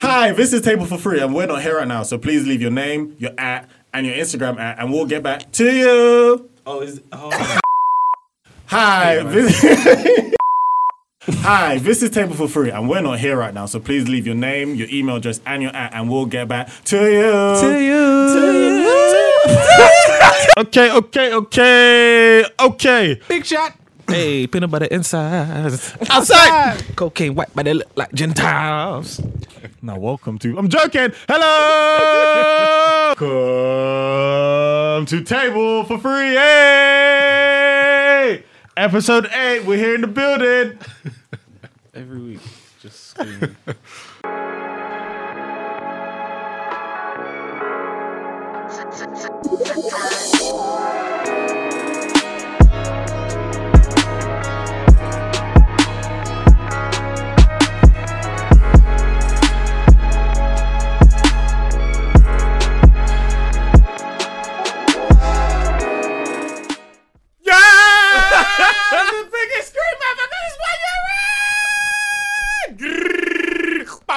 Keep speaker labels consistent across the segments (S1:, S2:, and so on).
S1: hi, this is Table for Free, and we're not here right now. So please leave your name, your at, and your Instagram at, and we'll get back to you.
S2: Oh, is oh.
S1: Hi, this. Hi, this is Table for Free, and we're not here right now. So please leave your name, your email address, and your at, and we'll get back to you. To you.
S3: Okay, okay, okay, okay.
S4: Big shot.
S3: Hey, peanut butter inside, outside. Cocaine white, but they look like Gentiles. Now, welcome to. I'm joking. Hello. Come to table for free. Hey, episode eight. We're here in the building.
S2: every week just screaming.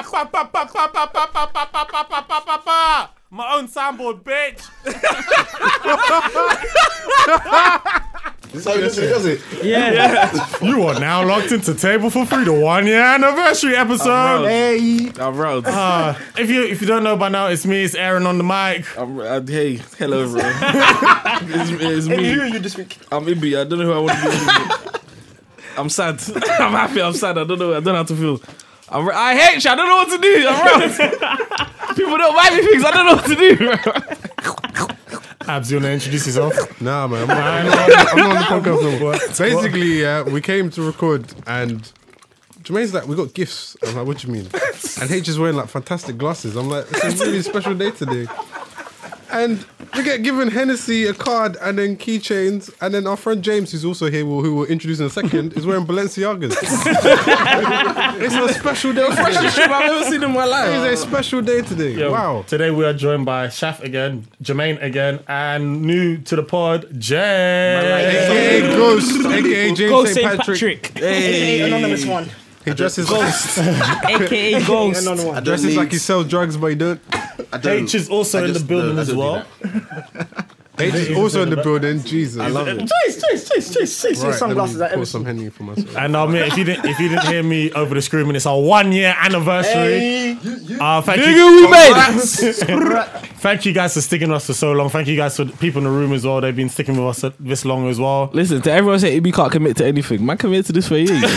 S1: My own soundboard, bitch.
S5: So does it, does it?
S4: Yeah.
S1: You are now locked into Table for Free, the one year anniversary episode.
S5: Hey.
S2: I'm Rhodes.
S1: Uh, if you if you don't know by now, it's me. It's Aaron on the mic.
S2: I'm, I, hey, hello everyone. it's, it's
S5: You,
S2: me.
S5: you just speak.
S2: I'm Ibi. I don't know who I want to be. with. I'm sad. I'm happy. I'm sad. I don't know. I don't know how to feel. I'm, I hate you. I don't know what to do. I'm Rhodes. People don't buy me things. I don't know what to do.
S1: Abs, you wanna introduce yourself?
S6: Nah, man, I'm, I'm, not, I'm not on the podcast no more. Basically, yeah, we came to record and Jermaine's like, we got gifts. I'm like, what do you mean? And H is wearing like fantastic glasses. I'm like, it's a really special day today. And we get given Hennessy a card and then keychains, and then our friend James, who's also here, who we'll introduce in a second, is wearing Balenciagas. it's a special day. Today.
S2: Freshest shit I've ever seen in my life.
S6: It's a special day today. Wow.
S1: Today we are joined by Shaf again, Jermaine again, and new to the pod, Jay.
S6: AKA Ghost, AKA James
S4: Go
S6: St.
S4: St.
S6: Patrick.
S4: Patrick,
S5: Hey. Anonymous one.
S6: He dresses like,
S4: aka Ghost.
S5: Anonymous one.
S6: dresses like he sells drugs, but he don't.
S5: I don't-
S1: H is also
S5: I
S1: in the
S5: just-
S1: building
S5: no, I
S1: as
S5: don't do
S1: well.
S5: that.
S6: H is also in the building. Jesus. I love
S5: it.
S1: Chase, chase, chase, chase, chase.
S6: Right,
S7: sunglasses
S6: let me
S7: at
S6: pour
S7: Emerson.
S6: some Henny for myself.
S1: And um, yeah, if you didn't if you didn't hear me over the screaming, it's our one year anniversary. Uh, thank you, thank you guys for sticking with us for so long. Thank you guys for the people in the room as well. They've been sticking with us uh, this long as well.
S2: Listen to everyone saying Ibi can't commit to anything. Man, commit to this for you.
S6: Hey,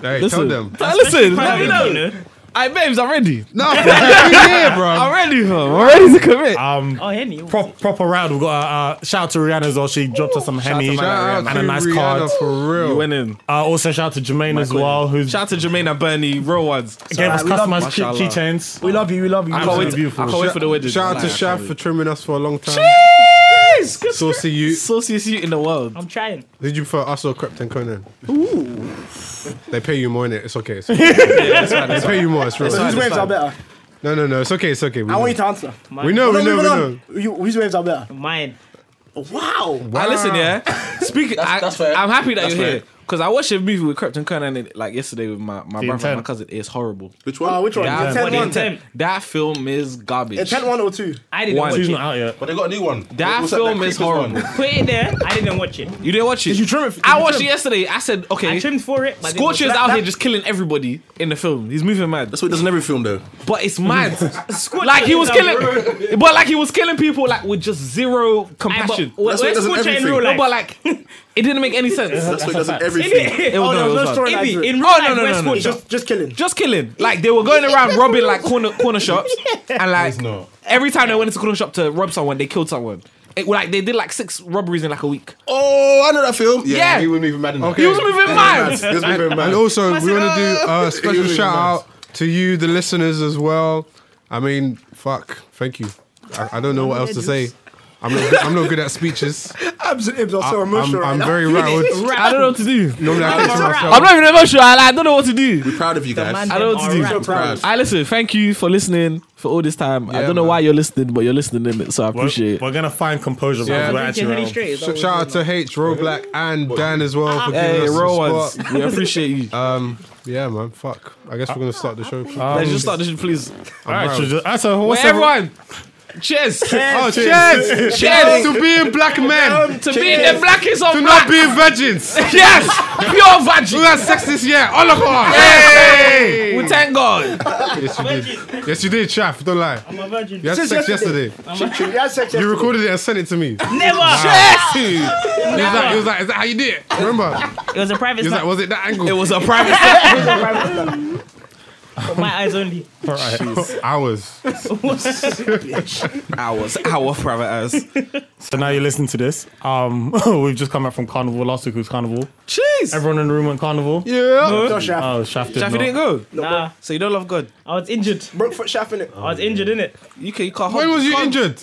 S6: tell
S2: Listen,
S6: them.
S2: listen. Let me know. Hey, babes, I'm ready.
S6: No, bro, yeah, bro.
S2: I'm ready, fam. I'm ready to commit.
S1: Um,
S4: Oh, Henny.
S1: pro- proper round. We've got a uh, shout out to Rihanna as well. She dropped us some henny
S6: Shout
S1: and
S6: out
S1: a
S6: to
S1: nice
S6: Rihanna
S1: card.
S6: for real.
S2: went in.
S1: Uh, also shout out to Jermaine as
S2: queen.
S1: well, who's
S2: Shout out to Jermaine and Bernie, real ones.
S1: gave us
S7: Alright, we love-
S1: customized key,
S2: Mashallah.
S1: keychains.
S7: We love you. We love you.
S2: I can't wait,
S1: beautiful.
S2: I can't wait for the wedding.
S6: Shout out to
S2: Like,
S6: Shaf for trimming us for a long time. Saucy you.
S2: Sauciest you in the world.
S4: I'm trying.
S6: Did you prefer us or Krypton Conan? Ooh. They pay you more in it. It's okay. It's They pay you more. It's real.
S7: whose waves are better?
S6: No, no, no. It's okay. It's okay. We
S7: I
S6: know.
S7: want you to answer.
S6: We know. We
S7: Hold
S6: know.
S7: on,
S6: We
S7: hold
S6: know.
S7: on. You- Whose waves are better?
S4: Mine.
S7: Wow.
S2: I listen, yeah. Speaking, I,
S5: that's fair.
S2: I'm happy that
S5: That's
S2: you're
S5: fair.
S2: here because I watched a movie with Krypton Conan in, like yesterday with my, my brother, and my
S1: Intent.
S2: cousin. It's horrible.
S5: Which
S7: Uh,
S5: one?
S7: which one?
S2: That,
S7: The 10
S4: the
S7: one.
S4: intent.
S2: that, that film is garbage.
S7: The 10 one or two?
S4: I didn't
S2: One.
S4: watch
S1: She's
S4: it.
S1: not out yet.
S5: But they got a new one.
S2: That
S5: What's
S2: film is
S5: Creepers one?
S2: horrible.
S4: Put it there. I didn't watch it.
S2: You didn't watch it?
S7: you trim it? Did
S2: I
S7: you
S2: watched
S7: trim
S2: it yesterday. I said,
S4: I
S2: okay.
S4: trimmed for it. but didn't
S2: Scorch is
S4: watch it.
S2: out
S4: That-
S2: here just killing everybody in the film. He's moving mad.
S5: That's what it does in every film, though.
S2: But it's mad.
S4: Scorch
S2: like he
S4: is
S2: was
S4: out
S2: killing,
S4: here-
S2: but like he was killing people like with just zero
S4: Aye, but
S2: compassion.
S4: where-
S5: That's what it
S4: Where's
S5: does in
S4: Scorch in
S5: everything.
S4: real
S2: No,
S4: life?
S2: but like it didn't make any sense.
S5: That's what it does in every
S4: In
S5: film.
S4: it-
S2: It was
S7: Oh,
S2: bad, it was
S7: no, no
S2: bad.
S7: storylines.
S4: Ibi,
S7: really.
S4: in real
S2: Oh, no,
S4: life,
S2: no,
S4: where's
S2: no, no,
S4: Scorch?
S7: Just, just killing.
S2: Just killing. Like they were going around robbing like corner corner shops, and like
S5: not.
S2: every time they went into corner shop to rob someone, they killed someone. It, like they did like six robberies in like a week.
S5: Oh, I know that film.
S2: Yeah.
S5: he was moving mad. in that.
S6: Okay.
S2: He was moving mad.
S5: He was moving mad.
S6: And also, we want to do a
S5: You're
S6: special
S5: doing
S6: shout
S5: nice.
S6: out to you, the listeners, as well. I mean, fuck, thank you. I, I don't know what else to say. I'm not, I'm not good at speeches.
S7: I'm just, I'm so
S6: I'm,
S7: emotional.
S6: I'm
S7: right
S6: very rattled.
S2: I don't know what to do.
S6: Normally I take to myself.
S2: I'm not even emotional. I, I don't know what to do.
S5: We're proud of you guys.
S2: I don't know what to do.
S7: now. I'm so proud.
S2: I listen. Thank you for listening for all this time. I don't know why you're listening, but you're listening in it, so I
S1: We're,
S2: appreciate it.
S1: we're gonna find composure.
S6: Yeah.
S1: Yeah. We're
S4: Get honey
S1: actually
S4: straight, is that
S6: Sh-
S4: what
S6: Shout out
S4: you're
S6: to H, Roll Black, and Dan as well for giving
S2: Hey,
S6: us
S2: raw
S6: some
S2: ones.
S6: support.
S2: We appreciate you.
S6: Um, yeah, man. Fuck. I guess we're gonna start the show.
S2: Let's just start this, shit, please.
S1: Alright, so just- that's a what's that-
S2: Wait, everyone. Cheers.
S6: oh, cheers!
S2: Cheers.
S6: to being black men,
S2: To be the blackest of
S6: to
S2: black.
S6: not being virgins.
S2: Yes. Pure
S6: We
S2: virgin.
S6: had sex this year. All of us.
S2: Yes. We thank God.
S6: Yes, you did. Yes, you did, Chaff. Don't lie.
S4: I'm a virgin.
S6: You had
S7: Since
S6: sex
S7: yesterday.
S6: yesterday.
S7: You had sex
S6: You
S7: yesterday.
S6: recorded it and sent it to me.
S4: Never.
S6: He was like, he was like, is that how you did it? Remember?
S4: It was a private
S6: He was like,
S4: stuff.
S6: was it that angle?
S2: It was a private.
S4: for my eyes only.
S6: hours.
S2: Hours. Our private hours.
S1: So now you're listening to this. Um, we've just come back from carnival. Last week was carnival.
S2: Cheers.
S1: Everyone in the room went carnival. Yeah.
S7: Yo, Shaf.
S1: Oh, shafted.
S2: Shafi didn't go.
S4: Nah,
S2: So you don't love God.
S4: I was injured.
S7: Broke foot Shaf in it.
S4: I was injured, innit?
S2: You can you can't.
S6: When was you
S2: can't-
S6: injured?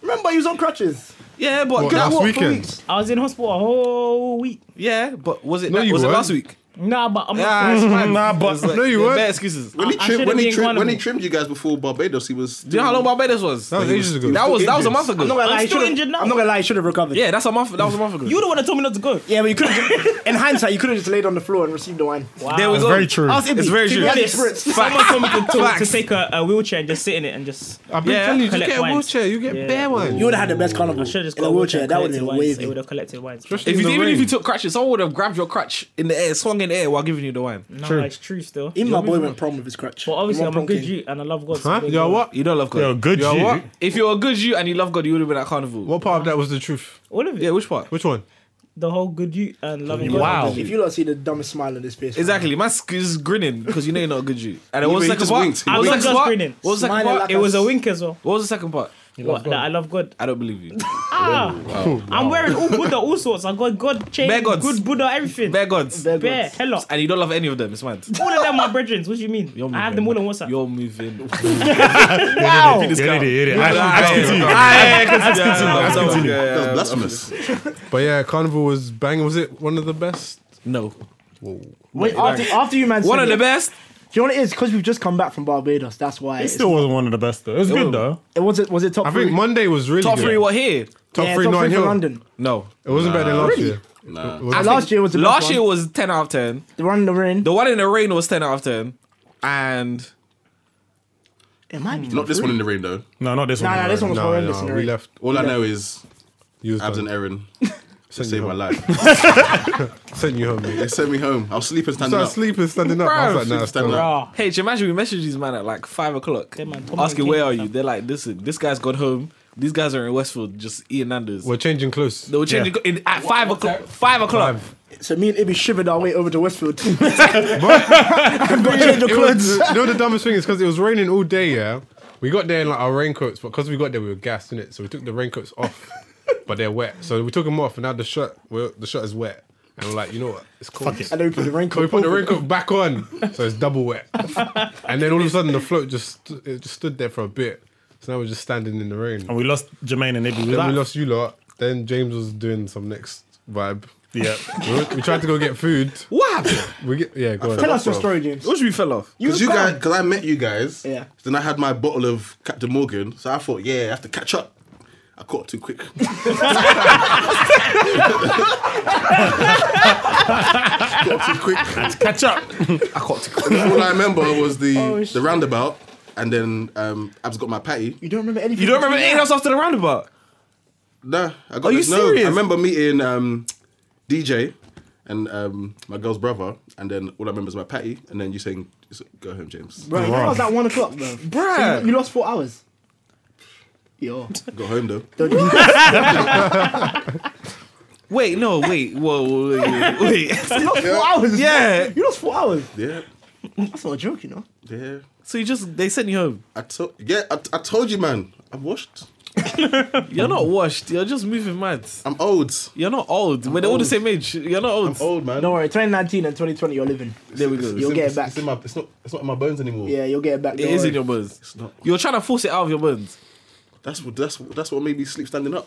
S7: Remember, he was on crutches.
S2: Yeah, but
S6: What,
S2: Good
S6: last
S2: walk for
S6: weekend?
S2: weeks.
S4: I was in hospital a whole week.
S2: Yeah, but was it?
S6: No,
S2: that-
S6: you
S2: was it
S6: weren't.
S2: last week?
S4: Nah, but I'm not.
S2: Yeah, it's fine.
S1: Nah, but-
S2: It's like,
S6: No, you
S2: yeah,
S6: weren't.
S2: Bare excuses.
S5: When he,
S4: I- I
S5: trim, when,
S4: shouldn't be
S5: he
S4: in
S5: trim, when he
S4: Carnival.
S5: trimmed you guys before Barbados, he was.
S2: Do you know how long Barbados was?
S6: That was ages ago.
S2: That was that was a month
S7: I'm not
S2: ago.
S7: gonna lie,
S4: I'm
S7: he
S4: still
S7: should've-
S4: injured now.
S7: I'm not gonna lie, he should have recovered.
S2: Yeah, that's a month. That was a month ago.
S4: You the one that told me not to go.
S7: Yeah, but you could have. In hindsight, you could have just laid on the floor and received the wine.
S4: Wow.
S2: there we go.
S1: Very true.
S7: I was
S2: It's
S7: Ibby.
S2: very
S7: To be
S2: true.
S7: honest, Brits.
S4: Someone told me to, to, to
S2: Facts.
S4: take a, a wheelchair and just sit in it and just.
S6: I've been
S2: Yeah.
S6: telling you, just
S4: Collect
S6: get a
S4: wines.
S6: wheelchair. You get
S4: Yeah.
S6: bare one.
S7: You would have had the best carnival.
S4: I should have just
S7: in
S4: got
S7: a wheelchair.
S4: and
S7: That would have
S4: collected
S7: been
S4: wines. They would
S7: amazing.
S4: have collected wines.
S2: If
S6: In
S2: you
S6: the
S2: even if
S6: rain.
S2: you took crutches, someone would have grabbed your crutch in the air, swung in the air while giving you the wine.
S4: No, it's true still.
S7: Even my boy went prom with his crutch.
S4: but obviously,
S7: He
S4: I'm
S7: went prom
S4: a good
S7: king.
S4: Jew and I love God. so
S6: Huh?
S4: there you
S6: Yo,
S4: go.
S6: what?
S2: You don't love God.
S1: Yo, good
S6: Yo,
S1: you.
S6: what?
S2: If you were a good you and you love God, you would have been at carnival.
S6: What part of that was the truth?
S4: All of it.
S2: Yeah, which part?
S6: Which one?
S4: The whole good you and loving God.
S1: Wow.
S7: If you don't see the dumbest smile on his face,
S2: Exactly. Man is grinning because you know you're not a good you. And it was
S5: he
S2: the second
S5: just
S2: part.
S5: winked. He
S2: What was the
S4: winked.
S2: second
S4: Just
S2: part?
S4: grinning.
S2: What was the second
S7: Smiling
S2: part?
S7: like
S4: It was a wink as well.
S2: What was the second part?
S4: What? That I love God.
S2: I don't believe you.
S4: Ah, I'm wearing all Buddha, all sorts. I got God chain,
S2: Bear gods.
S4: good Buddha, everything.
S2: Bare gods.
S7: Bear
S4: Bear,
S7: gods.
S4: hella.
S2: And you don't love any of them. It's mad.
S4: All of them are brethren. What do you mean?
S2: You're moving.
S4: I have them all on WhatsApp.
S2: You're moving.
S1: You're an idiot, you're an idiot.
S2: Aye, aye, continue. I'm sorry. Yeah,
S5: That
S2: yeah,
S5: was
S2: yeah.
S5: blasphemous.
S6: But yeah, Carnival was bang. Was it one of the best?
S2: No.
S7: Wait, after, after you man,
S2: One
S7: said
S2: of the
S7: it-
S2: best.
S7: Do you know what it is? Because we've just come back from Barbados. That's
S1: It
S7: why. it's-
S1: still wasn't one of the best though. It was good though.
S7: It was it was it top
S6: I
S7: three.
S6: think Monday was really
S2: Top
S6: good.
S2: three were here.
S6: Top
S7: yeah,
S6: three,
S7: top
S6: Notting
S7: three
S6: Hill.
S7: for London.
S2: No.
S6: It wasn't better than last
S7: Really?
S6: year.
S5: Nah.
S7: And last year was the
S2: Last
S7: best
S2: year
S7: one.
S2: was 10 out of 10.
S7: the run in the rain.
S2: The one in the rain was 10 out of 10. And
S7: It might be
S5: Not this one in the rain, though.
S1: No, not this
S7: Nah,
S1: one.
S7: nah, this one was
S6: No,
S7: horrendous
S6: no,
S7: in the
S6: we
S7: rain.
S6: left.
S5: All I know is
S6: You was
S5: Abs and
S6: done.
S5: Aaron
S6: Sent you
S5: saved my
S6: home.
S5: life.
S6: Sent you home, mate.
S5: They sent me home. I was sleeping standing
S6: Started
S5: up.
S6: sleeping, standing up. I was like, nah,
S5: Standing
S6: standing up.
S5: up.
S4: Ah,
S2: hey, imagine we messaged these man at like 5 o'clock
S4: Them man, Tom
S2: asking,
S4: and
S2: where
S4: King
S2: are
S4: and
S2: you? They're like, listen, this guy's gone home. These guys are in Westfield just eating Nando's.
S6: We're changing clothes.
S2: They were changing in, at 5 o'clock. 5 o'clock.
S7: So me and Ibby shivered our way over to Westfield. Got change the
S6: It was,
S7: clothes.
S6: you know the dumbest thing is because it was raining all day. Yeah, we got there in like our raincoats, but because we got there, we were gassed in it, so we took the raincoats off, but they're wet. So we took them off, and now the shirt, well, the shirt is wet, and we're like, you know what, it's cold.
S7: And then we put the
S6: So we
S7: raincoat.
S6: put the
S7: over.
S6: raincoat back on, so it's double wet. And then all of a sudden, the float just it just stood there for a bit. So now we're just standing in the rain.
S1: And we lost Jermaine and Ibby. Was
S6: Then we
S1: that-
S6: lost you lot. Then James was doing some next vibe.
S1: Yeah.
S6: We, went- we tried to go get food.
S2: What happened?
S6: We get yeah, go on.
S7: Tell us your story, James.
S2: Which we fell off.
S7: You
S5: Because you
S7: was
S5: guys,
S7: gone.
S5: because I met you guys,
S7: Yeah.
S5: then I had my bottle of Captain Morgan, so I thought, yeah, I have to catch up. I caught too quick. caught too quick.
S1: Catch up.
S5: I caught too quick. All I remember was the the roundabout, and then um, Abs got my patty.
S7: You don't remember anything.
S2: You don't remember anything else after the roundabout?
S5: Nah, I got
S2: Are you
S5: this- no,
S2: serious?
S5: I remember meeting um, DJ and um, my girl's brother, and then all I remember is my patty, and then you saying, "Go home, James.
S7: Bro, that was at one o'clock, bro.
S2: Bruh.
S7: You lost four hours. Yo.
S5: Go home though."
S2: Wait, no, wait, whoa, whoa, wait, wait, wait.
S7: You lost four hours.
S2: Yeah.
S7: You lost four hours.
S5: Yeah,
S7: That's not a joke, you know.
S5: yeah.
S2: So you just they sent you home.
S5: I told yeah, I, I told you, man. I'm washed.
S2: You're not washed. You're just moving mad.
S5: I'm old.
S2: You're not old. We're all the same age. You're not old.
S5: I'm old, man.
S7: Don't worry, 2019 and 2020, you're living.
S2: There we go.
S7: You'll
S5: It's in-
S7: get it
S5: it's,
S7: back.
S5: It's, in my, it's not. It's not in my bones anymore.
S7: Yeah, you'll get it back.
S2: It is in your bones.
S5: It's not.
S2: You're trying to force it out of your bones.
S5: That's what. That's what. That's what made me sleep standing up.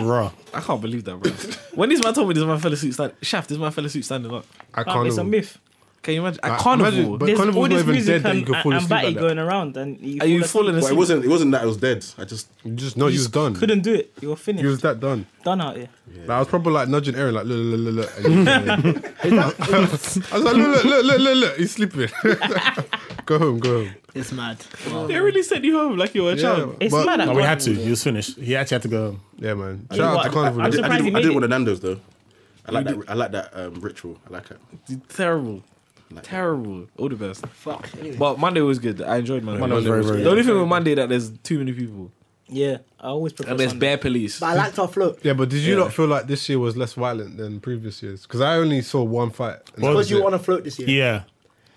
S6: Raw.
S2: I can't believe that, bro. when this man told me this man fell asleep, stand, Shaft, this man fell asleep standing up.
S6: I
S4: Nah,
S6: can't.
S4: Ah, it's a myth.
S2: Can you imagine? I
S6: Like,
S2: can't
S6: imagine-
S2: imagine.
S6: but-
S4: There's
S6: Carnival's
S4: all this
S6: not even
S4: music
S6: dead that
S4: and,
S6: you
S4: and,
S6: could fall
S4: and
S6: asleep like
S4: batty
S6: that.
S4: going around, and you
S2: Are you
S4: fall
S2: falling
S5: But
S4: asleep.
S5: it
S2: asleep?
S5: wasn't. It wasn't that I was dead. I just
S6: You just know you was done.
S4: Couldn't do it. You were finished.
S6: You was that done.
S4: done out here.
S6: Like, I was probably like nudging Aaron, like look, look, look, look. look. And you- I was like, look, look, look, look, look, look. He's sleeping. go home, go home.
S7: It's mad.
S2: They really sent you home like you were a
S6: Yeah,
S2: child.
S4: It's
S6: but-
S4: mad.
S1: No,
S4: at
S1: we
S4: what-
S1: had to. He was finished. He actually had to go home.
S6: Yeah, man.
S4: know
S6: Shout out
S4: what?
S6: to Carnival.
S4: I'm
S6: Day.
S5: I
S4: surprised he
S5: didn't, I
S4: made
S5: didn't want
S4: it.
S5: the Nando's though. I like that. I like that um, ritual. I like it.
S2: Terrible. Terrible. All the best.
S7: Fuck. Anyway.
S2: But Monday was good. I enjoyed Monday.
S1: Monday was very, very
S2: the only thing with Monday that there's too many people.
S4: Yeah, I always prefer.
S2: And there's
S4: Sunday.
S2: bare police.
S7: But I liked our float.
S6: Yeah, but did you not feel like this year was less violent than previous years? Because I only saw one fight. and that
S7: Because
S6: was
S7: you
S6: it.
S7: were on a float this year.
S1: Yeah.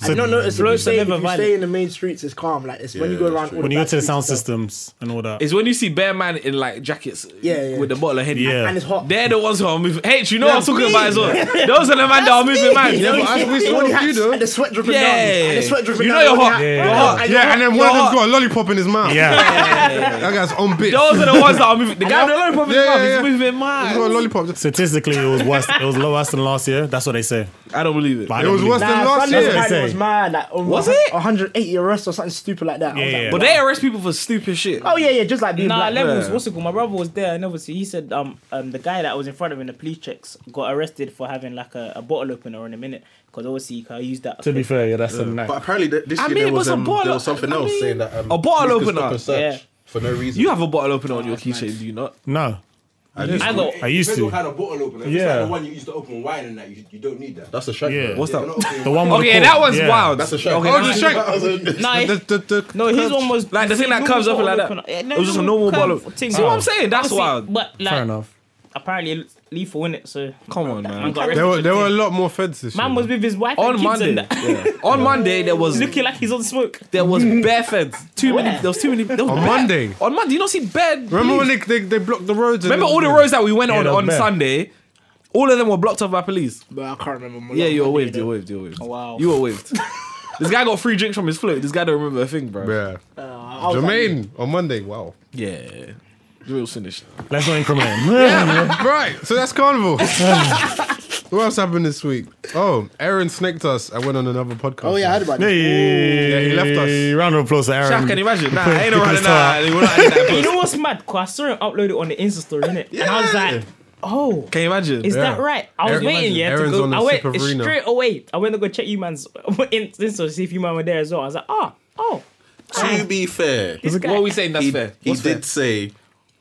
S7: I did not notice if you,
S4: Floats are
S7: stay, if
S4: never
S7: you
S4: violent.
S7: stay in the main streets, it's calm. Like it's when
S5: Yeah,
S7: you go
S5: that's
S7: around.
S5: true.
S7: all
S1: When you go
S7: back
S1: to the
S7: streets
S1: sound
S7: and stuff.
S1: systems and all that.
S2: It's when you see bare man in like jackets
S7: Yeah, yeah.
S2: with the bottle of head.
S1: Yeah.
S7: and it's hot.
S2: They're the ones who are moving. Hey, you know what I'm
S7: That's
S2: talking
S7: me.
S2: about as well. Those are the man that are moving, man.
S6: Yeah, but as we saw
S7: Only
S6: a few
S7: hats
S6: though.
S7: and the sweat dripping
S2: Yeah.
S7: down. And the sweat dripping
S2: You know
S7: down.
S2: you're
S7: only
S2: hot.
S7: hat.
S2: Yeah,
S7: And
S2: you're hot.
S7: and
S6: Yeah, and then one of
S2: What?
S6: them's got a lollipop in his mouth.
S1: yeah.
S6: That guy's on bit.
S2: Those are the ones that are moving. The guy with the lollipop in his
S6: Yeah,
S2: mouth
S6: yeah,
S2: is
S6: yeah.
S2: moving
S6: He's got a
S2: mad.
S6: lollipop.
S1: Statistically, it was worse. It was worse than last year. That's what they say.
S2: I don't believe it.
S1: But I
S6: It
S1: don't
S6: was
S1: believe
S6: worse than
S7: Nah,
S6: last
S7: Sunday's
S1: Sunday.
S6: year.
S7: night
S1: Say.
S7: was mad. Like, over
S2: Was
S7: a-
S2: it?
S7: 180 arrests or something stupid like that. I was
S1: Yeah,
S7: like,
S1: yeah.
S2: But they arrest people for stupid shit.
S7: Oh yeah, yeah, just like being
S4: Nah,
S7: black.
S4: levels. What's it called? My brother was there, and obviously he said um um the guy that was in front of him in the police checks got arrested for having like a, a bottle opener in a minute because obviously you can use that.
S1: To be fair, yeah, that's a night.
S5: But apparently th- this
S2: I
S5: year
S2: mean,
S5: there
S2: it was
S5: was,
S2: a
S5: um,
S2: bottle-
S5: there was something
S2: I
S5: else
S2: mean,
S5: saying that um,
S2: a bottle
S5: police could
S2: opener.
S5: stop and search
S4: Yeah.
S5: for no reason.
S2: You have a bottle opener on your keychain, do you not?
S1: No,
S5: I just-
S4: I got
S1: I used
S8: Depends on
S1: to.
S8: kind of bottle opener. If
S1: Yeah.
S8: it's like the one you used to open wine and that, you, you don't need that.
S5: that's a shame.
S1: Yeah.
S2: What's
S8: If
S2: that?
S8: you're not opening
S1: The one with
S2: Okay,
S1: the
S2: that
S1: cork.
S2: one's
S1: yeah.
S2: wild.
S5: That's a shank.
S2: Okay,
S6: Oh,
S2: that's-
S6: the shank.
S4: Nah,
S6: The,
S4: his-
S6: the, the
S4: no, his one was
S2: Like, the thing that curves up
S4: normal
S2: like that.
S4: bottle opener.
S2: It was just a normal
S4: curve
S2: bottle.
S4: thing.
S2: See what I'm saying? That's
S4: Obviously,
S2: wild.
S4: But like,
S1: Fair enough.
S4: apparently lethal in it. So
S2: Come on,
S4: man
S2: man.
S4: got
S6: there were
S4: arrested.
S6: there were a lot more feds this
S4: Man
S6: year.
S4: was with his wife and
S2: On
S4: kids
S2: Monday,
S4: and that.
S2: yeah. on Monday there was
S4: looking like he's on smoke.
S2: there was bare feds. Too many.
S4: Where?
S2: There was too many. There was
S6: On
S2: bare-
S6: Monday?
S2: On Monday, you not see bed.
S6: Remember when they, they, they blocked the roads? and
S2: Remember all the
S6: everything?
S2: roads that we went on
S1: that was
S2: on
S1: bare.
S2: Sunday? All of them were blocked off by police.
S7: But I can't remember.
S2: Yeah, you were waved. You were waved. You were waved.
S4: Oh, wow.
S2: You were waved. this guy got free drinks from his float. This guy don't remember a thing, bro.
S6: Yeah. Jermaine on Monday. Wow.
S2: Yeah. Real finished.
S1: Let's not incriminate him.
S6: right. So that's carnival. what else happened this week? Oh, Aaron snaked us. I went on another podcast.
S7: Oh yeah, I heard about it.
S1: Hey,
S6: Yeah, he left us.
S1: Round of applause to Aaron.
S2: Chef, can you imagine? Nah, I ain't around
S1: Because Tara-
S4: You
S2: that.
S4: know what's mad? Cause I saw him upload it on the Insta story, innit? And I was like, oh.
S2: Can you imagine?
S4: Is
S6: Yeah.
S4: that right? I was
S6: Aaron-
S4: waiting, yeah,
S6: Aaron's
S4: to go.
S6: on the
S4: I went
S6: Sip of Reno.
S4: straight away. I went to go check you man's in- Insta to see if you man were there as well. I was like, oh, oh,
S5: To be fair,
S4: this guy.
S2: What are we saying? That's
S5: he,
S2: fair.
S5: he
S2: What's fair?
S5: did say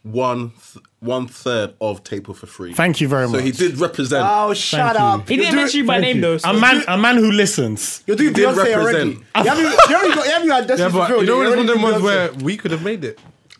S5: one th- one third of taper for free.
S1: Thank you very
S5: So
S1: much.
S5: he did represent.
S7: Oh shut
S1: you.
S7: up.
S4: He didn't mention you by name though. So
S1: A man, a man who listens.
S7: You're doing
S5: He did
S7: Beyonce already. You
S5: represent.
S7: haven't you haven't got- you haven't had
S6: Yeah,
S7: Destiny's
S6: but
S7: Fulfilled,
S6: you know when
S7: you're
S6: it's one of them ones
S7: already doing Beyonce.
S6: where we could have made it.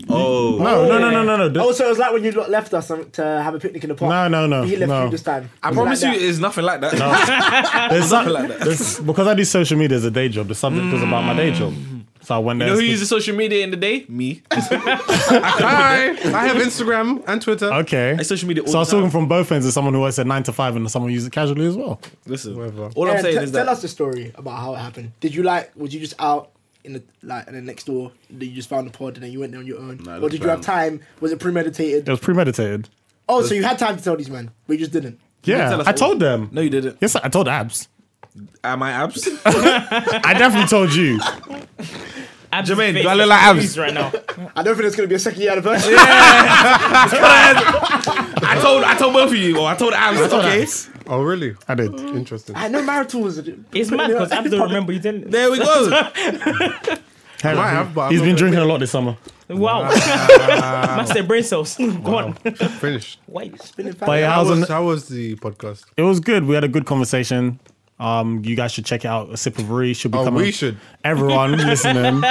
S5: oh,
S1: No, no, no, no, no, no.
S7: Oh, so it was like when you lot left us um, to have a picnic in the park.
S1: No, no, no,
S7: He left
S1: no.
S7: you this time.
S2: I
S7: Was it
S2: promise
S7: like
S2: you,
S7: that?
S2: it's nothing like that.
S1: There's some- there's- because I do social media as a day job, the subject was about my day job. So I went there.
S2: You know who
S1: and
S2: uses social media in the day? Me.
S6: Hi. I have Instagram and Twitter.
S1: spoke- okay.
S2: I social media all
S1: So I
S2: the
S1: was talking
S2: time.
S1: from both ends. There's someone who I said nine to five, and someone used it casually as well.
S2: Listen,
S6: Whatever.
S2: all
S7: Yeah,
S2: I'm saying
S7: te-
S2: is
S7: tell
S2: that
S7: us the story about how it happened. Did you like? Was you just out in the like and then next door? That you just found the pod and then you went there on your own,
S5: Nah,
S7: or did you have
S5: that's
S7: time? Was it premeditated?
S1: It was premeditated.
S7: Oh, so you had time to tell these men, but you just didn't.
S1: Yeah,
S2: tell us
S1: I
S2: all.
S1: told them.
S2: no, you didn't.
S1: Yes, I told Abs.
S2: Are my abs?
S1: I definitely told you.
S4: Abs
S2: Jermaine,
S4: face
S2: do I
S4: is
S2: look like abs?
S4: confused right now?
S7: I don't think it's gonna be a second year anniversary.
S2: I told, I told both of you, or I told abs. okay,
S6: Oh really?
S1: I did.
S6: Interesting.
S7: Mm-hmm. I know maritals.
S4: It's mad because Abs don't remember you didn't.
S2: there we go.
S1: Hey,
S6: might have, but I'm
S1: he's been
S6: not gonna
S1: drinking a lot this summer.
S4: Wow,
S2: Ah.
S4: that's their brain cells gone.
S6: Finished.
S4: Wait,
S1: But yeah, I
S6: How
S1: was on-
S6: was, how was the podcast?
S1: it was good. We had a good conversation. Um, you guys should check out a sip of Ree. Should be
S6: Oh,
S1: coming.
S6: we should.
S1: Everyone listening.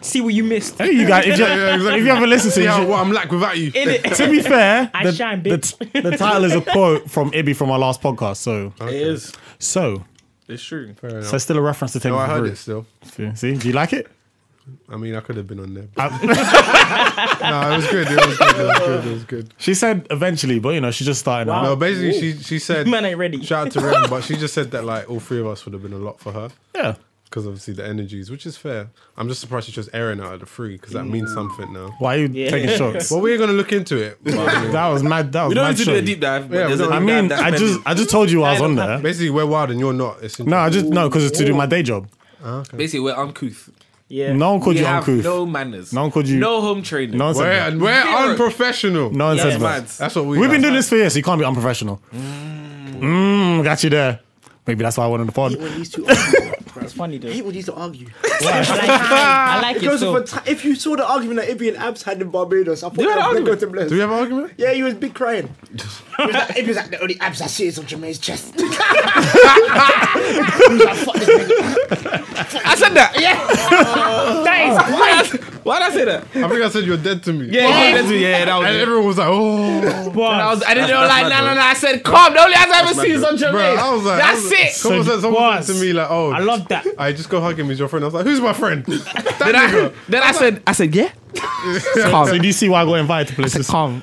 S4: see what you missed.
S1: Hey, you guys. If you,
S6: Yeah, exactly.
S1: if you haven't listened to
S6: See
S1: it, you
S6: how
S1: should-
S6: what I'm like without you.
S4: In it.
S1: to be fair,
S4: I
S1: the,
S4: shine,
S1: the
S4: bitch.
S1: t- the title is a quote from Ibby from our last podcast. So,
S6: Oh.
S2: It is.
S1: so,
S2: It's true.
S1: so it's still a reference to take.
S6: No, Oh, I
S1: for
S6: heard
S1: Ree.
S6: it still.
S1: See- See, do you like it?
S6: I mean, I could have been on there. but- no, it was good. It was good. It was good. It was good.
S1: She said eventually, but you know, she's just starting out.
S6: No, basically, she she said,
S4: Man ain't ready.
S6: shout out to Ren, but she just said that like all three of us would have been a lot for her.
S1: Yeah.
S6: because obviously the energies, which is fair. I'm just surprised you chose Aaron out of the three because that means something now.
S1: Why are you
S4: Yeah.
S1: taking shots?
S6: Well, we're gonna look into it. but, I mean,
S1: that was mad. That was
S2: We don't
S1: mad
S2: need to do a
S1: shotty.
S2: deep dive. But
S6: Yeah,
S2: there's a
S6: we
S2: deep
S1: I
S6: don't-
S2: dive
S1: mean,
S2: that's
S1: I
S2: pending.
S1: just I just told you I was on there.
S6: basically, we're wild and you're not. It's
S1: No, I just no because it's to do my day job.
S2: basically we're uncouth.
S4: Yeah.
S1: No one called
S2: we
S1: you
S2: have
S1: uncouth.
S2: no manners.
S1: No one called you-
S2: No home training.
S1: No one
S6: we're,
S1: said that.
S6: and we're
S2: Zero.
S6: unprofessional.
S1: No one
S2: That's
S1: said that.
S2: mad.
S6: that's what we.
S1: We've been doing this for years. So you can't be unprofessional. Mm, got you there. Maybe that's why I wanted the pod.
S7: When these two argue, bro.
S4: It's funny though.
S7: I hate when these two argue.
S4: I like, I like it.
S7: Because
S4: So,
S7: of a ti- if you saw the argument that Ibby and Abs had in Barbados, I thought
S2: had an
S7: that would go
S2: argument?
S7: to bless.
S6: Do we have an argument?
S7: Yeah, he was big crying. He was like, Ibby was like, the only abs I see is on Jermaine's chest. He was like, "Fuck this nigga."
S2: I said that. Yeah. that is Oh. why did I say that?
S6: I think I said you're dead to me.
S2: Yeah, yeah, that's- yeah, that was.
S6: And
S2: it.
S6: everyone was like, oh,
S2: And I, was, I didn't know,
S8: that's
S2: like,
S8: mad,
S2: no,
S8: bro.
S2: no, no. I said, calm. The only eyes I ever see is
S8: mad,
S2: on
S6: bro.
S2: Jermaine.
S6: I was like, I was-
S2: That's it.
S6: Someone said, someone said
S4: boss,
S6: to me like, oh,
S4: I love that.
S6: I just go hug him. He's your friend. I was like, who's my friend?
S2: then I, then I said, I said, yeah. calm.
S1: So do you see why I got invited to
S2: I said,
S1: places?
S2: calm.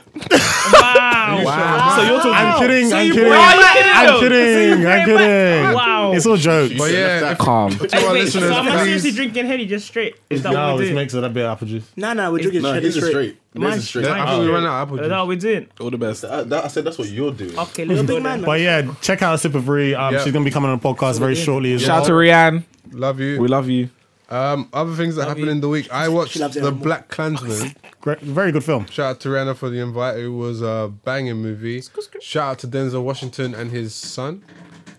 S1: Wow. So you're talking. I'm kidding. I'm
S2: you
S1: kidding.
S2: brought it in,
S1: I'm
S2: though.
S1: kidding. I'm kidding.
S4: Wow.
S1: It's all jokes.
S6: But yeah, if-
S2: Calm.
S6: to our
S4: Wait, so
S6: listeners,
S4: am I seriously
S6: please.
S4: drinking Henny just straight? Is that what
S1: No,
S4: we're
S1: this
S4: doing?
S1: makes it a bit apple juice.
S7: Nah, nah, we're drinking
S5: No,
S7: shit
S5: this is
S7: straight.
S5: straight. This
S4: Mine's
S5: is straight. Uh,
S6: Then
S4: Mine-
S6: after we run out of apple
S4: Is that
S6: juice.
S4: what we're doing?
S2: All the best.
S5: That, that, I said that's what you're doing.
S4: Okay, let's go
S7: big
S4: then.
S7: man, man.
S1: But yeah, check out Sip of Ree. Um,
S6: Yeah.
S1: She's gonna be coming on the podcast very shortly as
S2: Shout out
S1: well.
S2: to Rianne.
S6: Love you.
S2: We love you.
S6: Um, other things that happened in the week. I watched
S7: loves
S6: The
S7: everyone.
S6: Black Klansman.
S1: Great, very good film.
S6: Shout out to Rihanna for the invite. It was a banging movie. Shout out to Denzel Washington and his son.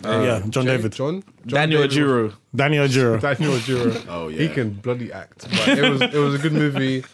S1: yeah, John
S6: Uh, Jay-
S1: David,
S6: John? John
S2: Daniel
S6: David-
S2: Ajuro.
S1: Daniel Juro.
S6: Daniel Ajuro.
S5: Oh, yeah.
S6: He can bloody act. But it was it was a good movie.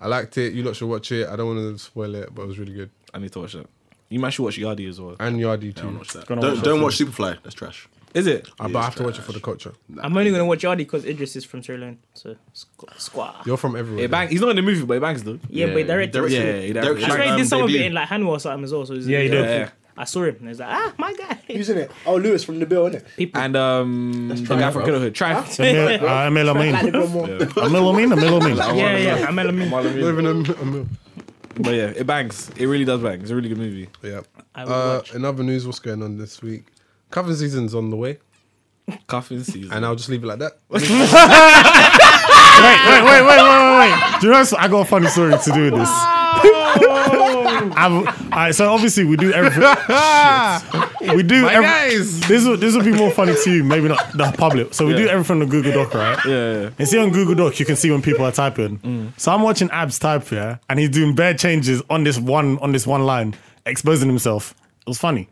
S6: I liked it. You lot should watch it. I don't want to spoil it, but it was really good.
S2: I need to watch that. You might should watch Yardi as well.
S6: And Yardi too.
S5: Watch that.
S1: Gonna
S5: Don't,
S1: watch
S5: don't watch Superfly. That's trash.
S2: Is it?
S6: Uh, but I have to watch it for the culture.
S4: I'm only gonna watch Yardi because Idris is from Sri Lanka, so squ- squad.
S6: You're from everywhere.
S2: It bang. He's not in the movie, but it bangs though.
S4: Yeah, but he directed.
S5: Directed-
S4: it.
S2: Yeah, he directed.
S4: I swear he
S5: um,
S4: did some of
S5: debut.
S4: it in like Hanwha or something as well. So
S1: Yeah, he did.
S2: Yeah.
S4: I saw him and it's like, ah, my guy.
S7: Who's in it? Oh, Lewis from the bill, innit?
S4: People.
S2: And um, the guy from Kiddohood. Try.
S1: Emil uh, Emil Amin.
S7: Like the bill more.
S1: Emil Amin. Emil Amin.
S4: yeah, yeah, I'm Elamine.
S6: Not even a- a mil.
S2: But yeah, it bangs. It really does bang. It's a really good movie.
S6: Yeah.
S4: I will
S6: Uh,
S4: watch.
S6: in other news, what's going on this week? Coven season's on the way,
S2: Cuffing season.
S6: and I'll just leave it like that.
S1: Wait, wait, wait, wait, wait, wait, wait. Do you know what's- I got a funny story to do with this? I've, all right, so obviously we do everything. we do.
S6: Hey
S1: every-
S6: guys,
S1: This will this will be more funny to you, maybe not the public. So we do everything on Google Doc, right?
S2: yeah, yeah.
S1: And see on Google Doc, you can see when people are typing. So I'm watching Abs type here, and he's doing bare changes on this one on this one line, exposing himself. It was funny.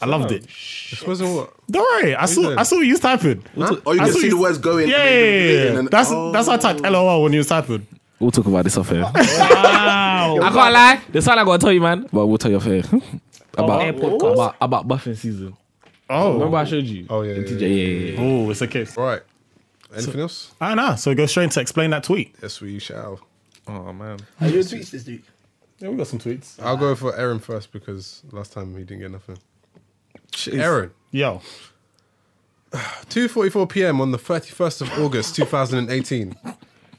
S1: I loved it.
S6: this wasn't what.
S1: Don't worry, I saw
S6: doing?
S1: I saw you was typing.
S5: Oh, you
S1: I
S5: can
S1: saw
S5: see
S1: you-
S5: the words going.
S1: Yeah, yeah, yeah, yeah. That's
S5: oh,
S1: that's why I typed LOL when you was typing.
S2: We'll talk about this off air. I can't lie. The sign I gotta tell you, man. But we'll tell you off Oh. air. about,
S4: air podcast.
S2: about about buffing season.
S1: Oh,
S2: Remember I showed you?
S6: Oh yeah. yeah,
S2: TJ,
S6: yeah.
S2: yeah, yeah, yeah.
S1: oh, it's a case.
S6: Right. Anything else?
S1: I know. So go straight into explain that tweet.
S6: Yes, we shall.
S2: Oh man.
S7: Are you in tweets this week?
S1: Yeah, we got some tweets.
S6: I'll go for Aaron first because last time he didn't get nothing.
S2: Jeez.
S6: Aaron,
S1: Yo,
S6: 2:44 p.m. on the 31st of August 2018.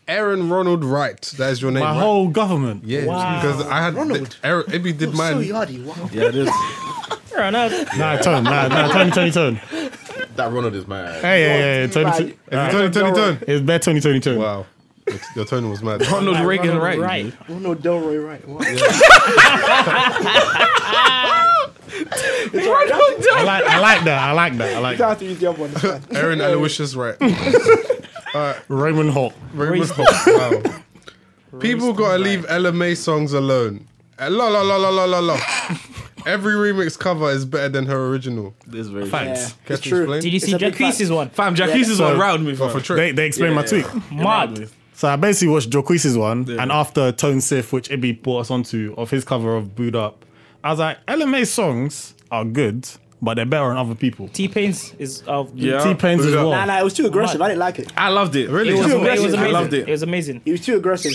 S6: Aaron Ronald Wright, that is your name.
S1: my
S6: right?
S1: whole government.
S6: yeah,
S4: Wow.
S6: because I had
S7: Ronald.
S6: Aaron, Ibby did
S7: So
S6: mine.
S7: yardy, wow.
S2: Yeah, it is.
S4: Fair enough.
S1: Nah, turn. Nah, nah, Tony, Tony, turn. Hey,
S5: That Ronald is mad.
S1: hey, hey, Tony. Tony.
S6: Is it Tony, Tony, Tony?
S1: It's bare Tony, Tony, Tony.
S6: Wow, Your- your tone was mad.
S2: Ronald Reagan,
S4: Ronald
S2: right?
S4: Wright.
S7: Ronald Delroy, right? Wow.
S1: I like, I like that. I like that. I like
S7: I
S1: that.
S7: have to use the other one. it's fine.
S6: Aaron Aloysius Wright.
S1: Raymond Hawk.
S6: Very much- wow. People gotta leave Ella May songs alone. Eh, La la la la la la la. Every remix cover is better than her original.
S2: This very
S7: Yeah,
S1: Thanks.
S7: it's
S6: Catch me
S7: true.
S4: Did
S6: explain?
S4: you
S7: It's
S4: see
S7: a big
S4: Jacquees' one?
S2: Fam, Jacques is on round me
S6: Go for
S2: for
S6: trick.
S1: They, they explained my tweet.
S4: Mad.
S1: So I basically watched Joquise's one, and after Tone Sif, which Ibby brought us onto, of his cover of Booed Up, I was like, LMA songs are good, but they're better on other people.
S4: T Pain's is of
S2: Yeah.
S1: T Pain's as
S6: Booed Up.
S1: well.
S7: Nah, nah, it was too aggressive. I didn't like it.
S2: I loved it.
S4: It
S2: Really?
S4: was, it was
S2: I
S4: amazing.
S2: loved it.
S4: It was amazing.
S7: It was too aggressive.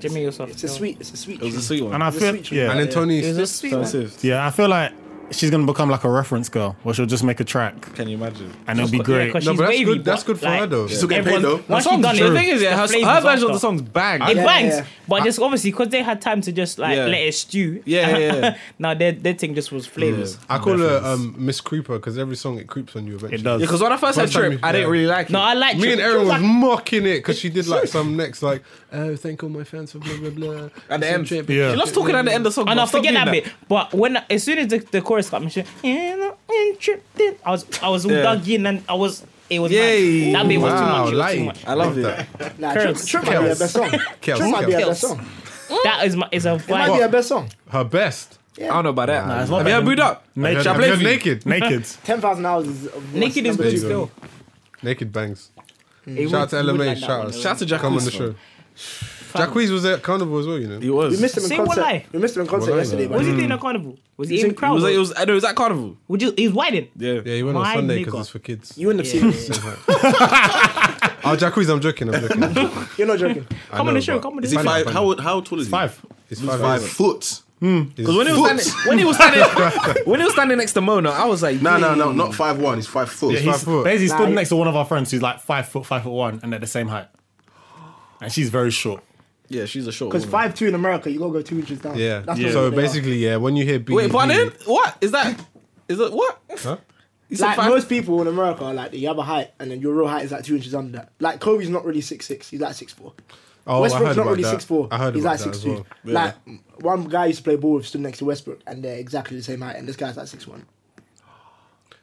S4: Jimmy yourself.
S7: It's a sweet, it's a sweet.
S2: It was a
S7: tune.
S2: sweet one.
S1: And I
S7: It's a
S1: feel,
S7: sweet treat.
S1: yeah,
S6: And then Tony,
S4: It was a sweet
S2: So
S4: one.
S2: it's-
S1: yeah, I feel like she's gonna become like a reference girl, where she'll just make a track
S2: Can you imagine?
S1: and it'll be great.
S4: because
S6: No,
S4: she's
S6: but that's
S4: wavy,
S6: good-
S4: but,
S6: that's good for her, though. She's
S5: still getting paid,
S4: everyone's-
S5: though.
S4: Once
S2: Song-
S4: she's done
S2: the
S4: it,
S2: thing is, yeah, her,
S4: flames
S2: her
S4: is
S2: version of the
S4: after.
S2: song's bang.
S4: It
S7: Yeah,
S4: bangs,
S7: yeah.
S4: but just obviously because they had time to just like
S2: Yeah.
S4: let it stew.
S2: Yeah, yeah, yeah.
S4: now their their thing just was flavors.
S6: I call her um, Miss Creeper because every song it creeps on you eventually.
S1: It does.
S2: Because when I first heard
S6: First time
S2: Trip,
S6: you-
S2: I didn't
S6: yeah.
S2: really like it.
S4: No, I like
S6: Me
S4: Trip.
S6: and
S4: She was
S6: Erin was
S4: like-
S6: mocking it because she did like some next like, oh, thank all my fans for blah blah blah.
S2: At the
S6: Some
S2: end.
S6: Trip.
S1: Yeah.
S2: She loves talking at the end of the song.
S4: And I
S2: bro. Stop
S4: forget
S2: doing
S4: that, bit, but when as soon as the, the chorus got mentioned, I was I was
S2: Yeah.
S4: dug in and I was it was
S2: Yay.
S4: mad. that bit was too much. It was
S6: light.
S4: too much.
S2: I love it.
S7: Nah, Trip,
S4: Curves.
S7: Trip might be her best song.
S6: Kels,
S7: Trip might be her
S4: Kels.
S7: best song.
S4: That is my is a
S7: It might be her
S4: vibe.
S7: best song.
S6: Her best.
S2: I don't know about that.
S1: it's not
S2: Have you
S1: bad.
S2: ever booed up?
S1: Naked.
S6: Have you
S2: Chaplain
S6: heard
S2: View.
S6: naked.
S1: Naked.
S7: Ten thousand hours is of
S4: Naked is
S7: number
S4: good
S7: two.
S4: still.
S6: Naked bangs.
S4: It
S6: Shout out to
S4: would- it would
S6: LMA.
S4: like that
S6: shout
S4: one,
S6: out.
S4: though.
S2: Shout out to Jacques.
S6: Come on the show. Jacquees was at Carnival as well, you know.
S2: He
S7: We
S2: was.
S7: missed him in
S4: Say
S7: concert.
S4: Walai.
S7: We missed him in concert
S6: Walai,
S7: yesterday.
S6: yeah.
S7: man.
S4: Was he doing a carnival? Was he
S7: You
S4: in
S7: think-
S4: crowd?
S2: It was, it
S4: or-
S2: was, I know, it was at Carnival.
S4: Would you? He was whining.
S2: Yeah.
S6: Yeah, he went
S4: My
S6: on Sunday because
S4: nigga.
S6: it's for kids.
S7: You wouldn't have seen this.
S6: Oh, Jacquees, I'm joking. I'm joking. I'm joking.
S7: You're not joking.
S6: I
S4: Come on
S6: know,
S4: the show.
S6: but
S4: Come on the
S5: Is he
S4: show.
S5: five? How, how tall is he?
S1: Five.
S6: It's
S5: Five,
S6: five. years.
S5: foot.
S2: Because when he was standing, when he was standing, when he was standing next to Mona, I was like,
S5: No, no, no, not five one. He's five foot.
S1: Yeah,
S5: He's
S1: he's,
S6: foot.
S1: Basically,
S7: Nah,
S1: stood
S7: he-
S1: next to one of our friends who's like five foot, five foot one, and they're the same height. And she's very short.
S2: yeah, she's a short.
S7: Because
S2: woman.
S7: five two in America, you gotta go two inches down.
S6: Yeah.
S7: That's
S6: So basically, yeah, when you hear BED,
S2: Wait, pardon? What is that? Is it what?
S6: Huh?
S2: You said
S7: Like
S2: five-
S7: most people in America, are like you have a height, and then your real height is like two inches under that. Like Kobe's not really six six; he's like six four.
S6: Oh, I
S7: Westbrook's
S6: heard
S7: not
S6: about
S7: really
S6: that.
S7: six four;
S6: I heard
S7: he's
S6: about
S7: like
S6: that
S7: six
S6: as
S7: two.
S6: well.
S7: Like one guy used to play ball with stood next to Westbrook, and they're exactly the same height, and this guy's like six one.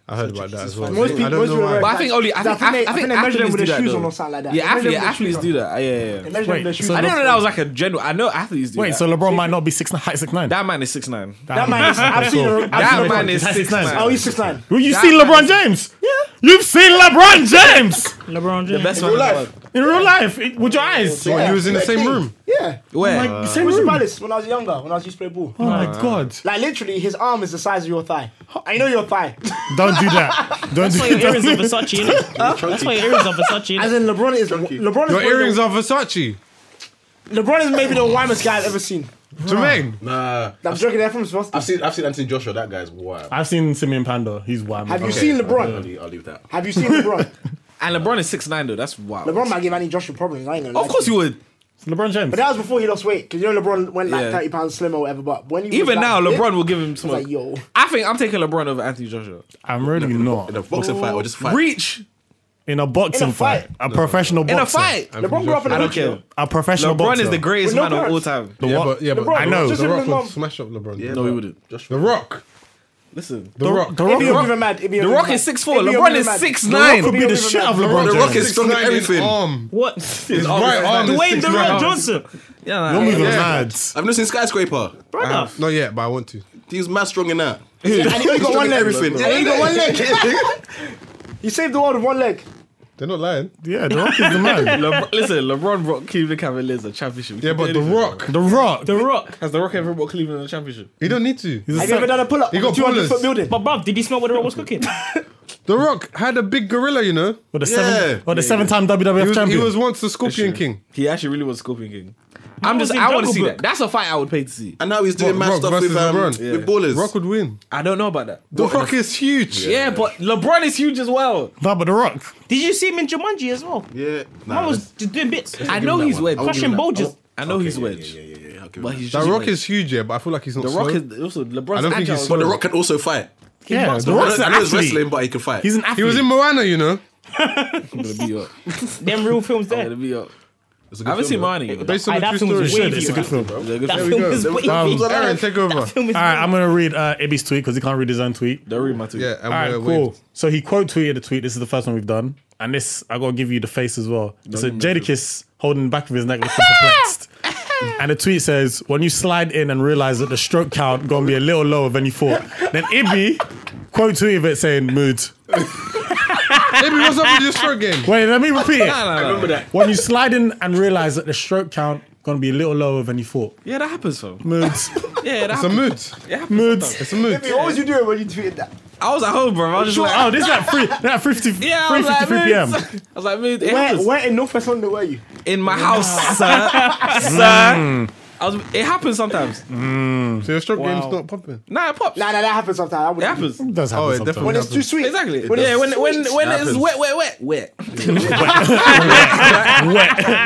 S6: I heard about that as well.
S7: Most people,
S6: I don't
S7: most
S6: know
S7: people
S2: But
S6: why.
S2: I think only- I think- I think
S7: they measure them
S2: athletes
S7: with
S2: do
S7: their
S2: that
S7: shoes on
S2: though.
S7: or something like that.
S2: Yeah,
S7: They measure
S2: athlete,
S7: them with their
S2: athletes
S7: shoes
S2: do
S7: on.
S2: that. Yeah, yeah,
S7: They
S2: yeah.
S7: measure them with their
S1: Wait,
S7: shoes.
S1: so
S2: I
S7: on.
S2: didn't know that was like a general. I know athletes do
S1: Wait,
S2: that.
S1: so LeBron might not be six, height six nine.
S2: that man is six nine.
S7: that man is. I've seen him.
S2: That
S7: I've seen
S2: man
S7: him.
S2: is
S1: That's
S2: six
S1: his name.
S2: nine.
S7: Oh, he's six nine.
S1: Well, you've
S2: That
S1: seen
S2: man
S1: LeBron
S2: is-
S1: James. Yeah. You've seen LeBron James
S4: LeBron James.
S2: Best man in the world.
S1: in real life it- with your eyes.
S6: What, you was in the same room. Uh,
S7: Yeah.
S2: Where?
S1: Like, same
S7: Crystal
S1: room.
S7: Palace when I was younger, when I was used to play ball.
S1: Oh my god!
S7: Like literally, his arm is the size of your thigh. I know your thigh.
S1: Don't do that. Don't do
S4: That's why your earrings are
S1: that.
S4: Versace. innit? That's why your earrings are Versace.
S7: As
S4: innit?
S7: in LeBron is LeBron is
S6: Your
S7: probably
S6: earrings are Versace.
S7: the, LeBron is maybe the whitest guy I've ever seen.
S6: Jermaine.
S5: Nah,
S7: I'm joking. They're from Boston.
S5: I've seen I've seen Anthony Joshua. That guy's wild.
S1: I've seen Simeon Pando. He's wild.
S7: Have you
S5: Okay,
S7: seen
S5: I'll
S7: LeBron?
S5: leave, I'll leave that.
S7: Have you seen LeBron?
S2: And LeBron is six nine though. That's wild.
S7: LeBron might give Annie Joshua problems. I ain't gonna.
S2: Of course you would.
S1: LeBron James?
S7: But that was before he lost weight. Cause you know LeBron went like
S2: Yeah.
S7: thirty pounds slim or whatever. But when he was
S2: Even
S7: like
S2: now,
S7: big,
S2: LeBron will give him
S7: I
S2: smoke.
S7: was like, yo,
S2: I think I'm taking LeBron over Anthony Joshua.
S1: I'm really not
S5: In a boxing fight or just fight.
S2: Reach
S1: in a boxing
S7: In a
S1: fight.
S7: fight.
S1: A professional boxer.
S2: in a fight.
S7: LeBron grew up in
S2: I
S7: a
S2: don't
S7: rich.
S2: care.
S1: A professional
S2: LeBron
S1: boxer.
S2: is the greatest
S7: With no
S2: man of all
S7: parents.
S2: time.
S1: The
S6: Yeah,
S1: what?
S6: but yeah, but
S7: LeBron.
S1: I know.
S7: Just
S6: The
S7: him and
S6: Rock
S7: his
S6: would
S7: mom.
S6: smash up LeBron.
S5: Yeah,
S2: No, he
S5: but
S2: wouldn't.
S5: Joshua.
S6: The Rock.
S2: Listen,
S6: The Rock.
S1: The
S7: It'd
S1: Rock.
S7: be a even mad. It'd be a
S2: The
S7: even
S2: Rock
S7: mad.
S2: is six four.
S7: It'd be a
S2: LeBron
S7: even
S2: is
S7: mad.
S2: six
S1: The Rock could
S2: nine.
S1: be the shit out of LeBron
S5: The
S1: James.
S5: Rock is strong at
S6: 6'9" in
S5: everything.
S6: Arm.
S4: What?
S6: His right arm. is
S4: Dwayne the
S6: 6'9".
S4: Rock Johnson,
S2: Yeah,
S1: You're
S2: nah.
S1: moving
S6: Yeah.
S1: mad.
S5: I've never seen skyscraper.
S4: brother.
S6: Not yet, but I want to.
S5: He was mad strong in that.
S7: And he only got one leg.
S5: Everything.
S7: And he only got one leg. He saved the world with one leg.
S6: They're not lying.
S1: Yeah, The Rock is the man.
S2: LeBron, listen, LeBron brought Cleveland Cavaliers a championship.
S6: Yeah, but The Rock.
S1: The Rock.
S4: The Rock.
S2: Has The Rock ever brought Cleveland a championship?
S6: He don't need to.
S7: Have you ever done a pull up?
S6: He got
S7: Two hundred
S6: ballers.
S7: foot building.
S4: But bruv, did he smell what the Rock was cooking?
S6: The Rock had a big gorilla, you know.
S1: Or the seven.
S5: Yeah.
S1: Or the seven-time WWF
S6: He was, he
S1: champion.
S6: was once the Scorpion King.
S2: He actually really was Scorpion King. I'm
S4: was
S2: just,
S4: in
S2: I want to
S4: Jungle
S2: see
S4: Book.
S2: that. That's a fight I would pay to see.
S5: And now he's doing
S6: Rock-
S5: mad
S6: Rock
S5: stuff with
S6: versus
S5: um,
S6: LeBron.
S5: with ballers.
S6: Rock would win.
S2: I don't know about that.
S6: The Rock is huge.
S2: Yeah, but LeBron is huge as well.
S1: No, but The Rock.
S4: did you see him in Jumanji as well?
S5: yeah,
S4: Man
S5: nah,
S4: was
S5: that's-
S4: just doing bits.
S2: I know
S5: that
S2: he's
S5: one.
S2: wedge.
S5: I would give
S4: Crushing
S5: him that.
S4: bulges.
S2: I know he's
S5: yeah, yeah,
S2: wedge.
S5: yeah, yeah, yeah, I'll give him
S2: But
S5: that.
S2: he's
S6: That
S2: just
S6: Rock
S2: wedge.
S6: is huge, yeah, but I feel like he's not
S2: The Rock
S6: slow.
S2: is also LeBron's
S6: I don't think
S2: agile. but
S6: he's
S5: But
S2: the
S5: the
S6: slow.
S2: Rock-
S5: Rock can also fight.
S1: Yeah,
S4: boxed
S1: The
S4: him.
S5: I
S1: Rock's
S5: know, I
S1: an
S5: know he's
S1: athlete.
S5: wrestling, but he can fight.
S1: He's an athlete.
S6: He was in Moana, you know.
S2: I'm gonna be up.
S4: Them real films
S2: I'm gonna
S4: there.
S2: be up.
S5: It's a
S2: I
S5: good
S2: haven't
S5: film,
S2: seen
S5: though.
S2: Marnie. yet.
S6: Based on
S4: Aye,
S6: the
S4: that
S6: true
S4: film
S6: story.
S4: was
S1: Should,
S4: wavy.
S1: It's a good film.
S2: It's a good
S4: That
S2: film.
S4: film is
S5: There we
S4: wavy.
S5: go. Um,
S6: Aaron, take over.
S4: That film is
S1: All right, I'm gonna read uh, Ibby's tweet because he can't read his own tweet.
S2: Don't read my tweet.
S6: Yeah, and
S1: All right,
S6: we're
S1: cool.
S6: waved.
S1: So he quote tweeted a tweet. This is the first one we've done, and this I gotta give you the face as well. It's a Jadakiss holding the back of his neck looking perplexed, and the tweet says, "When you slide in and realize that the stroke count gonna be a little lower than you thought, then Ibby quote tweeted it saying mood.
S6: Baby, what's up with your stroke game?
S1: Wait, let me repeat
S2: Nah,
S1: it.
S2: nah, nah.
S1: When you slide in and realize that the stroke count gonna be a little lower than you thought,
S2: Yeah, that happens, fam.
S1: mood,
S2: Yeah, that
S6: It's a
S2: happens.
S6: mood.
S1: mood.
S6: It's a mood.
S7: What was you doing when you tweeted that?
S2: I was at home, bro. I was just like, oh,
S1: Oh, this is at three, at 50,
S2: yeah, I
S1: three
S2: was like,
S1: fifty-three
S2: mood.
S1: p.m.
S2: I was like, mood. It
S7: Where,
S2: happens. Mm.
S7: where in North West London were you?
S2: in my house, sir. sir. I was, it happens sometimes.
S6: So your stroke game's not pumping.
S2: Nah, it pops.
S7: Nah, nah, that happens sometimes. I
S2: It
S7: wouldn't-
S2: happens.
S1: It does happen
S6: Oh, it
S1: sometimes.
S6: definitely
S7: When it's too
S6: happens.
S7: sweet.
S2: Exactly.
S7: When
S2: yeah,
S7: it's
S2: when when when it's
S5: Happens.
S2: wet, wet, wet, wet, wet,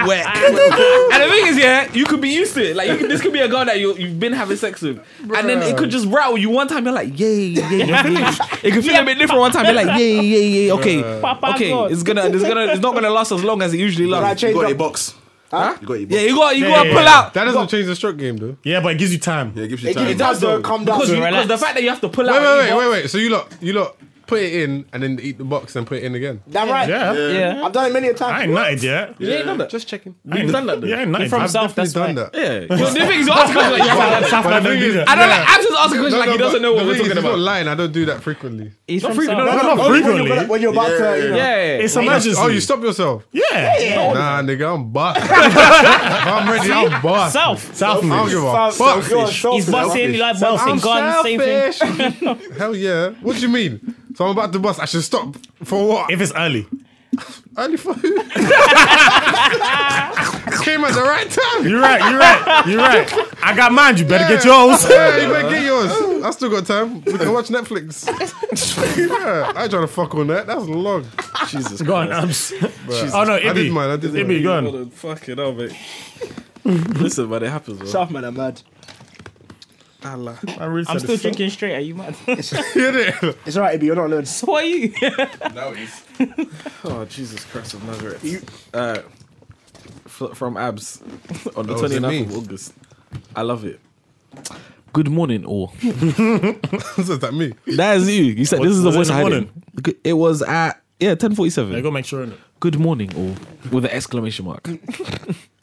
S2: wet, And the thing is, yeah, you could be used to it. Like you could, this could be a girl that you you've been having sex with, and then it could just rattle you one time. You're like, yay, yay. you're feeling- it could feel a bit different one time. You're like, yay, yay, yay. Okay,
S4: Papa
S2: okay.
S4: God.
S2: It's gonna, it's gonna, it's not gonna last as long as it usually
S7: When I
S2: lasts.
S5: You
S7: change
S5: got your
S7: up.
S5: box. You got your box.
S2: Yeah, you got, you
S1: Yeah,
S2: got to
S1: yeah,
S2: pull
S1: yeah.
S2: out.
S6: That doesn't change the stroke game though.
S1: Yeah, but it gives you time.
S5: Yeah, it gives you
S7: It, it
S5: time.
S7: does though, calm down.
S2: Because you- because
S4: relax.
S2: the fact that you have to pull
S6: Wait,
S2: out.
S6: wait, wait,
S2: you
S6: wait, wait. So you lot, you lot, put it in and then eat the box and put it in again.
S7: Damn right.
S1: Yeah,
S4: Yeah.
S7: I've done it many a
S1: I
S7: time.
S1: ain't nutted yet.
S2: got- You ain't done that.
S6: Just checking.
S1: I ain't
S2: done that though.
S1: Yeah, I ain't nutted.
S4: From
S1: I've
S4: South,
S6: He's
S4: that's
S6: done
S4: why.
S6: that.
S2: Yeah. The thing is, you ask questions like you have to have
S1: South
S6: But
S1: London
S6: the
S1: do
S6: thing is-
S1: that.
S2: I don't like. I'm just asking questions like he
S6: but
S2: doesn't know
S6: the
S2: what we're
S6: thing is,
S2: talking
S6: He's not
S2: about.
S6: lying. I don't do that frequently.
S4: He's from
S2: freaking- no,
S1: No, not
S4: South.
S7: Only when you're
S1: frequently.
S7: about- When you're about to, you know.
S2: Yeah.
S1: It's emergency.
S6: Oh, you stop yourself.
S1: Yeah.
S6: Nah, nigga, I'm bust. If I'm ready. I'm bust. I
S4: South.
S1: South
S6: don't give a
S7: Fuck,
S6: fuck.
S7: you're selfish.
S4: He's busting, you like
S6: I'm
S4: bouncing guns, same thing.
S6: selfish. Hell yeah. What do you mean? So I'm about to bust. I should stop for what?
S1: If it's early.
S6: Only for who? Came at the right time.
S1: You're right, you're right, you're right. I got mine, you better
S6: Yeah.
S1: get yours.
S6: Yeah, you better get yours. I still got time. We can watch Netflix. yeah, I ain't trying to fuck on that. That's long.
S2: Jesus.
S1: Go on, Abs. Oh no, Ibby.
S6: I did mine, I did
S1: Ibby,
S6: mine.
S1: go on.
S2: Fucking fuck it up, mate. Listen, man, it happens, bro.
S7: South man, I'm mad.
S1: I really
S4: I'm
S1: said
S4: still
S1: it.
S4: drinking straight. Are you mad?
S7: It's alright, Ibi, you're not alone.
S4: so are you?
S2: Oh, Jesus Christ of Nazareth. Uh, f- from Abs on the
S6: Oh, is it
S2: 29th
S6: me?
S2: of August. I love it. Good morning, all.
S6: Is that me?
S2: That is you. You said this is the
S1: was it
S2: voice
S1: in
S2: I
S1: the
S2: had.
S1: morning?
S2: in. Good- It was at yeah, ten forty
S1: I
S2: seven.
S1: gotta make sure in it.
S2: Good morning, all, with an exclamation mark.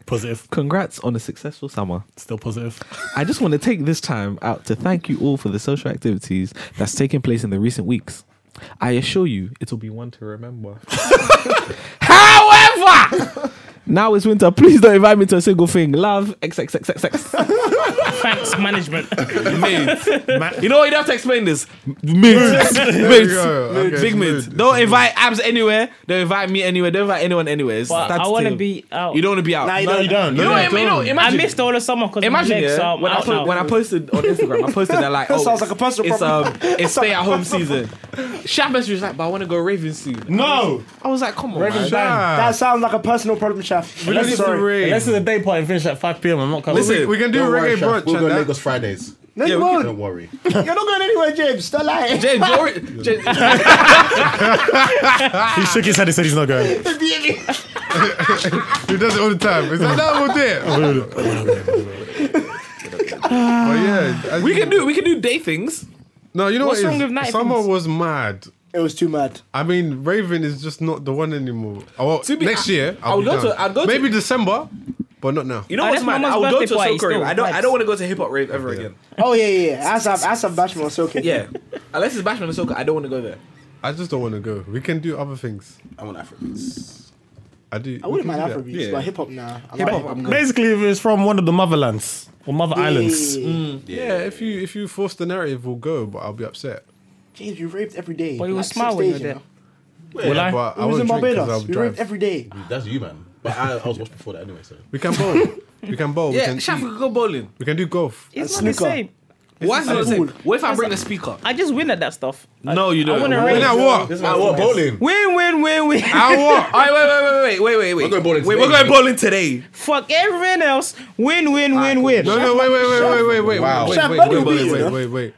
S1: Positive.
S2: Congrats on a successful summer.
S1: Still positive.
S2: I just want to take this time out to thank you all for the social activities that's taken place in the recent weeks. I assure you, it'll be one to remember. However, now it's winter. Please don't invite me to a single thing. Love, XXXXX.
S4: Thanks, management.
S2: you know what? You don't have to explain this. Mid.
S6: There you go. Okay,
S2: Big
S6: it's
S2: mid. Don't invite abs anywhere. Don't invite me anywhere. Don't invite anyone anywhere. It's
S4: But
S2: that's
S4: I want to
S2: table.
S4: be out.
S2: You don't want to be out.
S7: Nah, you
S1: No, you
S7: don't.
S1: don't.
S2: You know what I mean? You know,
S4: I
S2: imagine-
S4: missed all the summer because of my
S2: Imagine
S4: legs,
S2: yeah,
S4: so I'm
S2: when, I
S4: out
S2: po-
S4: now.
S2: when I posted on Instagram, I posted that like,
S7: That
S2: oh,
S7: sounds like a personal
S2: it's, um, it's stay at home season. Shaq message was like, but I want to go Ravens soon.
S1: No!
S2: I was like, come on, man.
S6: Ah,
S7: That sounds like a personal problem, Chef.
S6: we need to raid.
S1: Unless it's a day party and finish at 5 pm, I'm not coming.
S2: Listen,
S6: We can do
S5: Don't worry,
S6: reggae
S5: Shaf.
S6: brunch
S5: We'll go
S6: and that.
S5: Lagos Fridays.
S7: No, you
S5: Don't
S7: won't.
S5: worry.
S7: You're not going anywhere, James. Don't lie.
S2: James, you're, James,
S1: He shook his head and said he's not going.
S6: He does it all the time. It's like, no, we'll do it. but yeah, as-
S2: we can do we can do day things.
S6: No, you know
S4: What's
S6: what it
S4: wrong
S6: is?
S4: with night
S6: Summer
S4: things?
S6: was mad.
S7: It was too mad.
S6: I mean, Raven is just not the one anymore. Oh, well,
S2: To be-
S6: next
S2: I-
S6: year,
S2: I
S6: I'll
S2: would
S6: be
S2: love
S6: down.
S2: to- I'd go to-
S6: Maybe December, but not now.
S2: You know
S4: Oh,
S2: what's
S4: that's my
S2: mad? I
S4: mum's
S2: would go
S4: birthday
S2: to a
S4: party
S2: soca rave.
S4: still,
S2: I don't I don't
S4: vibes.
S2: want to go to hip hop rave ever again.
S7: Oh yeah, yeah. yeah. As I've, as I've bashed my soaking.
S2: Yeah, unless it's Bashman and soca, I don't want to go there.
S6: I just don't want to go. We can do other things.
S5: I want Afrobeats.
S6: I do.
S7: I wouldn't mind Afrobeats,
S6: Afrobeat.
S7: but hip hop nah. I'm
S2: Hip hop,
S7: out.
S2: I'm good.
S1: Basically, if it's from one of the motherlands or mother
S7: Yeah,
S1: islands.
S7: yeah, yeah,
S4: Mm.
S7: yeah.
S6: Yeah, if you if you force the narrative, we'll go, but I'll be upset.
S7: James, you raped every day.
S4: But
S7: for
S4: you were
S7: like six
S4: smart when you
S7: days,
S4: were
S7: you
S4: there.
S7: know?
S1: Will I?
S6: But I
S7: We was in
S6: won't drink 'cause
S7: Barbados.
S6: I'll
S7: We raped
S6: drive.
S7: every day.
S5: That's you, man. But I, I was watching before that anyway, so.
S6: We can bowl. We can bowl.
S2: Yeah,
S6: we,
S2: Shaq, we
S6: can eat.
S2: could go bowling.
S6: we can do golf.
S4: It's not
S7: Snooker.
S4: the same.
S2: What's the same?
S7: cool.
S2: What if I bring a speaker?
S4: I just win at that stuff.
S2: No, you don't.
S4: I wanna
S2: Why
S4: raise-
S6: And I what?
S5: I what bowling?
S4: Win, win, win, win.
S6: I what?
S2: All right, wait, wait, wait, wait, wait, wait.
S5: We're going bowling
S2: Wait,
S5: today.
S2: we're going bowling today.
S4: Fuck everything else. Win, win, win, win.
S6: No, no, wait, wait, wait, wait, wait, wait,
S5: Wow.
S6: wait,
S7: Shaf,
S6: wait,
S7: why do
S6: wait,
S7: you beat
S6: wait,
S7: you,
S6: wait,
S7: though?
S6: wait, wait.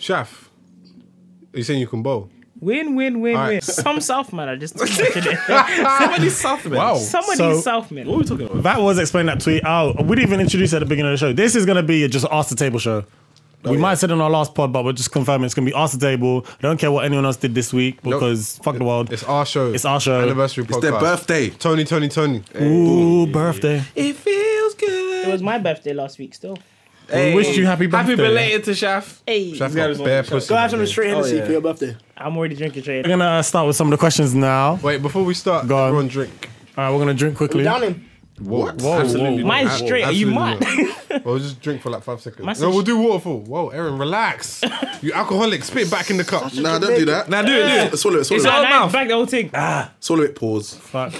S6: Shaf, are you saying you can bowl?
S4: Win, win, win,
S6: Alright.
S4: win. Some South man are just watching it.
S2: Somebody Southman.
S6: Wow.
S4: Some of
S1: So-
S4: these South men.
S2: What are we talking about?
S1: That was explain that tweet out. We didn't even introduce it at the beginning of the show. This is going to be just Ask the Table show.
S6: Oh,
S1: we might have said in our last pod, but we're just confirming it's going to be Ask the Table. I don't care what anyone else did this week because fuck the world.
S6: It's our show.
S1: It's our show.
S6: Anniversary podcast.
S5: It's their birthday.
S6: Tony, Tony, Tony.
S1: Ooh, birthday.
S2: It feels
S4: It was
S2: good.
S4: my birthday last week still.
S1: We wish you happy birthday.
S2: Happy belated to Shaf.
S4: Hey.
S6: Shaf got bare pussy.
S7: Go have some straight
S4: Oh,
S7: Hennessy
S2: yeah.
S7: for your birthday.
S4: I'm already drinking
S1: We're
S4: trade.
S1: going to start with some of the questions now.
S6: Wait, before we start,
S1: Go on.
S6: everyone drink.
S1: All right, we're going to drink quickly.
S7: Down him.
S6: What?
S2: Absolutely not.
S4: Mine's straight. Are you mad?
S6: Absolutely not. Well, just drink for like five seconds.
S4: Mine's
S6: no,
S4: such-
S6: we'll do waterfall. Whoa, Aaron, relax. You alcoholic, spit back in the cup.
S5: Nah, don't do that.
S2: Now do it, do it.
S5: Swallow it, swallow
S2: It's
S5: it.
S2: all-
S4: And I
S2: mouth.
S4: back the whole thing.
S5: Swallow it, pause.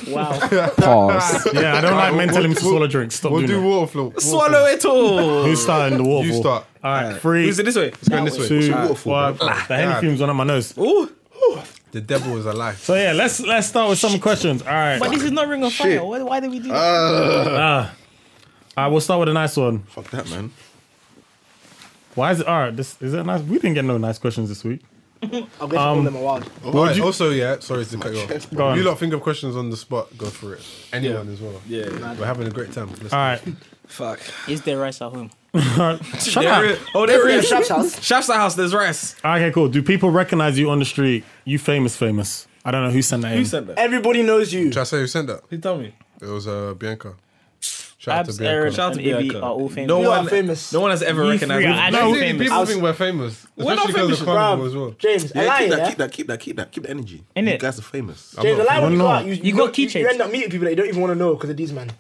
S4: Wow.
S3: Pause.
S1: Yeah, I don't like men telling me to
S6: We'll-
S1: swallow drinks. Stop
S6: We'll
S1: doing
S6: do
S1: that.
S6: waterfall.
S2: Swallow it all.
S1: Who's starting the waterfall?
S6: You start.
S1: All right, three,
S2: Is it this way?
S6: Going this way.
S1: two,
S5: Waterfall,
S1: one. The Henny
S6: God.
S1: fumes on up my nose.
S2: Ooh.
S6: The devil is alive.
S1: So yeah, let's let's start with some questions. All right,
S4: But this is not Ring of
S5: Shit.
S4: Fire. Why, why did we do that?
S1: all right, we'll start with a nice one.
S5: Fuck that, man.
S1: Why is it? All right, this is it. Nice. We didn't get no nice questions this week.
S7: I'll get all them a wild.
S6: Alright, Also, yeah, sorry to cut you off.
S1: Go on.
S6: You lot think of questions on the spot, go for it. Anyone as well. Yeah. We're having a great time. Let's
S1: All right,
S2: Fuck.
S4: Is there rice at home?
S1: shut
S2: There
S1: up.
S2: it- Oh, there it is.
S7: Shop's house.
S2: Chef's house. There's rice.
S1: Okay, cool. Do people recognize you on the street? You famous, famous. I don't know who sent that in.
S2: Who said that?
S7: Everybody knows you.
S6: Should I say who sent that?
S2: Who told me?
S6: It was uh, Bianca. Shout out
S4: Abs,
S6: to
S4: Aaron,
S6: Bianca.
S2: Shout out to
S4: and Ibby
S2: Bianca.
S4: are all famous.
S2: No
S7: You are
S2: one-
S7: famous.
S2: No one has ever
S4: You
S2: recognized
S4: three are
S2: me.
S4: actually-
S6: No,
S4: She's
S6: we-
S4: famous.
S6: people
S7: I was-
S6: think we're famous.
S2: We're not
S6: Especially because
S2: famous,
S6: of
S2: bruh.
S6: carnival as well.
S7: James, I eh?
S5: Yeah,
S7: lie,
S5: keep
S7: yeah.
S5: that, keep that, keep that, keep that, keep the energy.
S4: Innit?
S5: You guys are famous.
S7: James, I lie when you go
S1: Why
S7: out. You, you
S4: got
S7: you- You
S4: keychains.
S7: end up meeting people that you don't even want to know because of these man.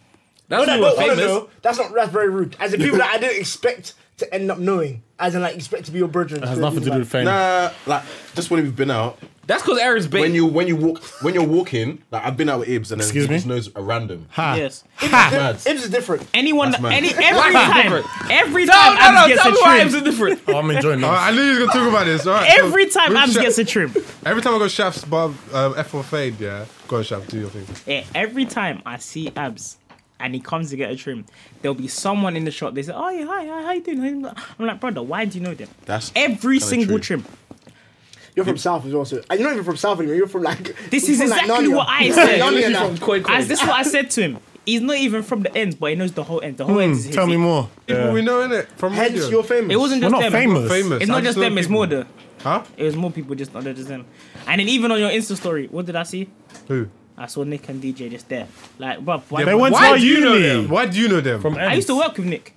S2: That's
S7: People
S2: not
S7: that don't
S2: we're
S7: want to
S2: famous.
S7: know, that's not that's very rude. As in people that I didn't expect to end up knowing, as in like expect to be your brethren.
S1: It has nothing to do with fame.
S5: Nah, Uh, like just when we've been out,
S2: That's because Aaron's big.
S5: when you when you walk when you're walking, like I've been out with Ibs and then
S1: Excuse
S5: he just
S1: me?
S5: knows a random.
S1: Ah,
S4: Yes.
S5: Mad.
S7: Ibs is different.
S4: Anyone,
S5: mad.
S4: any, every time, every
S2: no,
S4: time
S2: no, no.
S4: Abs gets
S2: Tell
S4: a
S2: me why Abs
S4: trim.
S2: is different.
S1: Oh, I'm enjoying
S6: All
S1: that.
S6: right, Uh, I knew you was gonna talk about this. All right, so
S4: Every time
S6: with
S4: Abs
S6: Shaq-
S4: gets a trim.
S6: every time I go Shafts, but um, F4 fade, yeah. Go on, Shaf, do your thing.
S4: Yeah, every time I see Abs and he comes to get a trim, there'll be someone in the shop. They say, "Oh yeah, hi, hi, how you doing?" How you doing?" I'm like, "Brother, why do you know them?"
S5: That's
S4: every
S5: kinda
S4: single
S5: true.
S4: trim.
S7: You're from South as well, so and you're not even from South anymore. You're from like
S4: This
S7: you're
S4: is
S7: from, like,
S4: exactly
S7: Narnia.
S4: what I
S7: You're
S4: said.
S7: from Narnia
S2: Honestly,
S7: now.
S2: from Koi Koi.
S4: As this is what I said to him. He's not even from the ends, but he knows the whole end. The whole end is his.
S1: Hmm, Tell me more.
S6: People we know, innit? From
S7: Hence,
S6: radio.
S7: you're famous.
S4: It wasn't
S1: We're
S4: just
S1: not
S4: them.
S1: famous.
S6: famous.
S4: It's not
S6: I
S4: just
S6: know
S4: them. It's
S6: people.
S4: more the.
S6: Huh?
S4: It was more people just other than them. And then even on your Insta story, what did I see?
S6: Who?
S4: I saw Nick and DJ just there. Like, bruv, why?
S1: They went to
S6: Why
S1: our
S6: do you know them?
S1: uni.
S6: Why do you know them?
S1: From
S4: I used to
S1: Ends.
S4: work with Nick,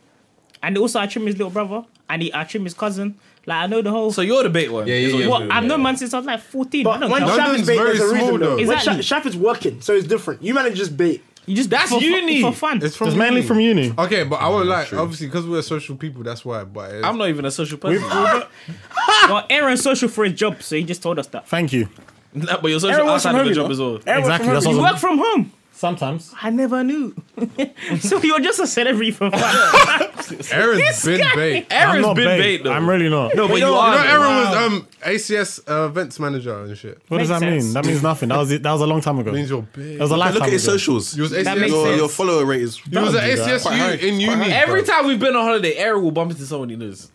S4: and also I trim his little brother, and he, I trim his cousin. Like I know the whole.
S2: So you're the big one. Yeah,
S4: what? I've known man since I was like fourteen.
S7: But
S4: I don't
S7: when
S4: count.
S6: London's
S7: Shaf is bait,
S6: very
S7: there's a
S6: small,
S7: reason
S6: though.
S7: though. When
S4: Exactly.
S7: Shaf, Shaf is working, so it's different. You manage just bait.
S4: you just
S2: That's
S4: for, fu-
S2: uni.
S4: for fun.
S6: It's from
S1: It's mainly
S6: uni.
S1: from uni.
S6: Okay, but I won't lie. Obviously, because we're social people, that's why. But it's,
S2: I'm not even a social person.
S4: well, Aaron's social for his job, so he just told us that.
S1: Thank you.
S2: Nah, but you're social
S7: Aaron works
S2: outside
S7: from
S2: of the
S7: home,
S2: job
S7: you
S2: as well.
S7: Everyone's
S1: Exactly,
S7: from
S1: that's
S7: Narnia.
S4: You
S1: Doesn't-
S4: work from home.
S1: Sometimes.
S4: I never knew. so you're just a celebrity for fun.
S6: Aaron's been
S4: guy.
S6: bait.
S1: I'm
S2: Aaron's
S1: not
S2: been
S1: bait.
S2: bait, though.
S1: I'm really not.
S2: no, but you,
S6: You know,
S2: are. though.
S6: Aaron was um, ACS uh, events manager and shit.
S1: What does that
S4: Makes
S1: mean?
S4: sense.
S1: That means nothing. That was it. That was a long time ago.
S6: means
S1: That
S6: you're big.
S1: was a
S5: Look
S1: lifetime
S5: at his
S1: ago.
S5: socials.
S6: You was ACS.
S4: makes
S5: Your,
S4: sense.
S5: your follower rate is
S6: You was
S1: Don't
S6: at
S1: do that.
S6: ACS
S5: Quite high.
S6: U in
S5: Quite
S6: uni.
S5: high.
S2: Every
S6: bruv.
S2: time we've been on holiday, Aaron will bump into someone he knows.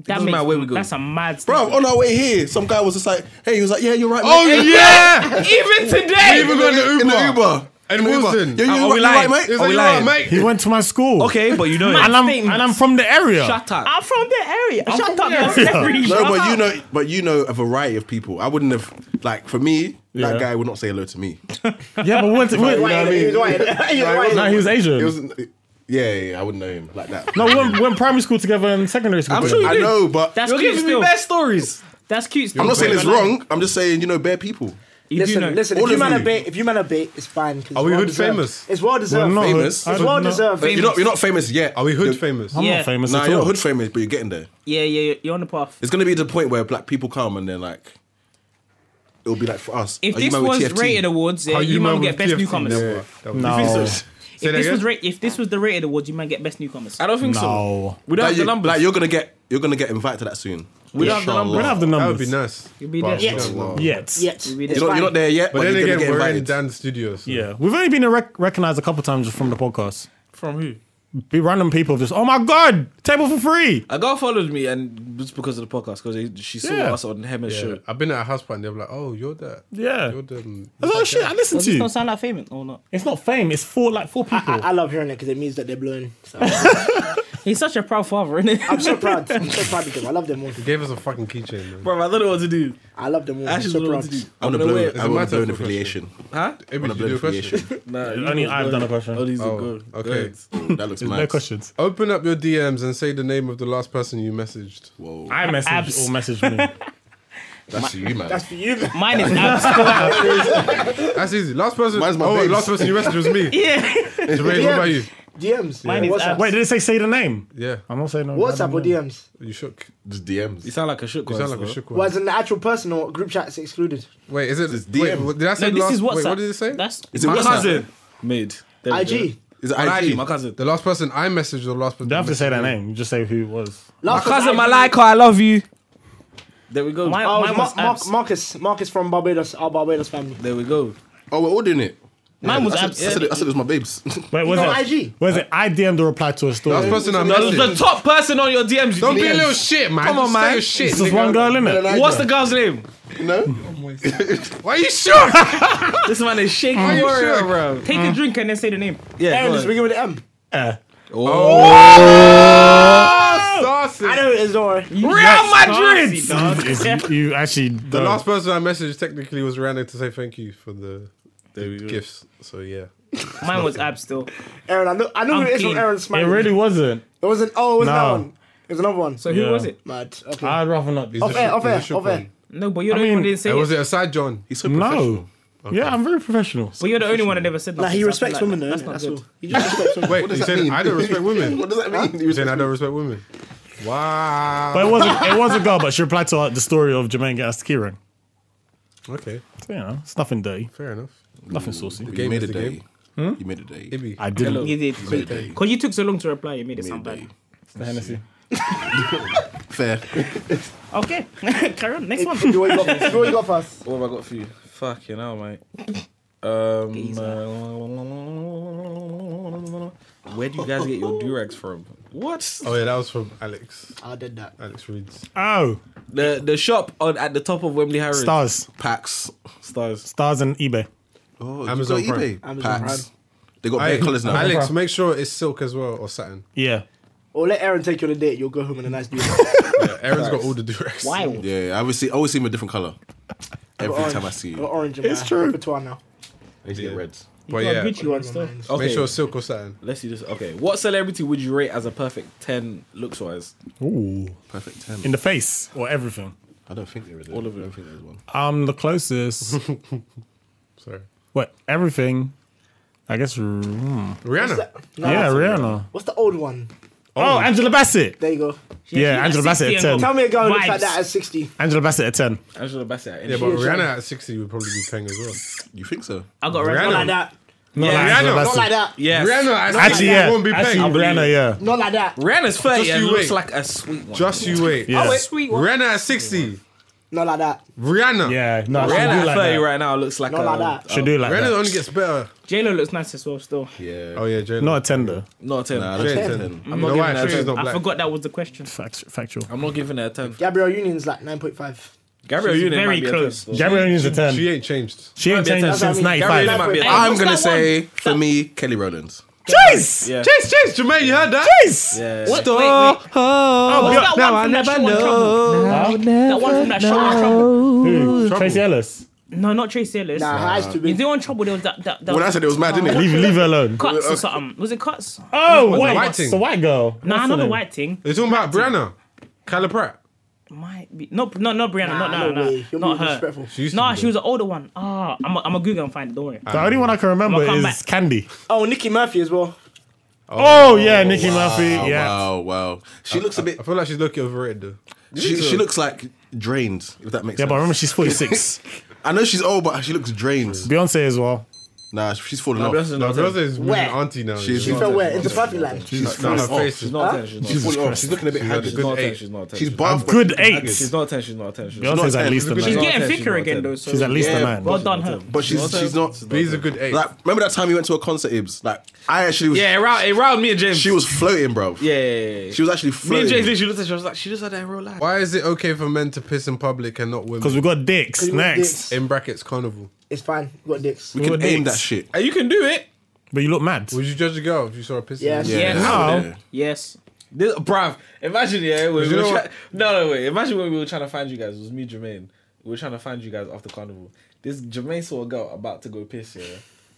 S4: that
S2: Doesn't matter where we go.
S4: That's a mad.
S5: Bro,
S4: statement.
S5: on our way here, some guy was just like, "Hey," he was like, "Yeah, you're right."
S6: Oh
S5: mate.
S6: yeah,
S2: Even today.
S6: We even got in the Uber.
S5: in the Uber.
S6: And
S5: In the
S6: Wilson.
S5: Yeah,
S2: Are we
S5: you're right,
S2: lying?
S5: you're right,
S6: It's
S5: mate.
S2: Are
S6: like,
S2: we
S6: you
S2: lying?
S6: know, mate.
S1: He went to my school.
S2: okay, but you know
S1: And
S2: it.
S1: I'm and I'm from the area.
S2: Shut up.
S4: I'm from the area. Shut up, you're a celebrity.
S5: No,
S4: shut
S5: but you
S4: up.
S5: know, but you know a variety of people. I wouldn't have like for me,
S1: Yeah.
S5: that guy would not say hello to me.
S1: Yeah, but what?
S7: He was
S1: what
S7: white, he was white. He was white.
S1: no, he was Asian.
S5: It was, yeah, yeah, I wouldn't know him like that.
S1: no, we went, we went primary school together and secondary school.
S2: I'm
S1: together.
S2: sure you
S5: I
S2: did.
S5: know, but
S4: That's
S2: You're
S4: cute.
S2: giving me
S4: Still.
S2: bad stories.
S4: That's cute. Still.
S5: I'm not saying it's
S4: But like,
S5: wrong. I'm just saying you know bare people.
S4: You do know.
S7: Listen, listen.
S5: All
S7: If you
S5: of
S7: man
S5: you.
S7: a bait, if you man a bait, it's fine. 'cause
S6: Are
S7: it's
S6: we
S7: well
S6: hood
S7: deserved.
S6: famous?
S7: It's well
S1: We're
S7: deserved.
S1: not hood-
S5: Famous.
S1: I
S7: It's
S1: don't
S7: well
S1: know.
S7: deserved.
S5: You're not, you're not famous yet.
S6: Are we hood famous?
S1: I'm
S4: Yeah.
S1: not famous
S5: Nah,
S1: at
S5: you're not
S1: all.
S5: hood famous, but you're getting there.
S4: Yeah, yeah, yeah, you're on the path.
S5: It's gonna be to the point where black people come and they're like, it'll be like for us.
S4: If
S5: are you
S4: this
S5: man with
S4: was
S5: TFT?
S4: rated awards, yeah,
S6: Are
S4: you, might
S6: man
S4: get
S6: with
S4: best
S6: TFT?
S4: newcomers.
S6: Yeah. That was-
S1: No,
S6: Say
S4: If
S6: that
S4: this was
S6: again?
S4: ra- if this was the rated awards, you might get best newcomers.
S2: I don't think
S1: No.
S2: so. We don't
S5: like,
S2: have the
S5: you,
S2: numbers.
S5: like you're gonna get, you're gonna get invited to that soon.
S2: We don't have the
S5: Inshallah.
S2: numbers.
S1: we don't have the
S6: That
S1: numbers.
S6: would be nice.
S4: You'll be
S6: But
S4: there.
S6: we don't know.
S1: Yet.
S7: Yet.
S4: You'll be
S7: It's
S5: You're not,
S7: fine.
S5: you're not there yet, but,
S6: But then
S5: you're
S6: again,
S5: gonna get
S6: we're in
S5: invited.
S6: Dan's studio. So.
S1: Yeah, we've only been rec- recognized a couple times from the podcast.
S2: From who?
S1: Be random people just, oh my god, table for free.
S2: A girl followed me, and it's because of the podcast because she saw
S1: Yeah.
S2: us on Hem's
S6: Yeah.
S2: show.
S6: I've been at a house party and they're like, oh, you're that.
S1: Yeah.
S6: You're the. um,
S1: That's all the shit I listen
S4: Does this not
S1: to.
S4: sound like famous or not?
S1: It's not fame. It's four like four people.
S7: I love hearing it because it means that they're blowing. So.
S4: He's such a proud father, isn't
S7: I'm
S4: it?
S7: so proud. I'm so proud of them. I love them all.
S6: He gave us a fucking keychain, man.
S2: Bro, I don't know what to do.
S7: I love them all.
S2: I
S7: I'm
S2: actually
S7: so
S2: don't know what
S7: proud.
S2: to do.
S5: I
S2: I'm
S5: want to
S2: gonna
S5: blow,
S2: wait.
S5: I want
S6: matter
S5: to blow an
S6: of
S5: affiliation.
S2: Huh?
S6: Hey,
S5: On a
S6: but you
S5: blood
S6: do a question.
S5: affiliation.
S2: Nah,
S1: Only I've done a question.
S2: Oh, these are
S6: Oh,
S2: good.
S6: okay.
S2: Good.
S5: that looks
S1: There's
S5: mad.
S1: no questions.
S6: Open up your DMs and say the name of the last person you messaged.
S5: Whoa.
S1: I message
S4: Abs.
S1: or message me.
S5: That's to you, man.
S7: That's for you. man.
S4: Mine is abs.
S6: That's easy. Last person.
S5: Mine's my
S6: oh, wait,
S5: babes.
S6: last person you messaged was me.
S4: yeah.
S6: Jermaine, what about you?
S7: DMs.
S4: Mine is
S7: WhatsApp.
S4: abs.
S1: Wait, did they say say the name?
S6: Yeah,
S1: I'm not saying no.
S7: WhatsApp or DMs.
S6: you shook.
S5: Just DMs.
S2: You sound like a shook.
S6: You sound like a shook one.
S7: Well, as in the actual person or group chat's excluded.
S6: Wait, is it?
S5: It's
S6: Wait,
S5: DM.
S6: what- did I say
S4: No, this
S6: last?
S4: is WhatsApp.
S6: Wait, what did it say?
S4: That's
S5: Is it
S2: My
S5: WhatsApp?
S2: cousin made. There we go.
S7: IG.
S5: Is it
S2: On
S5: IG?
S2: IG, my cousin.
S6: the last person I messaged, was the last person.
S1: You don't have to say
S6: messaged
S1: that
S6: me.
S1: name. You just say who it was.
S2: My
S7: Last
S2: cousin
S7: one's IG.
S2: Malika, I love you. There we go.
S4: Mine,
S7: Oh,
S4: mine
S7: Ma-
S4: was
S7: Ma-
S4: abs.
S7: Marcus. Marcus from Barbados. Our Barbados family.
S2: There we go.
S5: Oh, we're all doing it.
S4: Mine was
S5: I said,
S4: abs.
S5: I said, it, I said it was my babes.
S1: Wait, was
S7: know
S1: it
S7: IG?
S1: Was it I DM'd or replied to a
S6: Last
S1: story?
S6: person I
S2: No, the the
S6: messaged.
S2: top person on your DMs.
S6: Don't be a little shit, man.
S2: Come on,
S6: Just
S2: man.
S6: Say your shit.
S1: It's just
S6: nigga.
S1: one girl in it.
S2: What's the girl's name?
S5: no?
S6: Why you shook?
S2: This man is shaking.
S6: Why you
S2: warrior,
S6: shook?
S2: bro.
S4: Take a drink and then say the name.
S2: Yeah.
S7: Aaron
S2: go
S7: is
S2: on.
S7: ringing with an M.
S6: Sausage.
S7: I know it is, don't worry.
S4: Real
S1: Madrid! If you you actually
S6: The last person I messaged technically was Randa to say thank you for the, the gifts. So yeah,
S4: Mine was abs still.
S7: Aaron, I know, I know
S4: I'm
S7: who it is from
S4: clean.
S7: Aaron's
S1: it
S7: smile.
S1: really wasn't.
S7: It wasn't. Oh, it was that
S1: No.
S7: one. It was another one.
S4: So who
S1: Yeah.
S4: was it?
S7: Mad. Okay.
S1: I'd rather not.
S6: He's a
S7: off air,
S6: shook-
S7: off
S6: he's a
S7: air,
S6: shook
S7: off
S6: one.
S7: air.
S4: No, but you're the
S1: I
S4: only
S1: mean-
S4: one that didn't say
S6: Uh,
S4: it.
S6: was it a side John?
S5: He's so
S1: No. Yeah, I'm very professional.
S4: But you're the only one that never said that.
S7: Nah, he respects women though. innit? That's, all. He just respects women.
S6: Wait, you said I don't respect women.
S5: What does that mean?
S6: You're saying I don't respect women. Wow.
S1: But it was a, it was a girl, but she replied to uh, the story of Jermaine getting us to Kieran.
S6: okay,
S1: So, you know, it's nothing dirty,
S6: fair enough.
S1: nothing saucy.
S5: You
S6: game
S5: made a
S6: is the
S5: day.
S6: game.
S5: You made a day.
S6: Ibby.
S1: I didn't.
S4: You did.
S5: made a day.
S4: Because you Oh. took so long to reply, you made it
S5: Made a
S4: sound
S5: day.
S4: bad.
S5: Fair.
S4: Okay, carry on. Next one.
S7: You already got, you already got first.
S2: What have I got for you? Fucking hell, mate. Um, uh, where do you guys get your durags from? What?
S6: Oh yeah, that was from Alex.
S7: I did that.
S6: Alex Reeds.
S1: Oh,
S2: The the shop on at the top of Wembley Harris.
S1: stars,
S5: Packs.
S2: Stars.
S1: stars, and eBay.
S5: Oh,
S6: Amazon
S5: you got
S6: Prime.
S5: eBay.
S7: Amazon
S5: Packs.
S7: Prime.
S5: They got better colours now.
S6: Alex, make sure it's silk as well or satin.
S1: Yeah,
S7: Or Oh, let Aaron take you on a date. You'll go home in a nice new.
S6: Yeah, Aaron's got all the directs.
S4: Wow.
S5: Yeah, I always see, I always see him a different colour. Every time I see
S7: Or
S5: you.
S7: orange. It's true. Repertoire now.
S5: I used to get reds.
S6: But
S4: Got
S6: yeah,
S4: Gucci
S6: make
S4: one still.
S5: Oh.
S2: Okay.
S6: sure it's silk or satin.
S2: Let's see this. Okay. What celebrity would you rate as a perfect 10 looks wise?
S1: ooh,
S5: Perfect 10.
S1: in the face or everything.
S5: I don't think there is All of it. I don't think there's one.
S1: I'm the closest.
S6: Sorry,
S1: What everything? I guess. hmm.
S6: Rihanna.
S7: No,
S1: yeah,
S7: that's-
S1: Rihanna.
S7: What's the old one?
S1: Oh, Angela Bassett.
S7: There you go.
S1: Yeah, Angela Bassett at ten.
S7: Tell me a girl who looks
S4: Vibes.
S7: like that at 60.
S1: Angela Bassett at ten.
S2: Angela Bassett.
S6: Yeah, but Rihanna at sixty would probably be paying as well.
S5: You think so?
S4: I
S7: Not
S4: got
S7: like
S6: Rihanna.
S4: Rihanna.
S7: that.
S1: No,
S2: Yeah,
S1: Angela
S6: Rihanna, not
S1: Bassett.
S7: Not like that.
S2: Yes.
S6: Rihanna at
S1: Actually,
S6: sixty
S1: yeah.
S6: won't be
S1: Actually,
S6: paying.
S1: Rihanna, yeah.
S7: Not like that.
S2: Rihanna's 30
S6: Just
S2: and
S6: you
S2: looks
S6: wait.
S2: like a sweet one.
S6: Just you wait.
S1: Yeah.
S4: Oh, Sweet one.
S6: Rihanna at sixty.
S7: Not like that.
S6: Rihanna.
S1: Yeah, no, she
S2: Rihanna
S1: do
S2: at
S1: like
S2: 30
S1: that.
S2: right now looks like
S7: Not
S2: a.
S7: like that.
S1: She do like
S6: Rihanna
S1: that.
S6: only gets better.
S4: J Lo looks nice as well still.
S5: Yeah.
S6: Oh yeah, Jay.
S1: Not a tender.
S2: Not a 10.
S5: Nah, I
S6: Jay.
S5: don't think 10.
S2: I'm not
S6: You know why?
S2: giving her a
S6: She's
S2: 10.
S6: not
S4: I
S6: black.
S4: forgot that was the question.
S1: Fact, factual.
S2: I'm not giving her a 10.
S7: Gabrielle Union's like 9.5.
S2: Gabrielle
S4: She's
S2: Union
S4: very
S2: might be
S4: close.
S2: a 10.
S1: Gabrielle Union's a ten.
S6: She ain't changed.
S1: She ain't
S2: Might be a
S1: changed
S2: ten.
S1: since
S7: That's what I mean.
S2: Gabrielle
S1: '95.
S2: might be a
S7: Hey,
S2: 10.
S5: I'm
S4: what's
S5: going to
S4: that one?
S5: say, Eh, for me, Kelly Rowlands.
S1: Jeez,
S2: Yeah.
S6: Chase, Chase, Jermaine, you heard that?
S1: jeez.
S2: Yeah.
S4: Wait, wait, wait.
S1: Oh,
S4: What's
S1: yeah.
S4: that one from that show on Trouble? That one from that show on Trouble.
S1: Who? Tracy Ellis.
S4: No, not Tracy Ellis.
S7: Nah, her eyes too
S4: Is
S7: big.
S4: there on Trouble? There was that. that, that
S5: When I said it was mad, didn't it?
S1: Leave, leave her alone.
S4: Cuts or something. Was it Cuts?
S1: Oh, wait,
S6: white
S1: it's
S6: thing?
S1: the white girl.
S4: Nah,
S1: What's her
S4: not the
S1: name?
S4: white thing.
S6: They're talking about Brianna. Kyla Pratt.
S4: Might be. No, no, not Brianna.
S7: Nah,
S4: not,
S7: no
S4: no,
S7: way.
S4: no.
S7: You're
S4: Not
S7: being
S4: her.
S7: disrespectful.
S6: She used to
S4: Nah,
S6: be
S4: she was an older one. Ah, I'm a, I'm a Google and find it. Don't worry.
S5: Ah,
S1: The only one I can remember
S4: I'ma come
S1: is
S4: back.
S1: Candy.
S7: Oh, Nicki Murphy as well.
S1: Oh, yeah, Nicki Murphy. Yeah.
S5: Wow, wow. She looks a bit.
S6: I feel like she's looking overrated though.
S5: She, she looks like drained, if that makes
S1: Yeah,
S5: sense.
S1: but remember she's 46.
S5: I know she's old, but she looks drained.
S1: Beyonce as well.
S5: Nah, she's falling
S2: No,
S5: off.
S2: Beyonce's
S6: No,
S2: not a
S6: Beyonce
S2: 10.
S6: is moving
S7: Where?
S6: auntie now.
S5: She's-
S6: She's
S7: She
S5: She's
S7: fell where? Into Puffy Land.
S5: She's
S6: no,
S5: falling
S6: her
S5: off.
S6: face
S5: She's
S6: is
S2: Not a 10. She's not a 10.
S5: falling off. She's looking a bit haggard.
S2: She's not a
S6: Good
S2: 10.
S6: eight.
S2: She's not a 10.
S5: She's barf.
S1: Good
S5: but-
S1: eight.
S2: She's not a 10. She's not a 10. She's not a 10.
S1: Beyonce's
S5: ten.
S1: at least a
S6: She's
S4: She's
S1: nine.
S6: not
S4: getting
S2: ten, she's
S4: thicker
S2: not
S4: again
S2: ten.
S4: though. So
S1: She's at least
S5: Yeah,
S1: a nine.
S4: well
S1: Well,
S4: done, her.
S5: But she's
S2: She's
S5: she's
S2: not-
S5: not.
S6: B's a good eight.
S5: Like, remember that time we went to a concert, Ibs? Like, I actually was.
S2: Yeah, it round, it round me and James.
S5: She was floating, bro.
S2: Yeah, yeah, yeah, yeah.
S5: She was actually
S2: me and James
S5: floating.
S2: literally looked at her. She was like, she looks like that in real life.
S6: Why is it okay for men to piss in public and not
S1: Because we
S6: women?
S1: got dicks
S7: we got
S1: next.
S7: dicks.
S6: In brackets, carnival.
S7: It's fine. Got dicks.
S5: We can
S1: We're
S5: aim
S1: dicks.
S5: that shit.
S2: And you can do it,
S1: But you look mad.
S6: Would you judge a girl if you saw her pissing?
S7: Yes.
S5: Yeah,
S4: Yes.
S5: yeah.
S1: No.
S4: Yes.
S2: this, bruv. Imagine, yeah. When we
S6: you
S2: were
S6: know
S2: try-
S6: what?
S2: no, no, wait. Imagine when we were trying to find you guys. It was me, Jermaine. We were trying to find you guys after carnival. This Jermaine saw a girl about to go piss, yeah.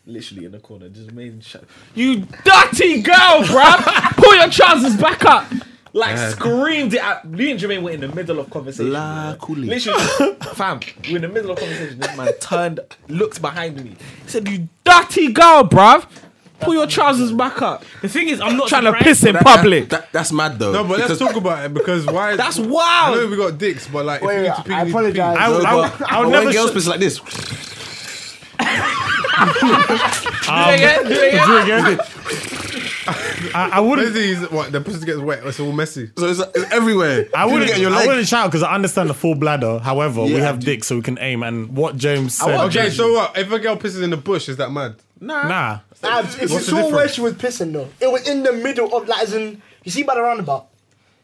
S2: Literally in the corner. Jermaine, shut. You dirty girl, bruv. Pull your trousers back up. Like screamed it at me and Jermaine were in the middle of conversation. you
S5: La
S2: know.
S5: coolie.
S2: Literally, fam, we're in the middle of conversation. This man turned, looked behind me, He said, "You dirty girl, bruv." Pull your trousers back up.
S4: The thing is, I'm not
S2: Trying to
S4: surprised-
S2: piss in
S5: That-
S2: public.
S5: That, that's mad though.
S6: No, but let's
S5: Because-
S6: talk about it because why?
S2: That's
S6: I know
S1: Oh.
S2: wild.
S6: we got dicks, but like,
S7: Wait,
S6: if you need
S7: wait,
S6: to pee,
S7: I
S6: you need to pee.
S7: apologize.
S1: I,
S5: No,
S1: I,
S5: but-
S1: I,
S5: but
S1: would
S5: when
S1: never.
S5: girls
S1: sh-
S5: piss like this.
S2: Do it again, do it again.
S1: do it again. I, I wouldn't.
S6: Basically, he's- what the pussy gets wet. It's all messy.
S5: So it's, it's everywhere.
S1: I
S5: People
S1: wouldn't,
S5: get in your
S1: I
S5: leg.
S1: wouldn't shout because I understand the full bladder. However, we
S5: Yeah,
S1: have
S5: dude.
S1: dicks so we can aim. And what James said,
S6: Okay, so what? If a girl pisses in the bush, is that mad?
S1: nah,
S7: Nah, if you
S6: the
S7: saw where
S6: difference?
S7: she was pissing though, it was in the middle of like as in you see by the roundabout.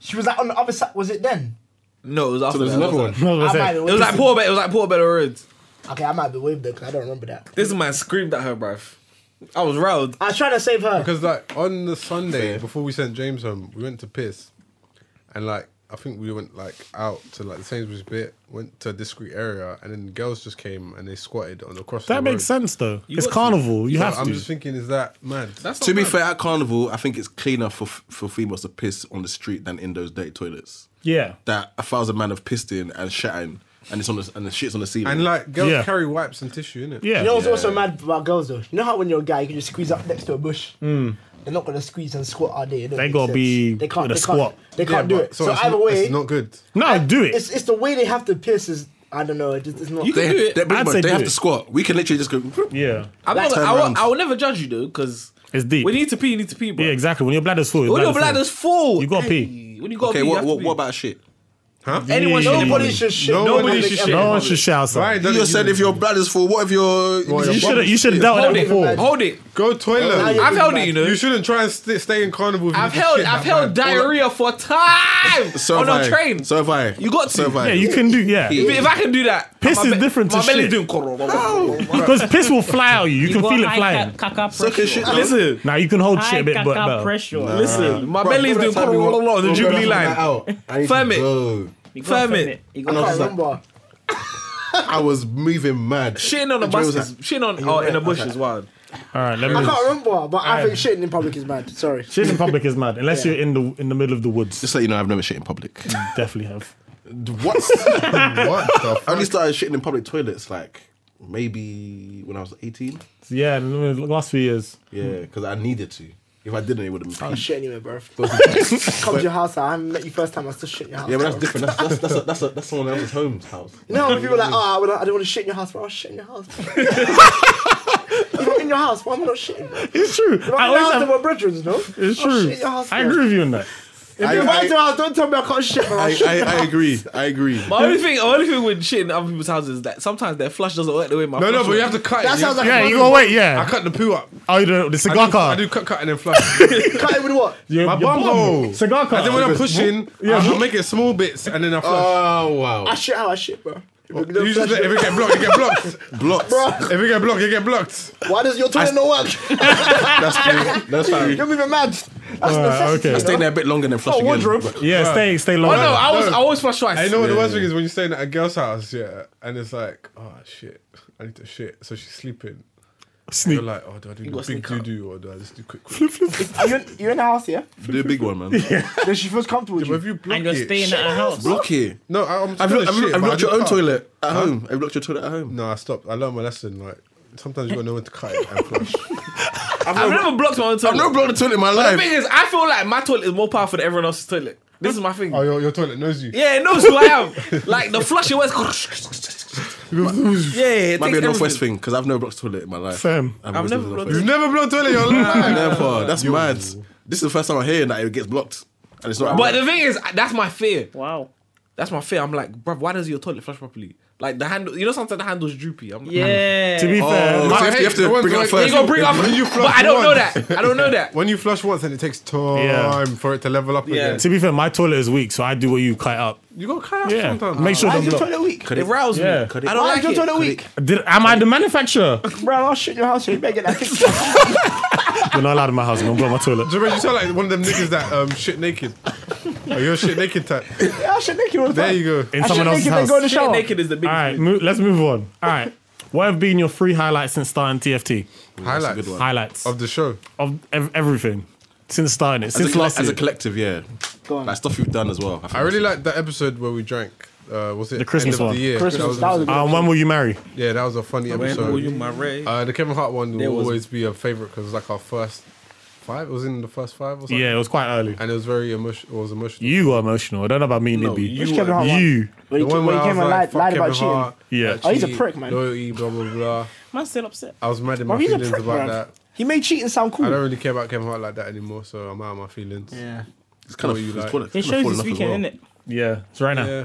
S7: She was like on the other side. Was it then?
S2: No, it was after.
S5: So there's
S2: that.
S5: another
S2: It
S5: one.
S1: No, I was gonna
S7: I might
S1: say,
S7: be
S2: was like
S7: wasted.
S2: poor. It was like poor better roads.
S7: Okay, I might be waved there because I don't remember that.
S2: This man screamed at her, bruv. I was riled.
S7: I was trying to save her.
S6: Because like on the Sunday before we sent James home, we went to piss, and like I think we went like out to like the Sainsbury's bit, went to a discreet area, and then girls just came and they squatted on the cross.
S1: that
S6: the
S1: makes
S6: road.
S1: sense though. it's
S2: got to.
S1: carnival. You
S6: So
S1: have
S6: I'm
S1: to.
S6: just thinking, is that mad?
S2: That's
S5: To
S2: not
S5: be
S2: bad.
S5: fair, at carnival, I think it's cleaner for for females to piss on the street than in those dirty toilets.
S1: yeah.
S5: That a thousand man have pissed in and shat in, and it's on the and the shits on the ceiling.
S6: and like girls
S1: Yeah.
S6: carry wipes and tissue in it.
S1: Yeah.
S7: You know what's also mad about girls though? You know how when you're a guy, you can just squeeze up next to a bush. They're not gonna squeeze and squat, are they? It don't
S1: They
S7: make
S1: gotta
S7: sense.
S1: be
S7: They can't.
S1: with a
S7: They can't.
S1: squat.
S7: They can't do it. So,
S6: it's
S7: either
S6: not,
S7: way,
S6: it's not good.
S1: No, do it.
S7: it's it's the way they have to piss is I don't know. It just, it's not.
S2: You
S5: they,
S2: can do it.
S5: they,
S1: I'd say do
S5: they have
S1: it.
S5: to squat. We can literally just go.
S1: yeah.
S2: I'm not,
S5: turn
S2: I, will,
S5: round.
S2: I will never judge you though, because
S1: It's deep.
S2: When you need to pee, you need to pee, bro.
S1: Yeah, exactly. When your bladder's full,
S2: When your
S1: bladder's
S2: bladder's full,
S1: You gotta pee.
S2: hey, When you got
S5: Okay,
S2: pee, you
S5: what
S2: have
S5: what,
S2: to
S5: what
S2: pee.
S5: about shit?
S2: anyone?
S1: Yeah.
S2: should
S7: Nobody
S2: pee.
S7: should shit.
S6: Nobody
S7: Nobody
S6: should
S7: should
S6: shit.
S1: No one should shout
S6: Why?
S1: something.
S6: don't
S5: You just said if your bladder's full, what if your
S2: Oh,
S6: Well,
S1: You
S6: your
S1: should have you should have dealt with
S2: Hold
S1: that
S2: it.
S1: before.
S2: Hold it.
S6: go toilet.
S7: Now you're
S2: I've
S7: big
S2: held
S7: man.
S2: it, you know.
S6: You shouldn't try and st- stay in carnival. if you
S2: I've
S6: just
S2: held.
S6: shit
S2: I've
S6: that
S2: held
S6: bad. Or, like,
S2: diarrhea for time
S5: So
S2: on
S5: have
S2: a
S5: I.
S2: train.
S5: So have I.
S2: You got to.
S5: So have I.
S1: Yeah, you can do yeah.
S5: Yeah.
S2: if I can do that,
S1: Piss
S2: my
S1: is
S2: be-
S1: different to
S2: My belly's
S1: shit.
S2: doing.
S6: Oh,
S2: Listen,
S1: Because piss will fly out you. You can
S4: got
S1: feel it
S4: high
S1: flying.
S4: ca- caca
S5: Suck
S4: pressure.
S5: your shit.
S1: Now you can hold
S4: High
S1: shit a bit but
S4: caca
S1: better.
S4: pressure.
S2: listen. My
S5: Bro,
S2: belly's
S5: remember
S2: doing
S5: that time we wa-
S2: on the
S5: remember
S2: Jubilee
S5: that time
S2: line.
S5: we went out? I need
S2: Firm
S5: to
S2: it.
S5: go.
S4: You gotta
S2: Firm
S4: film
S2: it.
S7: I
S4: You gotta
S7: can't
S4: film it.
S7: remember.
S5: I was moving mad.
S2: Shitting on the
S5: Joe was
S2: buses.
S5: like-
S2: Shitting on oh, in the bush is wild.
S1: Alright, let
S7: I
S1: me
S7: can't remember, but I think shitting in public is mad. Sorry.
S1: Shit in public is mad. Unless
S7: Yeah.
S1: you're in the in the middle of the woods.
S5: Just let you know, I've never shit in public.
S1: Definitely have.
S5: what?
S6: What the
S5: I only
S6: fuck?
S5: started shitting in public toilets like maybe when I was 18.
S1: Yeah, in the last few years.
S5: Yeah,
S2: Hmm.
S5: because I needed to. If I didn't, it would
S2: Oh,
S5: have been
S7: I'm
S5: pain.
S7: shit anyway, bro.
S5: yeah,
S7: Come to your house, I haven't met you first time. I still shit in your house.
S5: but that's
S7: bruv.
S5: different. That's that's that's, that's, that's someone else's home's house.
S7: You know, when people are like, oh, I don't- I don't want to shit in your house, bro. I'll shit in your house. You're not in your house, why am I not shitting? Bro?
S1: It's true.
S7: You're
S1: I
S7: not in your
S1: always
S7: house,
S1: have,
S7: with my brethren, no?
S1: it's
S7: I'll
S1: true.
S7: Oh, shit in your house,
S1: I
S7: bro.
S1: agree with you on that.
S7: If you invite me to your house, don't tell me I can't shit, bro. I'll shit.
S5: I, I, I agree. I agree.
S2: My only thing, my only thing with shitting in other people's houses is that sometimes their flush doesn't work the way my.
S6: No,
S2: flush
S6: no, but you
S2: works.
S6: have to cut.
S7: That
S6: it.
S7: sounds like
S1: Yeah,
S7: a
S1: you
S7: problem.
S1: go wait,
S6: I
S1: yeah.
S6: cut the poo up.
S1: Oh, you know, the cigar
S6: I do,
S1: car.
S6: I do cut, cut, and then flush.
S7: Cut it with what?
S1: Your-
S6: My
S1: your
S6: bum hole.
S1: Cigar car.
S6: And then when I'm pushing, yeah, I'll make it small bits and then I flush.
S5: Oh
S7: I
S5: wow!
S7: shit how I shit, bro. If you don't
S6: you just,
S7: Uh, flush
S6: if
S7: it-
S6: you get blocked, you get blocked.
S5: Blocks.
S7: Bro,
S6: If you get blocked, you get blocked.
S7: why does your toilet not work?
S5: That's true. That's true.
S7: You're moving mad. That's necessity.
S1: okay.
S5: I stayed there a bit longer than flush
S7: Oh,
S5: again.
S7: wardrobe.
S5: But-
S1: Yeah, stay stay
S2: Oh
S1: longer.
S2: no, I was I always flush twice.
S6: And you know what the worst thing is when you're staying at a girl's house, yeah, and it's like, oh shit, I need to shit. So she's sleeping.
S1: Sneak.
S6: You're like, oh, do I do the
S2: gotta
S6: big
S2: sneak
S6: doo
S2: out.
S6: doo or do I just do quick? quick?
S7: Are you in, you're in the house, yeah?
S5: Do a big one, man.
S7: Then she feels comfortable with
S6: But if
S7: you.
S6: you block
S4: And you're
S6: it,
S4: staying at a house.
S5: Block it.
S6: no, I- I'm.
S5: I've,
S6: gonna
S5: looked, I've,
S6: shit,
S5: looked, I've
S6: but I
S5: looked your
S6: just
S5: own
S6: cut.
S5: toilet at home. I've looked your toilet at home.
S6: No, I stopped. I learned my lesson. Like sometimes you gotta know when to cut it and flush.
S2: I've never blocked my own toilet.
S5: I've never blown a toilet in my
S2: The thing
S5: life.
S2: is, I feel like my toilet is more powerful than everyone else's toilet. This is my thing.
S6: oh, your, your toilet knows you.
S2: Yeah, it knows who I am. like the flushing was. yeah, it
S5: Might be
S2: takes
S5: a northwest
S2: everything.
S5: thing because I've never blocked a toilet in my life.
S1: Same.
S5: I've,
S2: I've
S5: always
S2: never
S5: lived in
S2: blocked
S5: Northwest.
S6: You've never blown toilet in your life.
S5: Never. That's mad. This is the first time I hear that it gets blocked, and it's not.
S2: But the thing is, that's my fear.
S4: Wow.
S2: That's my fear. I'm like, bruv, why does your toilet flush properly? Like the handle, you know, sometimes the handle's droopy. I'm like,
S4: Yeah.
S1: To be fair,
S5: Oh,
S1: my-
S5: so you have to- you have
S6: the
S5: to
S6: ones
S5: bring it
S6: like-
S5: up
S2: You
S5: first.
S2: gonna bring up,
S6: When you
S2: but
S6: flush
S2: I don't know
S6: once-
S2: that. I don't know that.
S6: When you flush once, and it takes time
S1: Yeah.
S6: for it to level up again.
S1: to be fair, my toilet is weak, so I do what you cut up.
S6: You got cut out
S1: Yeah.
S6: sometimes.
S1: Make sure
S7: Why is
S1: don't
S7: your
S1: block.
S7: toilet weak?
S2: It roused
S1: Yeah.
S2: me. I don't
S7: Why
S2: like
S7: is your
S2: it.
S7: toilet weak?
S1: Did, am I the manufacturer?
S7: Bro, I'll shit in your house, you better get that fixed.
S1: You're not allowed in my house. Don't block my toilet.
S6: Jermaine, you sound like one of them niggas that um, shit naked. Oh, you're a shit naked type.
S7: Yeah, I shit naked all the
S6: There
S7: time.
S6: you go.
S1: In
S7: I shit
S1: someone else's
S7: naked, then
S1: house.
S7: go in the
S1: All
S2: Shit
S7: shower.
S2: naked is the biggest.
S1: right, mo- let's move on. All right, what have been your three highlights since starting TFT?
S6: Highlights
S5: one.
S1: Highlights
S6: of the show.
S1: of ev- everything since starting it,
S5: As a
S1: since
S5: colle-
S1: last
S5: as a
S1: year.
S5: collective, yeah.
S7: Go on.
S5: Like stuff you've done as well. think
S6: I really
S5: that's-
S6: like that episode where we drank. Uh, was it
S1: The Christmas
S6: end of
S1: one.
S6: the year?
S7: Christmas. That was a good
S1: Um, when will you marry?
S6: yeah, that was a funny
S2: When will you
S6: episode.
S2: marry?
S6: Uh, the Kevin Hart one will
S2: There was-
S6: always be a favorite because it's like our first five. It was in the first five or something.
S1: Yeah, it was quite early.
S6: and it was very emotional. It was emotional.
S1: You got emotional. I don't know about me,
S2: No,
S1: Nibby.
S2: you
S7: Which Kevin Hart one?
S1: You.
S7: When
S6: The
S7: he,
S6: one
S7: came, when
S6: where
S7: he
S6: I
S7: came
S6: was
S7: and
S6: like,
S7: lied,
S6: fuck
S7: lied about
S6: Kevin
S7: cheating.
S6: Hart,
S1: Yeah.
S6: I
S7: Oh, he's a
S6: cheat,
S7: prick, man.
S6: Loyalty, blah blah blah.
S4: Man's still upset.
S6: I was mad in
S7: Bro,
S6: my
S7: he's a
S6: feelings
S7: prick,
S6: about
S7: bruv.
S6: that.
S7: He made cheating sound cool.
S6: I don't really care about Kevin Hart like that anymore, so I'm out of my feelings.
S7: yeah.
S5: It's kind of
S6: What you
S5: it's
S6: like.
S5: kind of
S4: It
S5: fallen
S4: shows this
S5: off as
S4: weekend,
S5: well.
S4: isn't it?
S1: Yeah, it's right now.
S6: Yeah.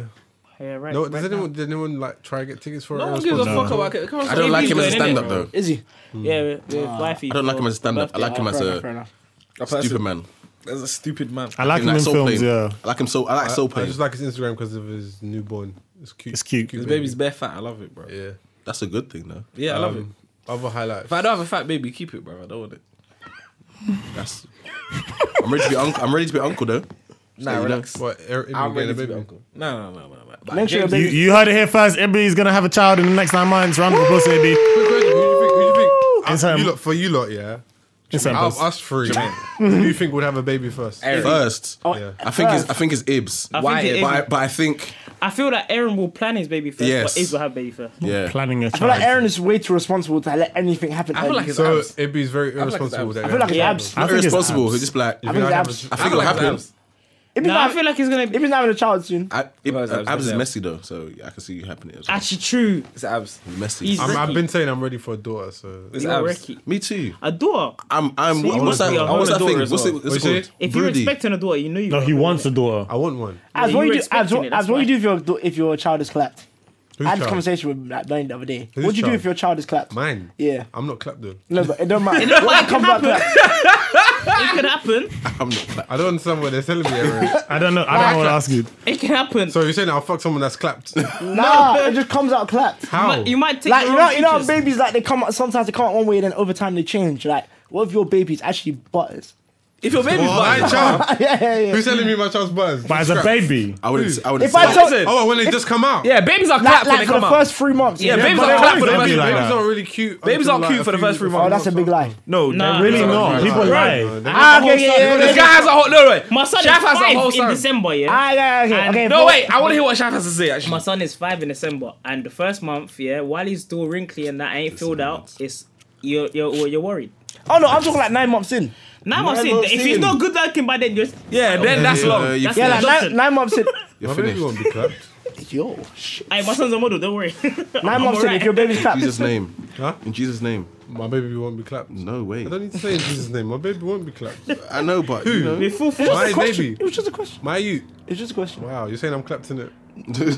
S4: Yeah, right.
S6: No,
S4: right
S6: does anyone did anyone like try and get tickets for
S2: No
S6: it?
S2: one gives a
S1: No.
S2: fuck about it.
S5: I don't like him as a
S4: He's going,
S5: stand-up though.
S7: Is he?
S4: now. Yeah, with, with wifey.
S5: I don't like him as a stand-up. I
S4: birthday.
S5: like him
S7: Oh,
S5: as
S7: fair enough, fair
S5: a
S7: enough.
S5: stupid man.
S2: That's a stupid man.
S1: I like
S5: Him,
S1: him in
S5: Soul
S1: films,
S5: Plane.
S1: yeah.
S5: I like him so. I like
S6: I,
S5: Soul
S6: I
S5: Plane.
S6: just like his Instagram because of his newborn. It's cute.
S1: It's cute.
S2: His baby's bare fat. I love it, bro. Yeah,
S6: Yeah.
S5: That's a good thing though.
S2: I love it.
S6: Other highlights.
S2: If I don't have a fat baby, keep it, bro. I don't want it.
S5: That's. I'm ready to be uncle. I'm ready to be uncle though.
S2: Nah, relax.
S6: What? Eric,
S2: I'm
S6: I'm
S2: ready
S6: a
S2: to be
S6: baby.
S2: uncle. No, no, no, no, no. But
S7: Make sure
S2: James-
S7: your
S1: You,
S7: baby-
S1: you heard it here first. Everybody's gonna have a child in the next nine months. Round of applause, to AB.
S6: Quick, quick, who do you think? Who do you think?
S1: It's, um,
S6: you lot, for you lot, yeah.
S1: It's
S6: Out
S1: Ambrose.
S6: of us three, who do you think would have a baby first?
S2: Eric.
S5: First,
S7: yeah.
S5: I think it's I think it's Ibs.
S4: I
S2: Why?
S4: think it
S5: But I,
S4: is.
S5: but I think
S4: I feel that Aaron will plan his baby first,
S5: Yes.
S4: but Iz will have baby first.
S5: yeah.
S1: Planning a
S7: I feel
S1: child.
S7: like Aaron is way too responsible to let anything happen.
S2: I feel like
S7: early.
S2: it's
S6: So
S2: abs.
S6: it'd be very irresponsible.
S2: abs.
S6: that
S7: I feel like it's
S4: Yeah.
S7: abs.
S1: I think it's
S5: irresponsible.
S1: abs.
S5: He's just like
S7: I think it's
S6: Yeah.
S7: abs.
S5: I think it'll
S2: like it's
S5: happen.
S2: abs.
S7: If he's
S4: No, I
S7: not-
S4: feel like he's gonna
S7: if
S4: be
S7: he's not having a child soon,
S5: I, it,
S2: No, it's abs,
S5: abs is
S2: yeah.
S5: messy though, so I can see you happening as well.
S4: actually true.
S2: It's abs.
S5: messy.
S4: He's-
S6: I'm, I've been saying I'm ready for a daughter, so
S2: It's
S4: You are
S2: abs.
S4: Ricky.
S5: Me too.
S4: A daughter.
S5: I'm. I'm.
S4: you
S5: what- what's
S4: must
S5: that?
S4: be a
S5: What's that
S2: whole
S5: thing?
S2: daughter as
S5: What's
S2: well.
S5: it? What's it
S6: What you
S5: called?
S6: say?
S4: If you're
S5: Broody.
S4: expecting a daughter, you know you.
S1: No,
S4: got
S1: he
S4: a daughter.
S1: wants a daughter.
S6: I want one.
S7: as
S4: you
S7: what
S4: were
S7: you do, as
S4: expecting
S7: what,
S4: it,
S7: as
S4: that's
S7: what you
S4: why.
S7: do if your do- if your child is clapped.
S6: Who's
S7: I had this
S6: child?
S7: conversation with like, Bernie the other day.
S6: Who's
S7: what do you do
S6: child?
S7: if your child is clapped?
S6: Mine.
S7: Yeah.
S6: I'm not clapped though.
S7: No, but it don't matter. When it comes back to that,
S4: It can happen.
S5: I'm not. Like,
S6: I don't understand what they're telling me. Eric.
S1: I don't know. I don't know what to ask you.
S4: It can happen.
S6: so you're saying I'll fuck someone that's clapped?
S7: nah, it just comes out clapped.
S6: How?
S4: But you might take
S7: Like
S4: your
S7: you know,
S4: own
S7: you know, how
S4: features.
S7: babies like they come out sometimes they come out one way, then over time they change. Like, what if your baby's actually butters?
S2: If your baby's
S6: My
S2: black,
S6: child.
S7: yeah, yeah, yeah.
S6: Who's telling me my child's buzz?
S1: But as a baby,
S5: I would. I would.
S7: If I told,
S2: Listen.
S6: Oh, when they just come out.
S2: yeah, babies are
S7: like,
S2: clapped when they
S7: like for
S2: come
S7: the
S2: out.
S7: first three months,
S2: Yeah, babies
S6: But
S2: are clapped for the
S6: babies,
S2: first.
S1: baby like
S6: babies
S1: that.
S6: aren't really cute.
S2: Babies
S6: until,
S2: aren't
S6: like,
S2: cute
S6: a
S2: for the
S6: few-
S2: first three
S6: a few-
S7: Oh,
S2: months.
S7: that's a big lie.
S2: No,
S4: Nah.
S1: really
S4: Nah.
S1: not. People lie.
S7: Ah, okay, yeah, yeah,
S2: This guy has a whole no. Wait,
S4: My son
S2: Shaf
S4: is
S2: has a whole
S4: five in
S2: son.
S4: December. Yeah.
S7: Ah, yeah, yeah, okay.
S4: And-
S7: okay
S2: No,
S7: four-
S2: wait. I want to hear what Shaf has to say.
S4: My
S2: Actually,
S4: son is five in December, and the first month, yeah, while he's still wrinkly and that ain't filled out, it's you're you're you're worried.
S7: Oh no, I'm talking like nine months in.
S4: Now I'm
S5: Nine
S4: saying
S5: months
S4: if he's
S5: in.
S4: not good looking by then, you're
S2: yeah. Then that's
S5: Yeah,
S2: long.
S5: you
S4: that's
S7: Yeah,
S4: an
S7: like
S4: adoption.
S7: nine, nine months in.
S5: You're
S6: My baby
S5: finished.
S6: won't be clapped.
S7: Yo, shit.
S4: Aye, my son's a model. Don't worry.
S7: Nine months in. If your baby's
S5: In
S7: clapped,
S5: Jesus' name.
S6: Huh?
S5: In Jesus' name.
S6: My baby won't be clapped.
S5: No way.
S6: I don't need to say in Jesus' name. My baby won't be clapped.
S5: I know, but you know.
S4: With full force.
S6: My
S7: question.
S6: baby.
S7: It was just a question.
S6: My you.
S7: It was just a question.
S6: Wow, you're saying I'm clapped in it.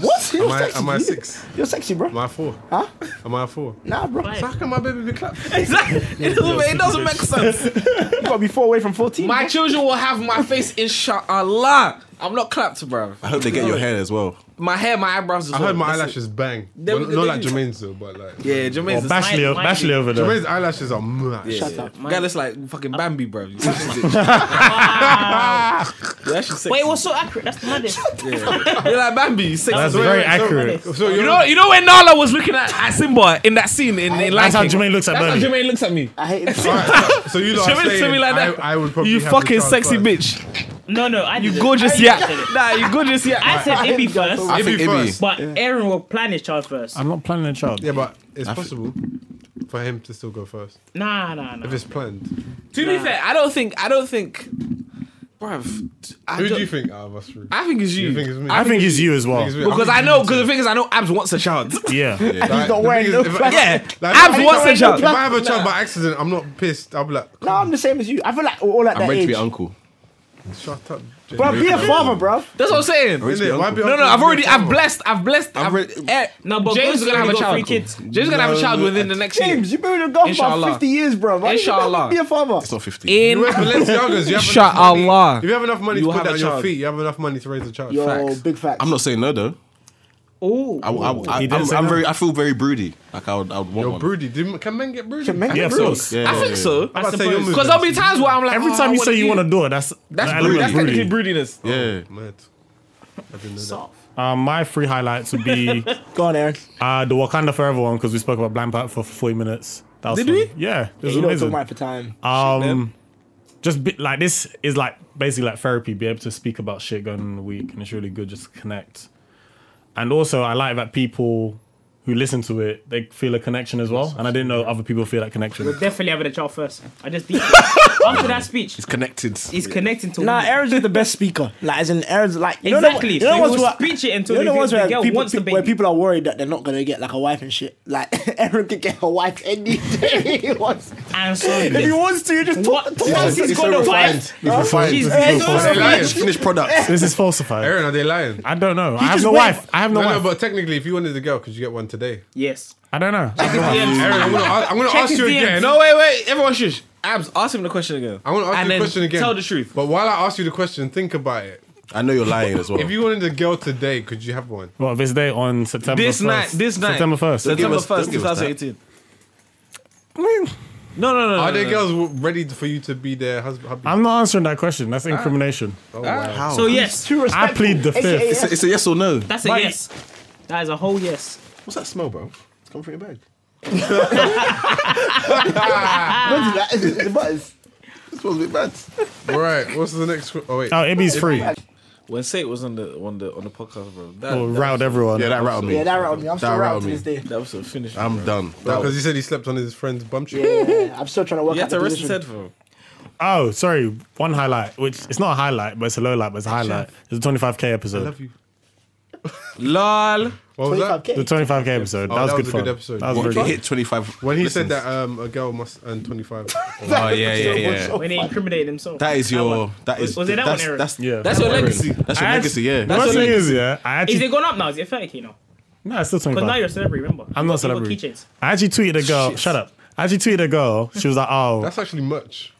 S7: What? You're
S6: Am I-
S7: sexy.
S6: am I
S7: dude.
S6: six?
S7: You're sexy, bro.
S6: Am I a four?
S7: Huh?
S6: Am I a four?
S7: Nah, bro.
S4: Why?
S6: So how can my baby be clapped?
S2: Exactly. It doesn't make- it doesn't make sense.
S7: You gotta be four away from 14.
S2: My children will have my face, inshallah. I'm not clapped, bro.
S5: I hope they get your hair as well.
S2: My hair, my eyebrows. As
S6: I
S2: well.
S6: heard my
S2: That's it.
S6: eyelashes bang.
S2: They-
S6: Well,
S2: they-
S6: not
S2: they
S6: like
S2: do.
S6: Jermaine's though, but like
S2: Yeah, Jermaine's.
S1: or
S2: the-
S1: Bashley,
S4: mine- mine-
S1: Bashley over there.
S6: Jermaine's eyelashes are mad.
S2: Yeah.
S7: Shut up.
S2: Guy looks like fucking Bambi, bro. That shit's sexy.
S4: Wait, it was so accurate. That's the maddest.
S2: You're like Bambi. you sexy.
S1: That's
S6: So wait,
S1: very
S6: wait, so-
S1: accurate.
S6: So
S2: You
S6: you're
S2: know, you know when Nala was looking at, at Simba in that scene in, in Lion
S1: That's how
S2: King?
S1: Jermaine looks at
S2: That's how
S1: Bernie.
S2: Jermaine looks at me.
S7: I hate it.
S6: so you lot are
S2: Jermaine looked at
S6: saying
S2: me like that.
S6: I, I would probably
S2: you
S6: have the
S2: fucking
S6: child
S2: sexy
S6: first.
S2: bitch.
S4: No, no, I
S2: You
S4: didn't. I
S2: gorgeous
S4: didn't
S2: yak.
S4: say that.
S2: Nah, you gorgeous yak.
S4: I said Ibby first,
S5: I
S6: Maybe
S5: think Ibby.
S6: first.
S4: but Aaron will plan his child first.
S1: I'm not planning a child.
S6: Yeah, but it's possible for him to still go first
S4: Nah, nah, nah.
S6: if it's planned.
S2: To be fair, I don't think. I don't think. Bruv. I
S6: Who
S2: don't-
S6: do you think out of us three?
S2: I think it's you.
S6: You think it's me?
S1: I think it's you as well.
S6: Because
S2: because I know. Because the thing is, I know Abs wants a child.
S1: Yeah.
S6: he's
S7: not wearing no plastic.
S2: yeah,
S6: Like,
S2: Abs
S6: I-
S2: wants
S7: I-
S2: a child.
S6: If I have a child by accident, I'm not pissed. I'll be like,
S7: No, I'm the same as you. I feel like we're all at
S5: I'm
S7: that
S5: ready to be
S7: age.
S5: uncle.
S6: shut up. Jay.
S7: Bro, be a father, bro.
S2: That's what I'm saying.
S5: Ready to be
S6: Innit? Why
S5: uncle.
S6: be
S2: No, no,
S6: uncle?
S2: I've
S6: Be a
S2: already, I've
S6: farmer.
S2: blessed, I've blessed, I've,
S5: re-
S2: eh,
S4: No, but
S2: James is gonna have a
S4: Ghost
S2: child.
S4: already got three
S2: James is gonna have a child within the next
S7: James, you've been with a girl for
S2: Inshallah.
S7: about 50 years, bro. Why you
S2: Inshallah.
S7: not Be a father.
S5: It's not 50.
S2: year.
S6: You wear
S2: In
S6: Balenciagas. You have
S2: Shut
S6: enough money-
S2: Allah.
S6: If you have enough money
S2: You
S6: to put
S2: have a
S6: that on your
S2: child.
S6: feet, you have enough money to raise a child.
S7: Yo,
S2: Facts.
S7: big facts.
S5: I'm not saying no though.
S4: Oh,
S5: I, I, I,
S1: He
S5: am
S1: did say no.
S5: very. I feel very broody. Like I would. I would want
S6: Yo,
S5: one.
S6: broody. Do, can men get broody?
S7: Can men
S1: Yeah,
S7: get
S1: of
S7: brood?
S1: course.
S5: Yeah,
S2: I
S5: yeah,
S2: think
S5: yeah.
S2: so.
S6: I'm about to say your
S2: Because there'll be times where I'm like,
S1: Every
S2: oh,
S1: time you
S2: I wanna
S1: say you
S2: do-
S1: want a daughter, that's
S2: that's
S1: an
S2: broody.
S1: element
S2: That's
S1: of
S2: technically
S1: broody.
S2: broodiness.
S5: Yeah.
S6: Mad. I didn't know that.
S4: soft.
S1: Um, my three highlights would be
S7: Go on, Aaron.
S1: uh, the Wakanda Forever one because we spoke about Blind Pat for 40 minutes. That was
S2: Did
S1: fun.
S2: we?
S1: Yeah, it was
S7: You don't talk
S1: amazing.
S7: about for time.
S1: Um, just be, like this is like basically like therapy. Be able to speak about shit going on in the week, and it's really good just to connect. And also, I like that people who listen to it they feel a connection as well. And I didn't know other people feel that connection.
S4: Definitely having a child first. I just deep after that speech.
S5: It's connected.
S4: He's connecting to
S7: Nah,
S4: women.
S7: Aaron's just the best speaker. Like, as in Aaron's like you know the-
S4: Exactly.
S7: You know
S4: He
S7: what's
S4: will
S7: what?
S4: speech it until
S7: you know
S4: the-
S7: the ones
S4: the
S7: where
S4: girl
S7: people,
S4: wants the
S7: people- where
S4: baby.
S7: people are worried that they're not gonna get like a wife and shit. Like Aaron could get a wife any day he wants.
S4: And so
S7: If he wants to, you just talk.
S4: what? Once he's
S5: it's so
S4: got a
S5: refined.
S4: wife,
S2: Oh,
S4: she's
S6: Are they lying?
S5: Finished product.
S1: This is falsified.
S6: Aaron, are they lying?
S1: I don't know. I have
S7: just
S1: no
S7: went-
S1: wife. I have no
S6: No, no,
S1: wife.
S6: but technically, if you wanted a girl, could you get one today?
S4: yes.
S1: I don't know.
S6: Aaron, I'm gonna, ask- I'm gonna
S4: Check
S6: ask
S4: his
S6: you
S4: DMs.
S6: again.
S2: No, wait, wait. Everyone shush. Abs, ask him the question again.
S6: I want to ask
S2: And
S6: you
S2: then
S6: the question again.
S2: Tell the truth.
S6: But while I ask you the question, think about it.
S5: I know you're lying as well.
S6: If you wanted a girl today, could you have one?
S1: Well, this day on September.
S2: This
S1: 1st.
S2: night, this night.
S1: September first.
S2: September
S5: us- don't
S2: 1st,
S5: give us that.
S2: 2018. No, no, no. no,
S6: Are there
S2: no.
S6: girls w- ready for you to be their husband? hubby?
S1: I'm not answering that question. That's incrimination.
S5: How?
S4: So yes,
S1: I plead the fifth.
S5: it's, a, it's a yes or no.
S4: that's a yes. That is a whole yes.
S5: What's that smell, bro? It's coming from your bag.
S7: Don't do that. It's- it's- but it's-
S5: This smells a bit bad.
S6: All right. What's the next? qu- Oh wait.
S1: Oh, Ibby's free.
S2: When Sate was on the on the on the podcast, bro, that,
S1: Well,
S2: that,
S1: riled everyone.
S5: Yeah, that rattled me.
S7: Yeah, that rattled me. I'm still
S5: That
S7: rattled
S5: rattled
S7: to
S5: me.
S7: this day.
S2: that was a finish.
S5: I'm done. That
S6: Because he said he slept on his friend's bum cheek.
S7: Yeah, I'm still trying to work
S2: you
S7: out
S2: had
S7: the
S2: to rest his
S7: position.
S2: head for him.
S1: Oh, sorry. One highlight, which it's not a highlight, but it's a low light, but it's a highlight. It's a 25k
S6: I
S1: episode.
S6: love you.
S2: Lol.
S6: What was that?
S7: 25k.
S1: The 25k episode. that was, good fun.
S6: episode.
S1: That was
S5: What,
S1: very
S5: you
S1: good.
S5: hit 25.
S6: When he said that um, a girl must earn 25.
S5: Oh, yeah, yeah, yeah.
S4: When he incriminated himself.
S5: That is your. That
S4: Was-
S5: is.
S4: was it that
S5: that's,
S4: one, Aaron?
S5: That's,
S1: Yeah.
S2: That's your legacy.
S5: that's your
S1: I
S5: legacy, yeah.
S1: The worst
S2: That's
S1: thing
S2: what-
S1: is, yeah, I
S4: Is
S1: actually
S4: it gone up now? Is it 30k now?
S1: no, it's still
S4: Because now
S1: 25.
S4: you're a celebrity, remember?
S1: I'm
S4: You
S1: not
S4: got-
S1: a celebrity.
S4: You got keychains.
S1: I actually tweeted a girl. Shut up. I actually tweeted a girl. She was like, "Oh,
S6: That's actually much.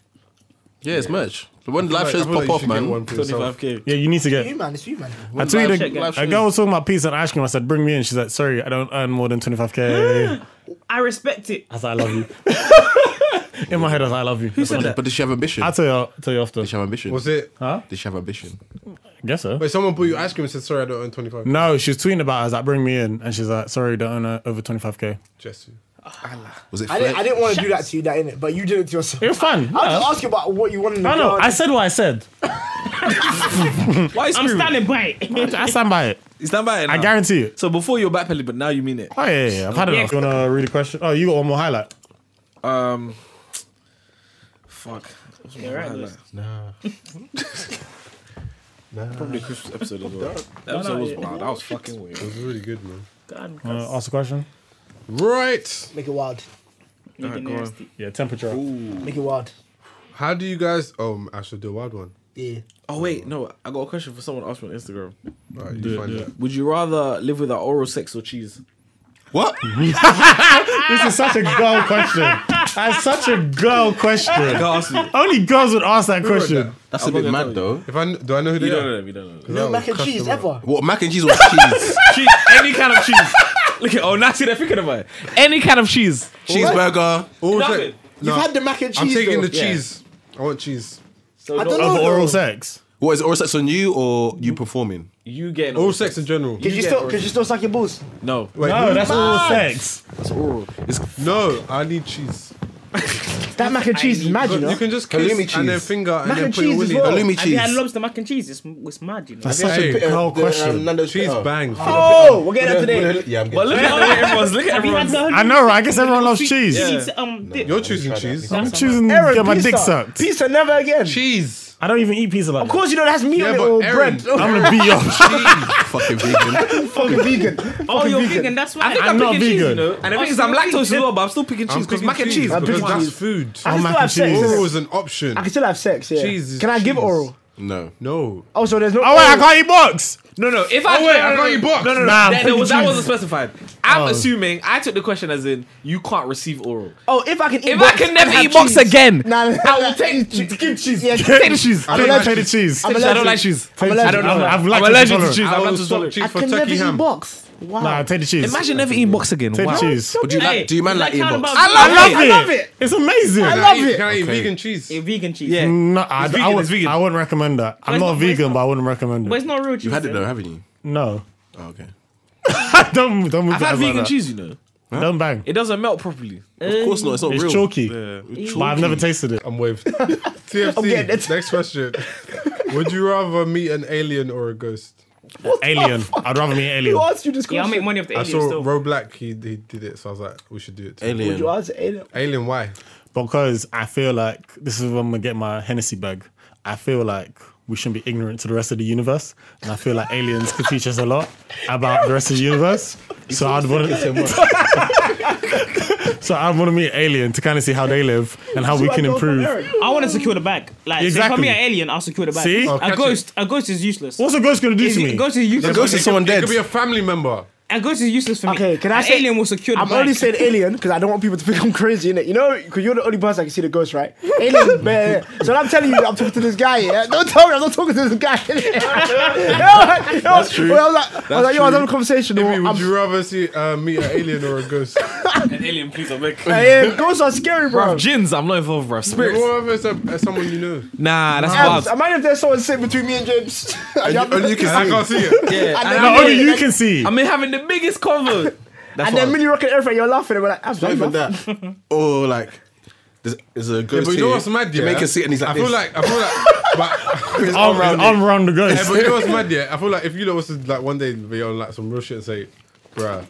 S5: yeah, it's merch. But when live shows
S6: I feel like
S5: pop
S6: you
S5: off,
S6: should get
S5: man.
S6: one for yourself.
S2: 25k.
S1: yeah, you need to
S7: You
S1: get."
S7: man, it's you man.
S1: I
S2: live
S1: tweeted
S2: check, live
S1: a, a girl was talking about pizza and ice cream. I said, "Bring me in." She's like, "Sorry, I don't earn more than 25k."
S4: I respect it.
S1: I said, "I love you." In my head, I was like, "I love you." That's all.
S5: But does she have ambition?
S1: I'll
S5: Did
S1: tell you. I'll tell you after.
S5: she have ambition?
S6: Was it?
S5: Did she have ambition?
S1: Guess so.
S6: Wait, someone bought you ice cream and said, sorry, I don't earn 25.
S5: Mm.
S1: No, she was tweeting about. It. I was like, "Bring me in," and she's like, "Sorry, don't earn uh, over 25k."
S6: Jesse.
S5: Was it
S7: I didn't, I
S5: flex?
S7: didn't want to do that to you, that innit? But you did it to yourself.
S1: It was fun.
S7: I was
S1: Yeah.
S7: just asking about what you wanted in the
S1: I know.
S7: girl.
S1: I said what I said.
S2: Why is
S4: I'm
S2: screaming?
S4: standing by it.
S1: I stand by it.
S2: You stand by it. Now.
S1: I guarantee it.
S2: So before you were backpedaling, but now you mean it.
S1: Oh yeah, yeah, yeah. I've had
S4: Yeah.
S1: enough. You wanna read a question? Oh, you got one more highlight.
S2: Um, fuck. What's my
S4: Yeah, right,
S2: highlight?
S4: Lewis.
S2: Probably the Christmas episode as well. That episode
S4: no,
S2: was
S4: yeah.
S2: wild. That was fucking weird.
S6: It was really good, man.
S4: God,
S1: Uh, ask a question.
S6: Right.
S7: Make it wild.
S4: you can nasty.
S1: Yeah, temperature.
S7: Make it wild.
S6: How do you guys. Oh, I should do a wild one.
S7: Yeah.
S2: Oh wait, no, I got a question for someone asked me on Instagram.
S6: All right, you find that.
S2: Would you rather live without oral sex or cheese?
S5: What?
S1: This is such a girl question. That's such a girl
S2: I
S1: question.
S2: asked you.
S1: Only girls would ask that question.
S5: That's a bit
S2: gonna
S5: mad, though.
S6: If I kn- do I know who
S2: You
S6: they
S2: don't
S6: are?
S2: know. You don't know.
S7: No
S6: That
S7: mac
S6: would
S7: and
S6: cut
S7: cheese
S6: them
S7: ever.
S5: What, mac and cheese or cheese?
S2: cheese, any kind of cheese. Look at oh, now see they're thinking about it. Any kind of cheese.
S5: Cheeseburger.
S6: All
S2: Nothing.
S6: check- No,
S7: You've had the mac and cheese.
S6: I'm taking
S7: though.
S6: the cheese. I want cheese.
S2: So
S7: I don't know.
S1: Over
S7: though.
S1: oral sex.
S5: What is it? Oral sex on you or you performing?
S2: You getting
S6: All sex in general.
S7: Could you,
S2: You get
S7: still?
S2: oral
S7: Could you still suck your balls?
S2: No.
S6: Wait,
S1: No,
S6: who-
S1: that's oral sex.
S5: That's oral. It's
S6: no, I need cheese.
S7: That mac and cheese is mad, you
S6: You
S7: know.
S6: can just
S5: Halloumi
S6: kiss and then
S5: cheese.
S6: finger and
S7: Mac
S6: then
S7: and
S6: put your
S7: cheese as
S6: willy.
S7: well.
S5: halloumi
S4: Have you had
S5: cheese.
S4: lobster mac and cheese? It's, it's mad, you know.
S1: That's such a
S6: Hey,
S7: um,
S1: girl question.
S6: Cheese
S5: Oh.
S6: bangs.
S7: Oh, we're getting that today.
S5: Yeah, I'm
S2: But
S5: getting
S2: look at the way everyone's. Look at
S4: Have you had
S2: everyone's.
S4: the
S1: I know, right? I guess everyone loves cheese.
S4: cheese? Um, dip?
S6: You're choosing cheese.
S1: I'm choosing to
S7: Aaron,
S1: get my
S7: pizza.
S1: dick sucked.
S7: Pizza never again.
S6: Cheese.
S1: I don't even eat pizza like
S7: Of course, you know that's meat
S6: Yeah,
S7: on it
S6: but
S7: or
S6: Aaron-
S7: bread. Oh,
S1: that. I'm gonna beat you up.
S5: fucking vegan.
S7: fucking vegan.
S4: oh, you're vegan. That's why.
S2: I think
S1: I'm
S2: I'm,
S1: not
S2: picking cheese, you
S1: vegan.
S2: know. And the
S4: Oh,
S2: thing is,
S4: so
S2: I'm
S4: you're
S2: lactose as
S4: vegan.
S2: well, but I'm still picking
S6: I'm
S2: cheese because
S6: picking
S2: mac and cheese.
S6: because
S7: picking
S6: that's
S7: cheese.
S6: food.
S1: Oh,
S7: still
S1: mac and
S7: have sex.
S1: cheese.
S6: Oral
S1: Oh wait,
S6: is an option.
S7: I can still have sex. Yeah.
S6: Cheese is
S7: can I give
S6: cheese.
S7: oral?
S5: No.
S6: No.
S7: Oh, so there's no.
S1: I can't eat box.
S2: No, no. If I
S6: Oh, wait, I got you boxed.
S2: No, no, no.
S1: Nah, I'm
S2: that, that,
S1: picking
S2: was, that
S1: cheese.
S2: wasn't specified. I'm assuming I took the question as in you can't receive oral.
S7: Oh, if I can eat
S2: If
S7: box,
S2: I can
S7: I'll
S2: never
S7: have
S2: eat box
S7: cheese.
S2: again,
S7: Nah, nah,
S2: I will
S7: nah.
S2: take
S7: Ch- give cheese.
S2: take the cheese.
S1: I
S6: don't
S1: don't
S6: like
S1: take the cheese.
S7: I'm
S2: I don't
S7: allergic.
S2: like cheese.
S1: Take the
S7: allergic.
S1: cheese.
S7: I don't know
S1: I'm-
S7: that.
S1: I'm
S2: I'm
S1: lactose
S2: allergic to
S1: intolerant.
S2: cheese.
S6: I
S2: I'm
S6: will
S2: lactose
S6: stop
S2: intolerant.
S6: cheese
S7: I
S6: for
S7: can never
S6: turkey
S7: eat
S6: ham.
S7: box. Wow.
S1: Nah, take the cheese.
S2: Imagine never eating box again.
S1: Take the
S2: Wow.
S1: cheese.
S5: But do you like? Do you man like eating box?
S4: I
S1: I love,
S7: I
S1: it.
S7: love it.
S1: It's amazing.
S7: I
S6: Can
S7: love
S6: eat-
S7: it.
S6: Can I eat
S5: Okay.
S6: vegan cheese?
S4: vegan cheese.
S2: Yeah.
S1: No, I,
S2: It's vegan,
S1: I, would,
S2: it's vegan.
S1: I wouldn't recommend that. I'm
S4: it's
S1: not a
S4: not- but it's
S1: vegan,
S4: not-
S1: but I wouldn't recommend it.
S4: But it's not real cheese.
S5: You had it
S4: though.
S5: though, haven't you?
S1: no,
S5: Oh, okay.
S1: don't don't move
S2: I've
S1: that
S2: had
S1: about
S2: vegan
S1: that.
S2: cheese, you know.
S1: Don't bang.
S2: It doesn't melt properly.
S5: Of course not. It's not
S1: It's
S5: real.
S1: chalky.
S2: Yeah.
S1: But I've never tasted it.
S6: I'm with TFT. Next question. Would you rather meet an alien or a ghost?
S1: Alien. I'd rather be an alien.
S7: Who asked you this
S4: Yeah, I'll
S7: question?
S4: make money off the
S6: I
S4: alien
S6: saw
S4: still.
S6: Roe Black. He, he did it, so I was like, we should do it. Too.
S5: Alien.
S7: you answer alien?
S6: Alien, why?
S1: because I feel like this is when I'm gonna get my Hennessy bag. I feel like we shouldn't be ignorant to the rest of the universe, and I feel like aliens could teach us a lot about the rest of the universe. So I'd want to. so I'd want to meet an alien to kind of see how they live and how we can improve.
S4: I want to secure the bag. Like, so if I'm
S1: Exactly.
S4: an alien, I'll secure the bag.
S1: See?
S6: catch
S4: A
S6: it.
S4: ghost, a ghost is useless.
S1: What's a ghost gonna do
S4: Is
S1: to
S4: it-
S1: me?
S4: a ghost is useless.
S5: ghost is someone
S6: It
S5: dead.
S6: could be a family member.
S4: A ghost is useless for me.
S7: Okay, can I
S4: An
S7: say-
S4: alien will secure the
S7: I'm
S4: bag.
S7: only saying alien because I don't want people to think I'm crazy, innit? You know, because you're the only person I can see the ghost, right? Alien, bear. So I'm telling you, I'm talking to this guy. Yeah? Don't tell me I'm not talking to this guy. That's true. I was like, I was like, yo, I was having a conversation. or
S6: Would
S7: I'm-
S6: you rather see uh, meet an alien or a ghost?
S2: An alien, please, I'm like.
S7: Hey, ghosts are scary, bro.
S2: Gins, I'm not involved, bro.
S6: What
S2: Spirits.
S6: if it's a- it's uh, someone you know?
S2: Nah, that's
S7: Abs,
S2: wild.
S7: imagine if there's someone sitting between me and James. and
S5: And you- and you
S6: And I
S5: can
S6: can't
S5: see.
S6: see it.
S2: Yeah.
S7: and
S2: And
S7: then-
S1: No,
S2: I'm,
S1: only you can see.
S2: I'm having the biggest convo. That's
S7: and then
S2: wild.
S7: Millie Rocket Earth, and you're laughing, and we're like, Abs,
S5: Not
S7: why you
S5: even
S7: laughing?
S5: that. Or like, there's, there's a
S6: Yeah,
S5: ghost
S6: but you
S5: here.
S6: know what's mad, yeah?
S5: Jamaican see it and he's like
S6: I feel
S5: this.
S6: like, I feel like, but
S5: His
S1: Arm,
S5: arm
S1: his
S5: round
S1: arm round the
S6: Yeah,
S1: ghost.
S6: but you know what's mad, yeah? I feel like if you know what's like one day be on like some real shit and say, bruh,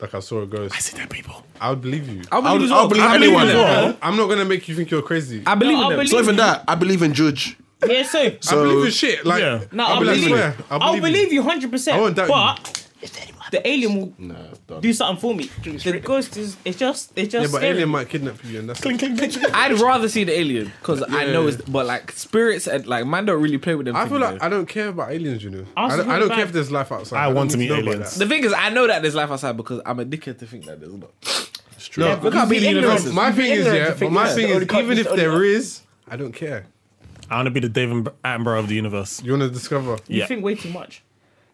S6: like I saw a ghost,
S1: See that people.
S6: I would believe you.
S2: I
S5: I'll,
S2: believe, as
S5: I'll
S2: well.
S5: believe
S2: I
S5: anyone.
S2: believe, in them.
S6: I'm not gonna make you think you're crazy. I,
S2: I believe
S4: No,
S2: in
S4: I
S2: them.
S4: believe-
S5: It's not even that. I believe in Judge.
S4: Yeah, so.
S6: believe in shit. Like,
S1: Yeah.
S4: No,
S6: I'll
S4: I'll
S6: be like,
S4: believe you.
S6: swear, I'll
S4: I'll
S6: believe you.
S4: believe you 100%.
S6: I won't doubt
S4: but the alien will do something for me. The ghost is, it's just, it's
S6: Yeah,
S4: just
S6: but
S4: scary.
S6: alien might kidnap you and that's it.
S2: I'd rather see the alien because I know it's, but like spirits and like man don't really play with them.
S6: I feel
S2: things,
S6: like
S2: though.
S6: I don't care about aliens, you know.
S4: I'll
S6: I don't,
S4: see
S6: I don't
S4: the
S6: care
S4: vibe.
S6: if there's life outside.
S1: I
S6: don't
S1: want to
S6: need
S1: meet
S6: know about
S1: aliens.
S6: that.
S2: the thing is, I know that there's life outside because I'm a dickhead to think that there's not.
S5: It's true.
S2: We can't be ignorant.
S5: universes.
S6: My thing is,
S7: ignorant
S6: yeah,
S7: to
S6: but
S7: think
S6: my
S7: that's
S6: thing
S7: the
S6: is,
S7: only con-
S6: even
S7: it's
S6: if
S7: the
S6: there
S7: only-
S6: is, I don't care.
S1: I want to be the David Attenborough of the universe.
S6: You want to discover?
S4: You
S1: Yeah.
S4: think way too much.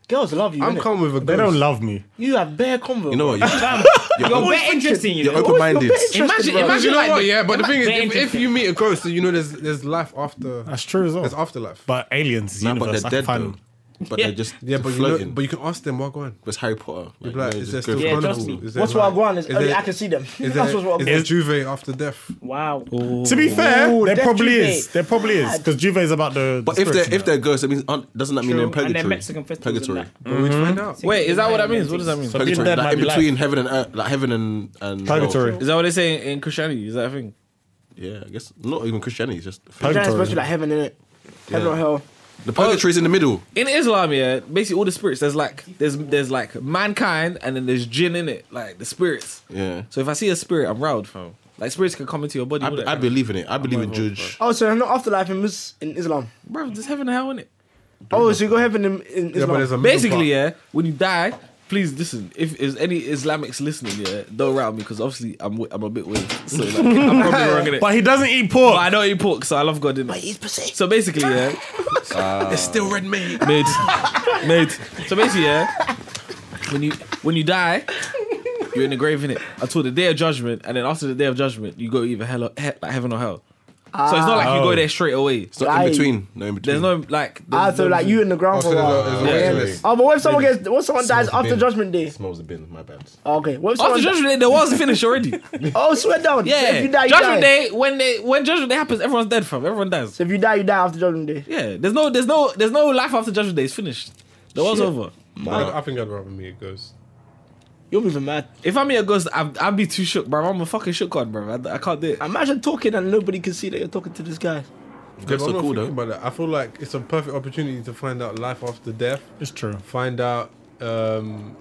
S7: Girls love you.
S6: I'm
S7: innit?
S6: calm with a ghost.
S1: They don't love me.
S7: You have bare convo.
S5: You know what? You're,
S4: You're way interesting, you know.
S5: open minded.
S4: Imagine,
S7: bro.
S4: imagine
S6: you know
S4: like,
S6: what?
S4: the-
S6: Yeah, but the thing is,
S4: they're
S6: if, if
S4: interesting.
S6: you meet a ghost, then you know there's there's life after
S1: That's true as
S6: there's
S1: well.
S6: afterlife.
S1: But aliens is
S5: Nah, but
S1: universe.
S5: they're
S1: I can
S5: dead
S1: find
S5: though.
S1: them.
S5: But they're just
S6: Yeah, but you, know,
S5: floating.
S6: but you can ask them what going.
S5: it's Harry Potter. Like,
S6: Like,
S5: you know,
S6: is there
S5: just
S6: still
S5: go-
S4: Yeah,
S6: carnival?
S4: trust me.
S6: Is there
S7: What's
S6: like-
S7: what going is
S6: is
S7: only
S6: there-
S7: I can see them.
S6: Is
S7: That's
S6: there,
S7: what's wrong.
S6: is there Juve after death?
S4: Wow.
S1: To be fair,
S7: Ooh,
S1: there
S7: that's
S1: probably
S7: Juve.
S1: is. There probably is because Juve is about the.
S5: But
S1: the
S5: if they're
S1: spirits
S5: if they're ghosts, it means aren't, doesn't that mean
S4: True,
S5: they're in
S4: and they're
S5: purgatory?
S4: Mexican festivals and
S5: purgatory.
S6: But we'd find out.
S2: Wait, is that what that means? What does that mean?
S1: being
S5: Purgatory.
S1: dead
S5: like,
S1: might
S5: in
S1: be
S5: between heaven and earth, like heaven and, and hell.
S1: Purgatory.
S2: Is that what they say in, in Christianity? Is that a thing?
S5: Yeah, I guess not even Christianity. It's just
S7: That's
S1: Purgatory.
S7: supposed to be like heaven, innit? Heaven or hell.
S5: the purgatory is in the middle.
S2: In Islam, yeah, basically all the spirits. There's like there's there's like mankind and then there's jinn in it, like the spirits.
S5: Yeah,
S2: So if I see a spirit, I'm riled, fam. Like spirits can come into your body.
S5: I,
S2: all that
S5: I
S2: kind of-
S5: believe in it. I believe in Judge.
S7: Oh, so not afterlife in, Mus- in Islam.
S2: Bruv, there's heaven and hell in it.
S7: Oh, so you go heaven in, in
S6: Yeah, but
S7: Islam.
S6: there's a middle
S2: Basically, yeah,
S6: part.
S2: when you die, please listen. If there's any Islamics listening, yeah, don't route me because obviously I'm wi- I'm a bit weird. So like, I'm probably wrong in it. But
S1: But he doesn't eat pork.
S2: I don't eat pork, so I love God in it. So basically, yeah,
S5: It's still red meat.
S2: mate, mate. So basically, yeah, when you when you die, you're in the grave in it until the day of judgment, and then after the day of judgment, you go either hell or, he, like heaven or hell. So it's not like you
S5: Ah.
S2: go there straight away.
S5: It's not in
S7: Right.
S5: between. No in
S2: There's
S5: between.
S2: no like.
S7: Ah,
S2: there's
S7: so
S2: no-
S7: like you in the ground
S6: Oh, so
S7: for a
S6: there's
S7: while.
S6: a- there's a waiting
S2: Yeah.
S6: list.
S7: Oh, but what if someone gets, what if someone dies
S5: Smells
S7: after
S5: bin.
S7: Judgment Day?
S5: Smells a bin. My bad.
S7: Oh, okay. What if
S2: After
S7: someone?
S2: judgment day, there was finished already.
S7: oh, swear down. So
S2: Yeah.
S7: if you die, you
S2: judgment
S7: die.
S2: day when they when judgment day happens, everyone's dead from. Everyone dies.
S7: So if you die, you die after Judgment Day.
S2: Yeah. There's no there's no there's no life after judgment day. It's finished. The war's over.
S6: I, I think I'd rather meet a ghost.
S7: You're moving mad.
S2: If I'm in a ghost, I'd, I'd be too shook, bro. I'm a fucking shook on, bro. I, I can't do it.
S7: Imagine talking and nobody can see that you're talking to this guy.
S6: Yeah, but
S5: Ghosts are
S6: I'm not
S5: cool
S6: thinking
S5: though.
S6: about that. I feel like it's a perfect opportunity to find out life after death.
S1: It's true.
S6: Find out um,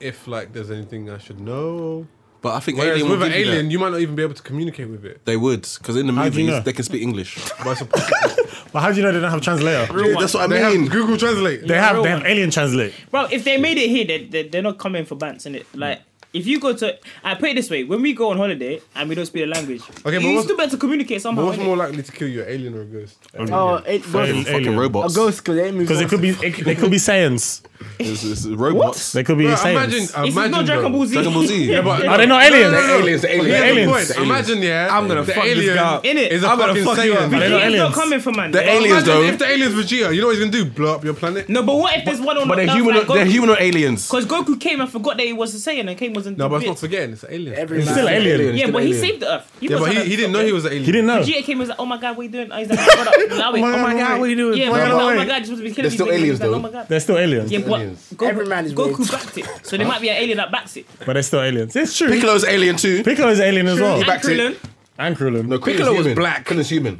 S6: if like there's anything I should know.
S5: But I think
S6: Whereas
S5: alien
S6: with
S5: would
S6: an
S5: give you that.
S6: alien, you might not even be able to communicate with it.
S5: They would, because in the
S1: How do you
S5: movies
S1: know?
S5: they can speak English.
S6: But it's a-
S1: But how do you know they don't have translator?
S5: Yeah, that's what
S6: they
S5: I mean.
S6: have Google Translate.
S1: They have they have alien translate.
S4: Bro, if they made it here, they, they, they're not coming for bants, innit?
S6: Hmm.
S4: Like, if you go to. I put it this way when we go on holiday and we don't speak the language,
S6: but
S4: you
S6: what's-
S4: still better communicate
S6: But
S4: somehow.
S6: what's
S4: innit?
S6: more likely to kill you, an alien or a ghost?
S7: Oh,
S1: Alien-
S7: it goes.
S5: Fucking
S1: alien.
S7: A
S5: robots.
S7: ghost, because they ain't moving.
S1: Because it could be it, it could be science.
S5: It's, it's robots.
S1: They could be
S6: Bro,
S1: aliens.
S6: imagine,
S4: This is
S6: imagine
S4: not Dragon
S6: though.
S4: Ball Z.
S5: Dragon Ball Z.
S6: Yeah, but
S1: Are they not aliens?
S6: No, no, no.
S8: Aliens, the
S6: Here's
S8: aliens.
S6: the
S1: Aliens.
S6: point. Imagine, yeah,
S2: I'm gonna
S6: the
S2: fuck this
S6: alien
S2: guy up.
S4: Innit?
S6: is a
S2: I'm gonna
S6: fucking
S2: fuck you up.
S6: Saiyan.
S1: Are they
S4: Vegeta's
S1: not
S4: not
S1: aliens?
S4: coming for man.
S5: The
S4: Well,
S5: aliens,
S6: Imagine
S5: though.
S6: if the alien's Vegeta, you know what he's gonna do? Blow up your planet?
S4: No, but what if there's one on
S5: But they're
S4: Earth
S5: human.
S4: like
S5: they're
S4: Goku?
S5: human or aliens.
S4: Because Goku came and forgot that he was a Saiyan and came wasn't.
S6: No,
S4: the
S6: but it's
S4: bit.
S6: not forgetting. It's an alien.
S7: Every
S1: It's
S7: man.
S1: still an alien.
S4: Yeah, but he saved the Earth.
S6: yeah, but he, he didn't know he was an alien.
S1: He didn't know.
S4: GA came and was like, "Oh my god, what you doing?" Oh, he's like, "My brother, allow it."
S2: Oh my god, what are you doing?
S4: Yeah,
S1: my
S4: but
S1: God,
S4: oh my
S1: wait.
S4: god, you're supposed to be killing
S8: They're
S4: these
S8: still
S4: niggas.
S8: aliens,
S4: He's like,
S8: though.
S4: Oh my god.
S1: They're still aliens.
S4: Yeah, but
S8: aliens.
S4: Goku,
S7: Every man is
S4: Goku
S7: weird.
S4: backed it, so there might be an alien that backs it.
S1: But they're still aliens. It's true.
S5: Piccolo's alien too.
S1: Piccolo is alien as well.
S4: And
S8: backed it.
S4: Krillin,
S1: And Krillin.
S8: No,
S2: Piccolo was black.
S8: Krillin's human.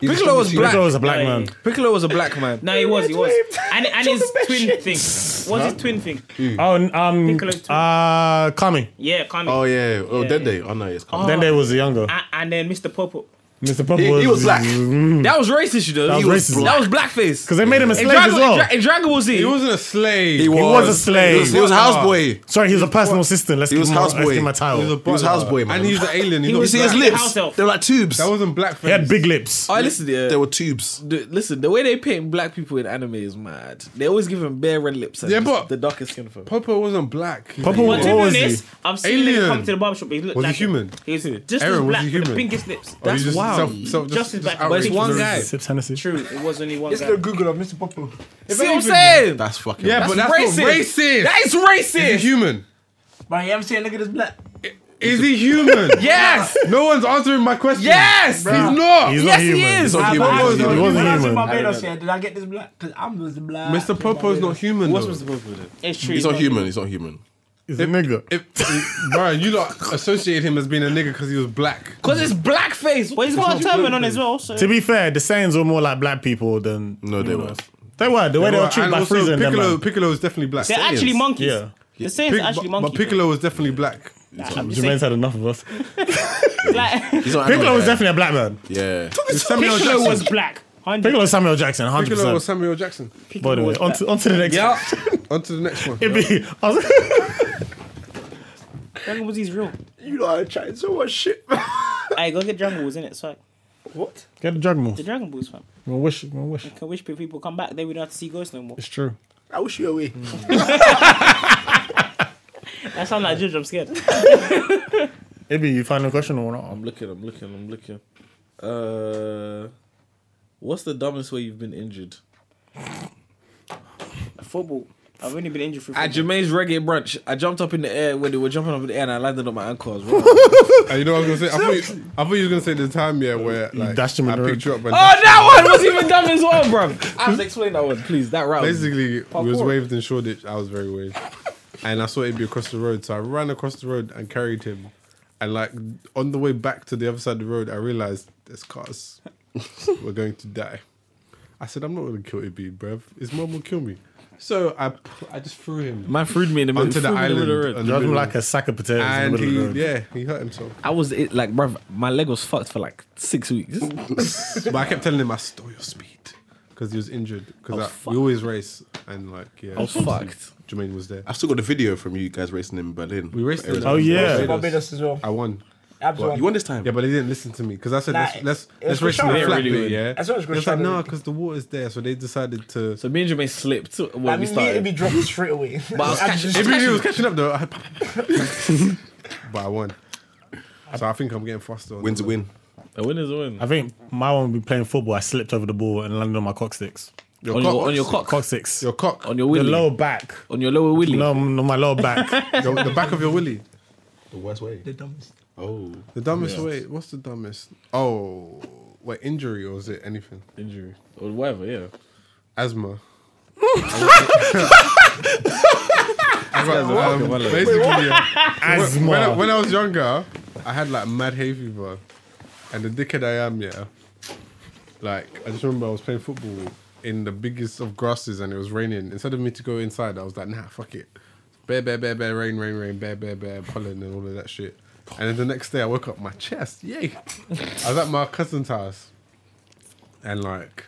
S8: He's
S2: Piccolo was
S8: human.
S2: black.
S1: Piccolo is a black
S4: Yeah,
S1: man.
S4: yeah.
S2: Piccolo was a black man.
S4: No, he was, he was, and and his twin thing. What's his twin thing?
S1: Oh, and, um,
S4: Piccolo's twin.
S1: uh, Kami.
S4: Yeah, Kami.
S5: Oh yeah. Oh,
S4: Yeah,
S5: then
S4: yeah.
S5: they. Oh no, it's
S1: Then there was the younger.
S4: A- and then Mr. Popo.
S1: Mr. Pop
S5: He-
S1: was.
S5: he was black.
S2: That was racist, you know.
S1: That was
S2: He
S1: racist.
S2: That was blackface.
S1: Because they made him a
S2: In
S1: slave as
S2: Dragon,
S1: well.
S2: in, Dra- in Dragon Ball Z,
S6: He wasn't a slave.
S5: He
S1: He
S5: was,
S1: was a
S5: He was,
S1: slave.
S5: he was a houseboy.
S1: Sorry, he was a personal assistant. Let's
S5: He
S1: give
S5: was
S1: him a- let's
S5: houseboy.
S1: give him a
S6: He was a
S1: title.
S5: He was
S6: butler.
S5: houseboy, man.
S6: And he's an alien. He's
S4: He
S6: not
S5: You
S4: was
S5: see
S6: black.
S5: his
S4: black.
S5: lips?
S4: House elf.
S5: They were like tubes.
S6: That wasn't blackface.
S1: He had big lips.
S2: I listen. Oh, Yeah,
S5: They were tubes.
S2: the, listen. The way they paint black people in anime is mad. They always give them bare red lips. And
S6: Yeah,
S2: just
S6: but-
S2: the darkest skin for. them.
S6: Popo wasn't black. He's
S1: Papa
S6: an
S1: was
S4: But to be
S1: what was
S4: honest,
S1: he?
S4: I've seen him
S6: Alien.
S4: come to the barbershop. He looked
S6: Was he
S4: like him.
S6: human?
S4: He was
S6: Aaron,
S4: just as
S6: was
S4: black
S6: he
S4: with the
S6: human? Oh.
S4: pinkest lips.
S6: Or he
S4: That's
S6: just
S4: wow.
S6: self- self-
S4: Just as black. But
S6: outraged
S4: it's
S6: for
S2: one
S6: the-
S2: guy.
S1: Sips Hennessy.
S4: True, it was only one.
S8: Let's
S4: guy.
S8: do a Google of Mr. Popo.
S2: See what I'm saying?
S5: That's fucking.
S6: Yeah,
S5: mad.
S6: but that's
S2: racist.
S6: not racist.
S2: That is
S6: Is he
S2: racist.
S6: human?
S8: Man, you haven't seen a nigga that's black.
S6: Is he human?
S2: Yes.
S6: No one's answering my question.
S2: Yes.
S6: He's not.
S1: He's
S2: yes,
S1: not human.
S2: he is.
S5: He Ah, was-
S8: I-
S5: he was-
S1: He wasn't
S8: I was in
S1: human.
S8: Barbados here. Did I get this black? Because I'm was black.
S6: Mr. Popo's not human.
S2: What's
S6: though.
S2: Mr. Popo then?
S4: It's true.
S5: He's not human. He's not human.
S1: He's a nigga.
S6: If, if, Brian, you lot associated him as being a nigga because he was black.
S2: Because it's blackface.
S4: But he's got a turban on as well. So
S1: To be fair, the Saiyans were more like black people than.
S5: No, they were.
S1: They were. The way they were treated
S6: And
S1: by
S6: also,
S1: Frieza and them.
S6: Piccolo,
S1: man.
S6: Piccolo is definitely black.
S4: they're actually monkeys.
S1: Yeah.
S4: The Saiyans
S6: Pic-
S4: are actually
S6: but, but
S4: monkeys.
S6: Piccolo was definitely black.
S4: I'm just saying,
S1: Jermaine's had enough of us.
S4: like,
S5: He's
S1: Piccolo
S5: not animal,
S1: was
S5: yeah.
S1: definitely a black man.
S5: Yeah.
S6: Samuel
S4: Piccolo was black. 100.
S1: Piccolo was Samuel Jackson,
S6: Piccolo
S1: 100%.
S6: was Samuel Jackson.
S1: By the way, on to, on to the next
S2: Yeah.
S6: On to the next one.
S1: It'd be, I was,
S4: Dragon Ball Z's real.
S7: You lot are chatting so much shit.
S4: I go get Dragon Balls in it. So
S7: What?
S1: get the Dragon Ball.
S4: the Dragon Balls fam.
S1: I wish, I wish.
S4: Can wish people come back. Then we don't have to see ghosts no more.
S1: It's true.
S7: I wish you away.
S4: That sounds like Judge. I'm scared.
S1: Ibby, you final question or not?
S2: I'm looking. I'm looking. I'm looking. Uh, what's the dumbest way you've been injured?
S4: Football. I've only been injured for.
S2: At
S4: football.
S2: Jermaine's reggae brunch, I jumped up in the air when they were jumping up in the air and I landed on my ankle. I was wrong.
S6: Uh, you know what I was gonna say? I thought you, I thought you was gonna say the time yeah where like
S1: dashed him in
S6: I
S1: the
S6: picked you up and
S2: Oh, that one was even dumb as well, bro. I have to explain that one, please. That route. was-
S6: basically we was
S2: Parkour.
S6: waved in Shoreditch. I was very waved, and I saw it be across the road, so I ran across the road and carried him. And like on the way back to the other side of the road, I realized there's cars. We're going to die. I said, I'm not gonna kill Ibby, bruv. His mom will kill me. So I, p- I just threw him
S2: Man threw me in the middle,
S6: onto the
S2: threw me in
S6: island.
S2: middle of the road.
S6: on the
S1: Drive him
S6: middle.
S1: like a sack of potatoes in
S6: and
S1: the middle
S6: he,
S1: of the road.
S6: yeah, he hurt himself.
S2: I was it, like, bruv, my leg was fucked for like six weeks.
S6: But I kept telling him I stole your speed because he was injured.
S8: Oh,
S6: Because we always race and like yeah,
S2: I was fucked.
S6: Jermaine was there.
S5: I've still got the video from you guys racing in Berlin.
S6: We raced. in
S5: Arizona.
S1: Oh, yeah.
S6: Barbados.
S8: Barbados as well.
S6: I won.
S8: Abs
S5: You won this time.
S6: Yeah, but they didn't listen to me because I said
S8: Nah,
S6: let's let's,
S8: it was
S6: let's race in the
S8: Grosjean.
S6: flat
S8: Yeah, really
S6: bit. Yeah,
S8: That's what it was
S6: They like
S8: Grosjean.
S6: no, because the water's there, so they decided to.
S2: So me and Jermaine slipped when
S8: I
S2: we
S8: mean, me,
S2: started.
S8: it'd be dropped straight away.
S2: I was catching-
S6: It really was catching up though, I had- but I won. So I think I'm getting faster. on
S5: Win's a
S6: the-
S5: win.
S2: a win is a win.
S1: I think my one would be playing football. I slipped over the ball and landed on my cocksticks.
S6: Your
S2: On
S6: cock,
S2: your, on your cock.
S1: Cocksticks.
S6: your cock,
S2: On your
S1: the
S2: willy.
S1: lower back.
S2: on your lower willy.
S1: No, m- no, my lower back.
S6: your- the back of your willy.
S5: The worst way.
S8: The dumbest.
S5: Oh.
S6: The dumbest way. What's the dumbest? Oh, wait, injury or is it anything?
S2: Injury. Or whatever, yeah.
S6: asthma. I got, um, basically, yeah.
S1: Asthma.
S6: When, I, when I was younger, I had like mad hay fever, and the dickhead I am, yeah. Like I just remember I was playing football in the biggest of grasses, and it was raining. Instead of me to go inside, I was like, nah, fuck it. Bear, bear, bear, bear, rain, rain, rain, bear, bear, bear, pollen, and all of that shit. And then the next day, I woke up my chest, yay! I was at my cousin's house, and like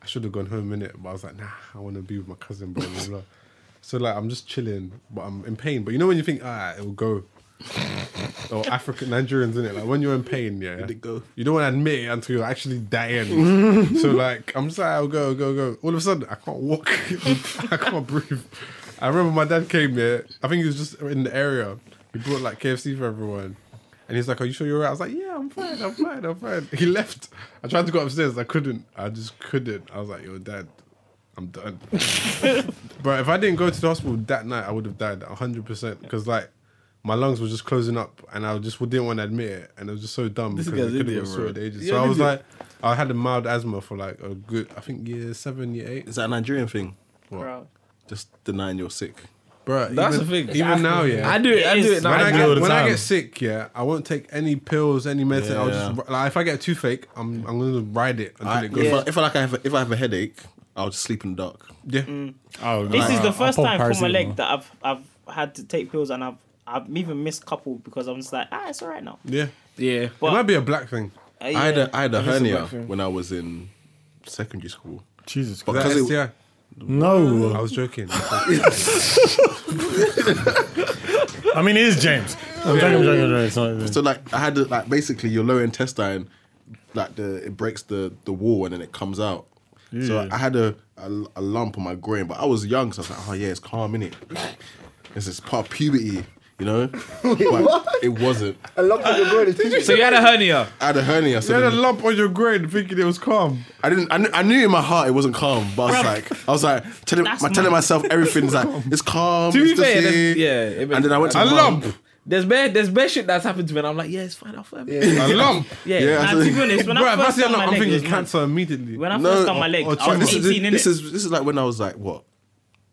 S6: I should have gone home in it, but I was like, nah, I want to be with my cousin, blah, blah, blah. so, like, I'm just chilling, but I'm in pain. But you know when you think, ah, it'll go. or Oh, African Nigerians in it. Like when you're in pain, yeah,
S5: it go.
S6: you don't want to admit it until you're actually dying. so like, I'm just like, I'll go, go, go. All of a sudden, I can't walk. I can't breathe. I remember my dad came there. I think he was just in the area. He brought like KFC for everyone. And he's like, "Are you sure you're right?" I was like, "Yeah, I'm fine. I'm fine. I'm fine." He left. I tried to go upstairs. I couldn't. I just couldn't. I was like, "Yo, dad, I'm done." But if I didn't go to the hospital that night, I would have died 100% because, like, my lungs were just closing up and I just didn't want to admit it. And it was just so dumb because
S2: guy's
S6: I couldn't
S2: idiot,
S6: get
S2: bro.
S6: sorted ages.
S2: You're
S6: So
S2: an
S6: I was
S2: idiot.
S6: like, I had a mild asthma for like a good, I think, year seven, year eight.
S5: Is that a Nigerian thing?
S4: Bro.
S5: Just denying you're sick.
S6: Bro,
S2: That's
S6: even,
S2: the thing.
S6: Even now, yeah.
S2: I do it. I
S4: It
S2: do it
S4: is.
S6: when
S2: now.
S6: I,
S1: I do all
S6: get,
S1: the
S6: when I
S1: time.
S6: get sick, yeah, I won't take any pills, any medicine. I'll just like if I get a toothache, I'm I'm gonna ride it until
S5: I,
S6: it goes.
S5: if,
S6: Yeah.
S5: I, if I like I have a, if I have a headache, I'll just sleep in the dark.
S1: Oh,
S4: This
S1: nah,
S4: is the
S1: I'll
S4: first
S1: pop
S4: time for my
S1: paracetamol.
S4: leg that I've I've had to take pills and I've I've even missed couple because I'm just like ah it's alright now.
S6: yeah.
S2: Yeah.
S6: it might be a black thing.
S4: Uh,
S5: I had
S4: yeah.
S5: a, I had a hernia when I was in secondary school.
S1: Jesus
S5: But
S1: Christ.
S6: Is that
S5: 'cause it-
S6: STI?
S1: No.
S6: I was joking.
S1: I mean, it is James. I'm joking, I'm joking, I'm joking. It's not-
S5: So like I had to, like basically your lower intestine, like the it breaks the the wall and then it comes out. So
S1: Yeah.
S5: I had a, a a lump on my groin, but I was young, so I was like, oh yeah, it's calm in it. This is part of puberty, you know. But it wasn't.
S7: A lump of your groin is too
S2: So you had a hernia.
S5: I had a hernia, so
S6: You had a
S5: then-
S6: lump on your groin thinking it was calm.
S5: I didn't. I knew, I knew in my heart it wasn't calm, but I was like, I was like telling,
S4: That's
S5: my, telling
S4: mad.
S5: myself everything's like it's calm.
S2: To be
S5: it's just
S2: fair,
S5: here.
S2: that's- yeah, it makes-
S5: and then I went to
S6: A
S5: the
S6: lump.
S5: pub.
S2: There's bare there's bare shit that's happened to me, and I'm like, yeah, it's fine. I'll forever. Yeah.
S6: A lump.
S2: yeah.
S5: Yeah.
S4: Nah, to be honest, when
S6: Bro,
S4: I
S6: if I
S4: first
S6: see a
S4: got
S6: lump,
S4: my
S6: I'm
S4: leg,
S6: thinking
S4: it
S6: oh,
S4: was
S6: it's
S4: mad.
S6: cancer immediately.
S4: when I
S5: No, oh,
S4: first got my
S6: or-
S4: leg,
S6: or
S4: I was
S5: This is,
S4: 18 in
S5: this
S4: it.
S5: is this is like when I was like what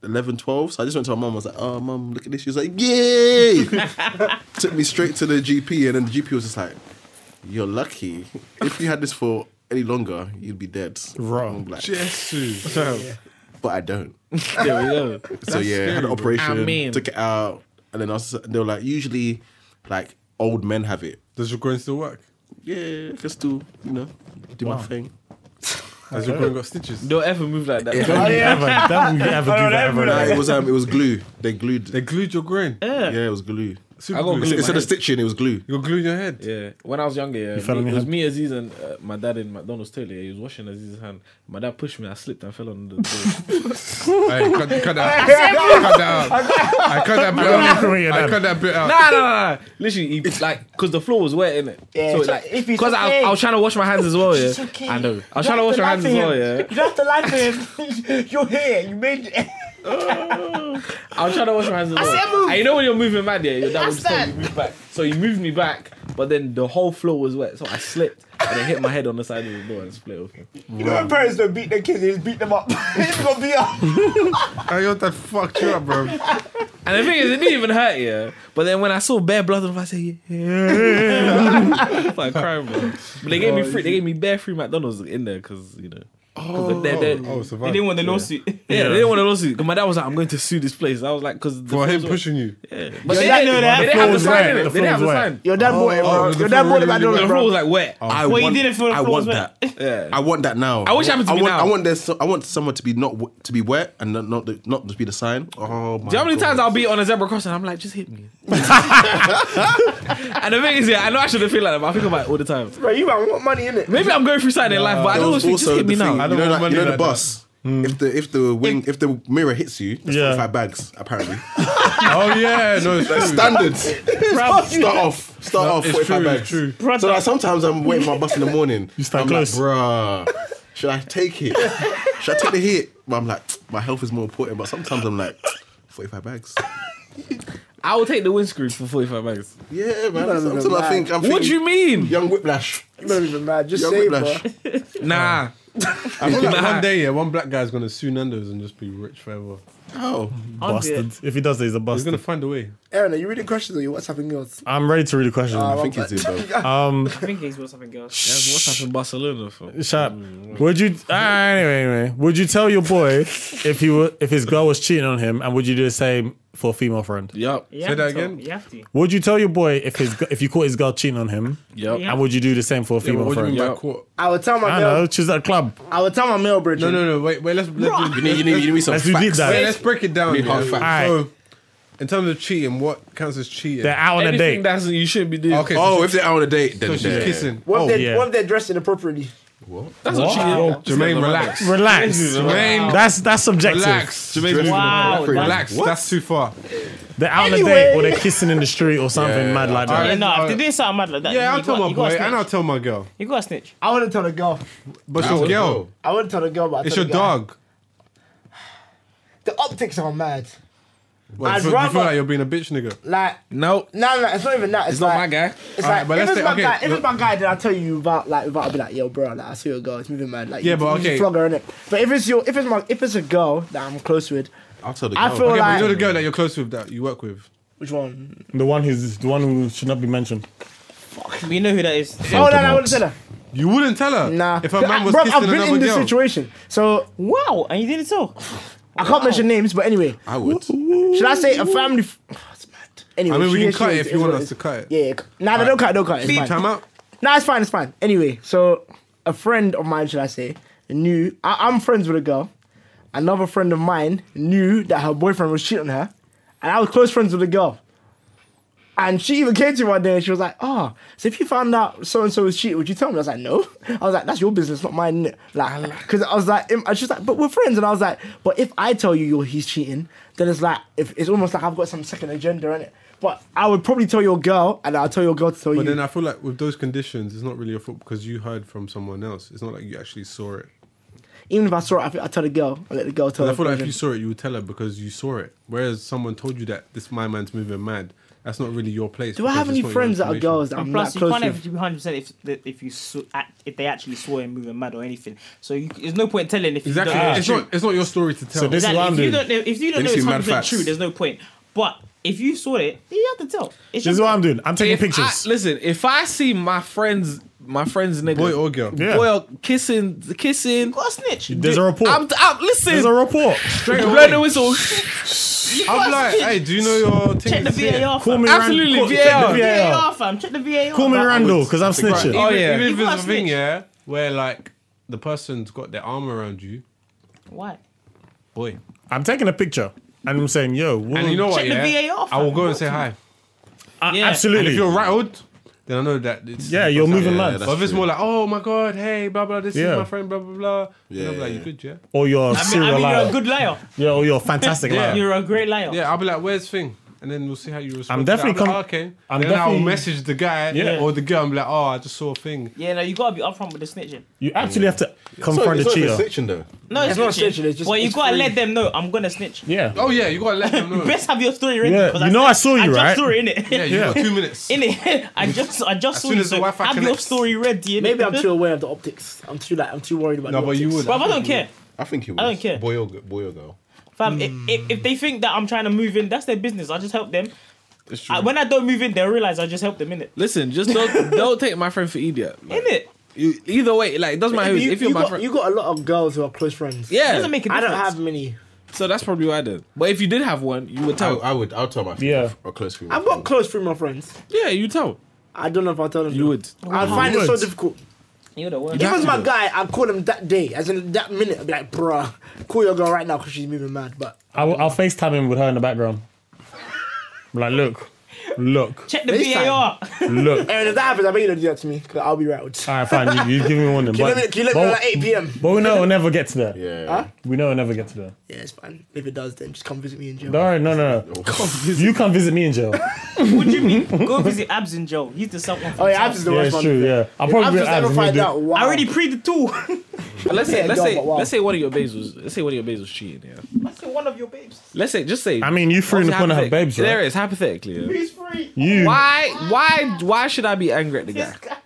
S5: 11, 12 So I just went to my mum. I was like, "Oh, mum, look at this." She was like, "Yay!" Took me straight to the GP, and then the GP was just like, "You're lucky. If you had this for any longer, you'd be dead."
S1: Wrong.
S5: I'm like,
S6: Jesus.
S5: but I don't.
S2: There we go.
S5: so yeah, had an
S6: scary, bro.
S5: operation.
S2: I mean-
S5: took it out, and then I was, they were like, usually, like old men have it.
S6: Does your groin still work?
S5: yeah, I can still, you know, do my thing.
S6: Has your groin got stitches?
S2: Don't ever move like that.
S1: Don't you ever, don't you ever do that ever.
S5: Nah,
S1: again.
S5: it was um, it was glue. They glued.
S6: They glued your groin.
S5: yeah, it was glue.
S6: Super
S2: I got glue.
S5: Instead
S2: my
S5: of stitching, it was glue.
S6: You're gluing your head.
S2: Yeah, when I was younger, yeah,
S1: fell
S2: me-
S1: on your
S2: it was
S1: hand?
S2: me, Aziz, and uh, my dad in McDonald's toilet. yeah, He was washing Aziz's hand. My dad pushed me. I slipped and fell on the toilet.
S6: Hey, cut, cut that out. cut that out. I cut that bit out.
S1: Look at your
S6: I
S1: dad.
S6: cut that bit out.
S2: nah, nah, nah, nah. Literally, he, like, cause the floor was wet in it.
S7: Yeah,
S2: so
S7: it's
S2: like,
S7: okay. If it's
S2: cause I,
S7: okay.
S2: I was trying to wash my hands as well. Yeah,
S7: okay.
S2: I know. I was trying
S7: You
S2: to
S7: have
S2: wash my
S7: lie
S2: hands
S7: to
S2: as
S7: him.
S2: well. Yeah,
S7: You don't have to lie to him. You're here. You made it.
S2: I was trying to wash my hands as
S7: said
S2: well.
S7: move.
S2: And you know when you're moving mad, yeah, your dad
S7: I
S2: would just tell you
S7: said-
S2: move back. So he moved me back, but then the whole floor was wet, so I slipped and it hit my head on the side of the door and split open.
S7: You know when parents don't beat their kids, they just beat them up. they just gonna beat up.
S6: Hey, your dad fucked you up, bro.
S2: And the thing is, it didn't even hurt, yeah. But then when I saw bare blood, on the floor, I said, yeah. It's like crying, bro. But they gave me free. They gave me bare free McDonald's in there because you know. 'cause they- they- they-
S6: Oh,
S4: They
S6: survive.
S4: didn't want the lawsuit.
S2: yeah, they didn't want to lawsuit. 'Cause my dad was like, "I'm going to sue this place." I was like, "Cause the
S6: For him
S2: floors were-
S6: pushing you.
S2: but they
S7: dad
S2: didn't,
S7: know
S2: they
S7: that?
S2: didn't have the
S1: Floor's
S2: sign.
S1: wet.
S2: in it.
S1: The
S2: They didn't have the
S1: floor's
S2: sign.
S7: Your dad bought it, bro.
S6: the
S7: Your
S6: floor
S7: dad bought it,
S2: Oh,
S6: really
S7: I
S2: The
S7: don't
S2: floor was
S7: know.
S2: like wet.
S5: I
S4: Well,
S5: want,
S4: he didn't feel the
S5: I
S4: floor
S5: want
S4: was
S5: that.
S4: wet.
S5: I want that now.
S2: I wish I happened to
S5: I
S2: me
S5: want,
S2: now.
S5: I want there's. So, I want someone to be not w- to be wet and not not, the, not to be the sign. Oh
S2: Do
S5: my.
S2: you know how many
S5: God.
S2: times I'll be on a zebra crossing? I'm like, just hit me. and the thing is, yeah, I know I shouldn't feel like that, but I think about it all the time.
S7: Bro, you might want money in it.
S2: Maybe I'm going through something in life, but I
S5: There
S2: don't
S5: was
S2: think just
S5: also
S2: hit me
S5: the thing,
S2: now.
S6: I
S5: You
S6: don't
S5: know,
S6: want
S5: like, you
S6: money
S5: know the
S6: like
S5: bus. If the if the wing if the mirror hits you, that's
S1: Yeah.
S5: yeah. five bags apparently.
S6: Oh, yeah. No, it's true.
S5: Standards. start off. Start off.
S6: it's
S5: 45
S6: true, it's
S5: bags.
S6: true.
S5: So like, sometimes I'm waiting for my bus in the morning. You
S1: stand
S5: I'm
S1: close.
S5: Like, Bruh, should I take it? Should I take the hit? But I'm like, my health is more important. But sometimes I'm like, 45 bags.
S2: I will take the windscreen for 45 bags.
S5: Yeah, man.
S7: don't
S5: Sometimes
S7: even
S5: I think I'm
S2: What do
S5: thinking
S2: you mean?
S5: young whiplash.
S7: You don't even mad. Just
S5: Young
S7: say, bro.
S5: whiplash.
S2: Nah.
S6: I feel like one day, yeah, one black guy's going to sue Nando's and just be rich forever.
S5: Oh.
S1: Bastard. If he does that, he's a
S6: He's going
S1: bastard.
S6: to find a way.
S7: Aaron, are you reading questions or you WhatsApping girls?
S1: I'm ready to read the question.
S5: I think he's doing though.
S1: Um,
S4: I think he's got something else.
S2: That's what's happened in Barcelona for.
S1: Sharp. Would you ah, anyway, anyway? Would you tell your boy if he were, if his girl was cheating on him, and would you do the same for a female friend?
S2: Yup.
S4: You
S6: Say
S4: have
S6: that
S4: to tell-
S6: again?
S4: You have to.
S1: Would you tell your boy if his g- if you caught his girl cheating on him,
S2: Yup.
S4: Yeah.
S1: and would you do the same for a
S6: Yeah,
S1: female
S6: but what do you
S1: friend?
S6: mean by
S2: Yeah.
S6: court?
S7: I would tell my
S1: I
S7: male.
S1: know. She's at a club.
S7: I would tell my male bridge.
S6: No, no, no. Wait, wait. Let's, let's,
S5: You need, you need, you need some
S1: Let's do deep
S5: facts.
S1: dive.
S6: Wait, let's break it down.
S5: Need
S6: Yeah.
S5: hard facts.
S6: So, in terms of cheating, what counts as cheating?
S1: They're out on a
S2: Anything
S1: date.
S2: that's you shouldn't be doing.
S6: okay, so
S5: Oh, if they're out on a date, then
S6: she's, so she's
S5: they're-
S6: kissing.
S7: What,
S1: Oh,
S7: if they're,
S1: yeah.
S7: what if they're dressed inappropriately?
S2: That's not cheating.
S1: Wow.
S6: Jermaine, relax.
S1: Relax.
S6: Jermaine,
S1: That's that's subjective.
S6: relax. Jermaine,
S5: Dressed
S4: Wow,
S5: inappropriately.
S4: that's-
S6: relax. That's too far.
S1: They're out on a date or they're kissing in the street or something
S5: Yeah.
S1: mad like that.
S4: Yeah, no, if
S6: Alright.
S4: they're doing something mad like that,
S6: uh, Yeah,
S4: you
S6: I'll tell
S4: got-
S6: my
S4: you got
S6: boy
S4: a
S6: and I'll
S4: snitch.
S6: tell my girl.
S4: You got a snitch.
S7: I wouldn't tell the girl.
S6: But it's your girl.
S7: I wouldn't tell the girl, but I'd
S6: It's
S7: tell
S6: your
S7: the guy.
S6: dog.
S7: The optics are mad.
S6: Well,
S7: I'd
S6: you feel, you feel
S7: rather-
S6: like you're being a bitch, nigga.
S7: Like,
S2: No,
S7: no, no, it's not even that. It's,
S2: it's not
S7: like-
S2: my guy.
S7: It's
S6: Alright,
S7: like,
S6: but
S7: if
S6: let's
S7: it's
S6: say-
S7: my
S6: okay,
S7: guy, if
S6: look-
S7: it's my guy, then I'll tell you about like about I'll be like, yo, bro, like I see your girl, it's moving mad. Like,
S6: Yeah,
S7: you,
S6: but
S7: you
S6: okay.
S7: flog her in it. But if it's your, if it's my, if it's a girl that I'm close with,
S5: I'll tell the
S7: I
S5: girl.
S7: feel
S6: Okay, but
S7: like
S6: you're the girl that you're close with, that you work with.
S7: which one?
S1: The one who's the one who should not be mentioned.
S4: We know who that is.
S7: Oh no, no, I wouldn't tell her.
S6: You wouldn't tell her.
S7: Nah,
S6: If her man was
S7: Bruv,
S6: kissing
S7: I've been
S6: another
S7: in this
S6: girl.
S7: situation, so
S4: Wow, and you didn't tell.
S7: I can't mention names. But anyway,
S5: I would.
S7: should I say a family? F- That's mad. Anyway,
S6: I mean, we
S7: she
S6: can
S7: is-
S6: cut
S7: she
S6: it
S7: is-
S6: if you
S7: is
S6: want
S7: what
S6: us to
S7: is.
S6: cut it.
S7: Yeah, yeah. c- Nah, no, don't cut, it, don't cut. it, It's fine.
S6: Time out.
S7: Nah, it's fine, it's fine. Anyway, so a friend of mine, should I say, knew I, I'm friends with a girl. Another friend of mine knew that her boyfriend was cheating on her, and I was close friends with the girl. And she even came to me one day and she was like, Oh, so if you found out so and so was cheating, would you tell me? I was like, No. I was like, That's your business, not mine. innit?" Like, because I was like, im- and she's like, But we're friends. And I was like, But if I tell you you're, he's cheating, then it's like, if, it's almost like I've got some second agenda in it. But I would probably tell your girl, and I'll tell your girl to tell you.
S6: But then I feel like with those conditions, it's not really your fault because you heard from someone else. It's not like you actually saw it.
S7: Even if I saw it, I, think I tell the girl. I let the girl tell.
S6: But I
S7: her
S6: feel like if
S7: version.
S6: you saw it, you would tell her because you saw it. Whereas someone told you that this my man's moving mad. That's not really your place.
S7: Do I have any friends that are girls that I'm
S4: And
S7: not
S4: plus, you
S7: close
S4: can't
S7: with?
S4: ever be hundred percent if the- if you saw, act- if they actually saw him moving mad or anything. So you, there's no point telling if
S6: Exactly.
S4: you don't.
S6: it's not. It's not your story to tell.
S1: So this-
S4: Exactly.
S1: what I'm
S4: If you
S1: doing.
S4: don't know, if you don't know
S5: see
S4: it's
S5: mad
S4: hundred percent
S5: facts.
S4: true, there's no point. But if you saw it, you have to tell. It's
S1: This is
S4: just-
S1: what I'm doing. I'm taking
S2: If
S1: pictures.
S2: I, listen, if I see my friends, my friends, nigga,
S6: boy or girl.
S1: Yeah.
S2: boy or kissing, kissing.
S4: You got a snitch.
S1: There's a report.
S2: I'm, I'm listen.
S1: There's a report.
S2: Straight away. the whistle.
S6: I'm like, hey, do you know your thing?
S4: Check the
S6: is here?
S4: VAR.
S1: Call
S4: fam.
S1: me
S2: Absolutely,
S1: Rand- call, check the
S4: VAR,
S1: VAR.
S4: fam. Check the VAR.
S1: Call me
S4: fam.
S1: Randall because I'm snitching.
S2: Oh yeah.
S6: Even if
S4: You
S6: it's
S4: are
S6: a thing,
S4: snitch.
S6: yeah, where like the person's got their arm around you,
S4: Why?
S6: boy.
S1: I'm taking a picture and I'm saying, yo, woman,
S6: And you know what?
S4: Check the
S6: Yeah,
S4: VAR,
S6: I will
S4: fam.
S6: go and say
S1: I-
S6: hi.
S4: Yeah.
S6: And if
S1: absolutely.
S6: you're rattled, then I know that. It's
S1: yeah, you're moving
S5: Yeah,
S1: mad.
S5: that's-
S6: But if it's more like, oh my god, hey, blah blah, this
S1: Yeah.
S6: is my friend, blah blah blah. Yeah,
S5: Yeah,
S6: I'll be like,
S5: yeah,
S6: you good, yeah?
S1: or you're a
S4: I mean,
S1: serial
S4: I mean,
S1: liar.
S4: you're a good liar.
S1: yeah, or you're a fantastic liar.
S4: You're a great liar.
S6: Yeah, I'll be like, where's thing? And then we'll see how you respond.
S1: I'm
S6: to that.
S1: definitely
S6: I'll be
S1: com-
S6: like, oh, okay.
S1: I'm
S6: and then I'll
S1: definitely-
S6: message the guy
S1: Yeah.
S6: or the girl and be like, oh, I just saw a thing.
S4: Yeah, no, you gotta be upfront with the snitching.
S1: You actually have to
S5: It's not-
S1: confront
S5: it's
S1: the
S5: not even
S1: cheater.
S5: snitching though.
S4: No, it's,
S7: not
S4: snitching.
S7: snitching, it's just-
S4: but you
S7: it's
S4: gotta
S7: free.
S4: let them know I'm gonna snitch.
S1: Yeah.
S6: Oh yeah, you gotta let them know.
S4: Best have your story ready.
S1: Yeah,
S4: 'cause
S1: you know I saw you,
S4: I
S1: right?
S4: just saw it in it.
S6: yeah, you got two minutes.
S4: In it, I just, I just saw
S6: soon
S4: you.
S6: as the
S4: So have
S6: Wi-Fi
S4: your
S6: connects.
S4: story ready. innit?
S7: Maybe I'm too aware of the optics. I'm too like I'm too worried about.
S6: No,
S7: the
S6: but Oh, you
S7: optics.
S6: would.
S4: Bruv, I don't care,
S5: I think he was.
S4: don't care.
S5: Boy or, g- boy or girl.
S4: fam.
S6: Hmm.
S4: i- If, if they think that I'm trying to move in, that's their business. I just help them.
S5: It's true.
S4: I, when I don't move in, they'll realize I just helped them in it.
S2: Listen, just don't don't take my friend for idiot. Like,
S4: In it,
S2: you- either way, like it doesn't matter. who-
S7: You,
S2: if you're
S7: you
S2: my
S7: got,
S2: friend,
S7: you got a lot of girls who are close friends.
S2: yeah,
S4: doesn't make a
S7: I
S4: difference.
S7: don't have many.
S2: So that's probably why I did. But if you did have one, you would
S5: I,
S2: tell.
S5: I would. I'll tell my
S1: Yeah.
S5: friend or close friend.
S7: I've got close female friends.
S2: yeah, you tell.
S7: I don't know if I'll tell them.
S2: You
S7: though.
S2: would.
S7: I'd find it so
S1: would.
S7: difficult.
S4: You're the worst.
S7: If it was my guy, I'd call him that day, as in that minute. I'd be like, bruh, call your girl right now because she's moving mad. But
S1: I will, I'll FaceTime him with her in the background. I'm like, look, look,
S4: Check the
S7: FaceTime.
S4: VAR.
S1: look.
S7: and if that happens, I bet you don't do that to me because I'll be rattled.
S1: All right, fine. You, you give me one. Then,
S7: Can you let me,
S1: but,
S7: can you let me know at
S1: but,
S7: 8 p.m.?
S1: but we know we'll never get to that.
S5: Yeah.
S1: We know we'll never get to that.
S7: Yeah, it's fine. If it does, then just come visit me in jail.
S1: All right, no, no, no. You come visit me in jail.
S4: Would you mean go visit Abs in jail? He's the someone.
S7: Oh yeah, Abs is the
S1: Yeah,
S7: worst
S1: it's
S7: one.
S1: true. Yeah, I'll
S7: Abs
S1: probably Abs
S7: just ever
S1: will
S7: find
S1: do-
S7: out. Wow.
S4: I already pre the two.
S2: Let's say,
S7: Yeah,
S2: let's
S7: go,
S2: say,
S7: but wow.
S2: let's say one of your babes was, let's say one of your babes was cheating. Yeah.
S4: That's one of your babes.
S2: Let's say, just say.
S1: I mean, you threw in the corner of her
S2: hypothetic-
S1: babes,
S2: There
S1: right?
S2: it is hypothetically. Yeah.
S4: He's free.
S1: You,
S2: Why, why, why should I be angry at the guy?
S4: This guy.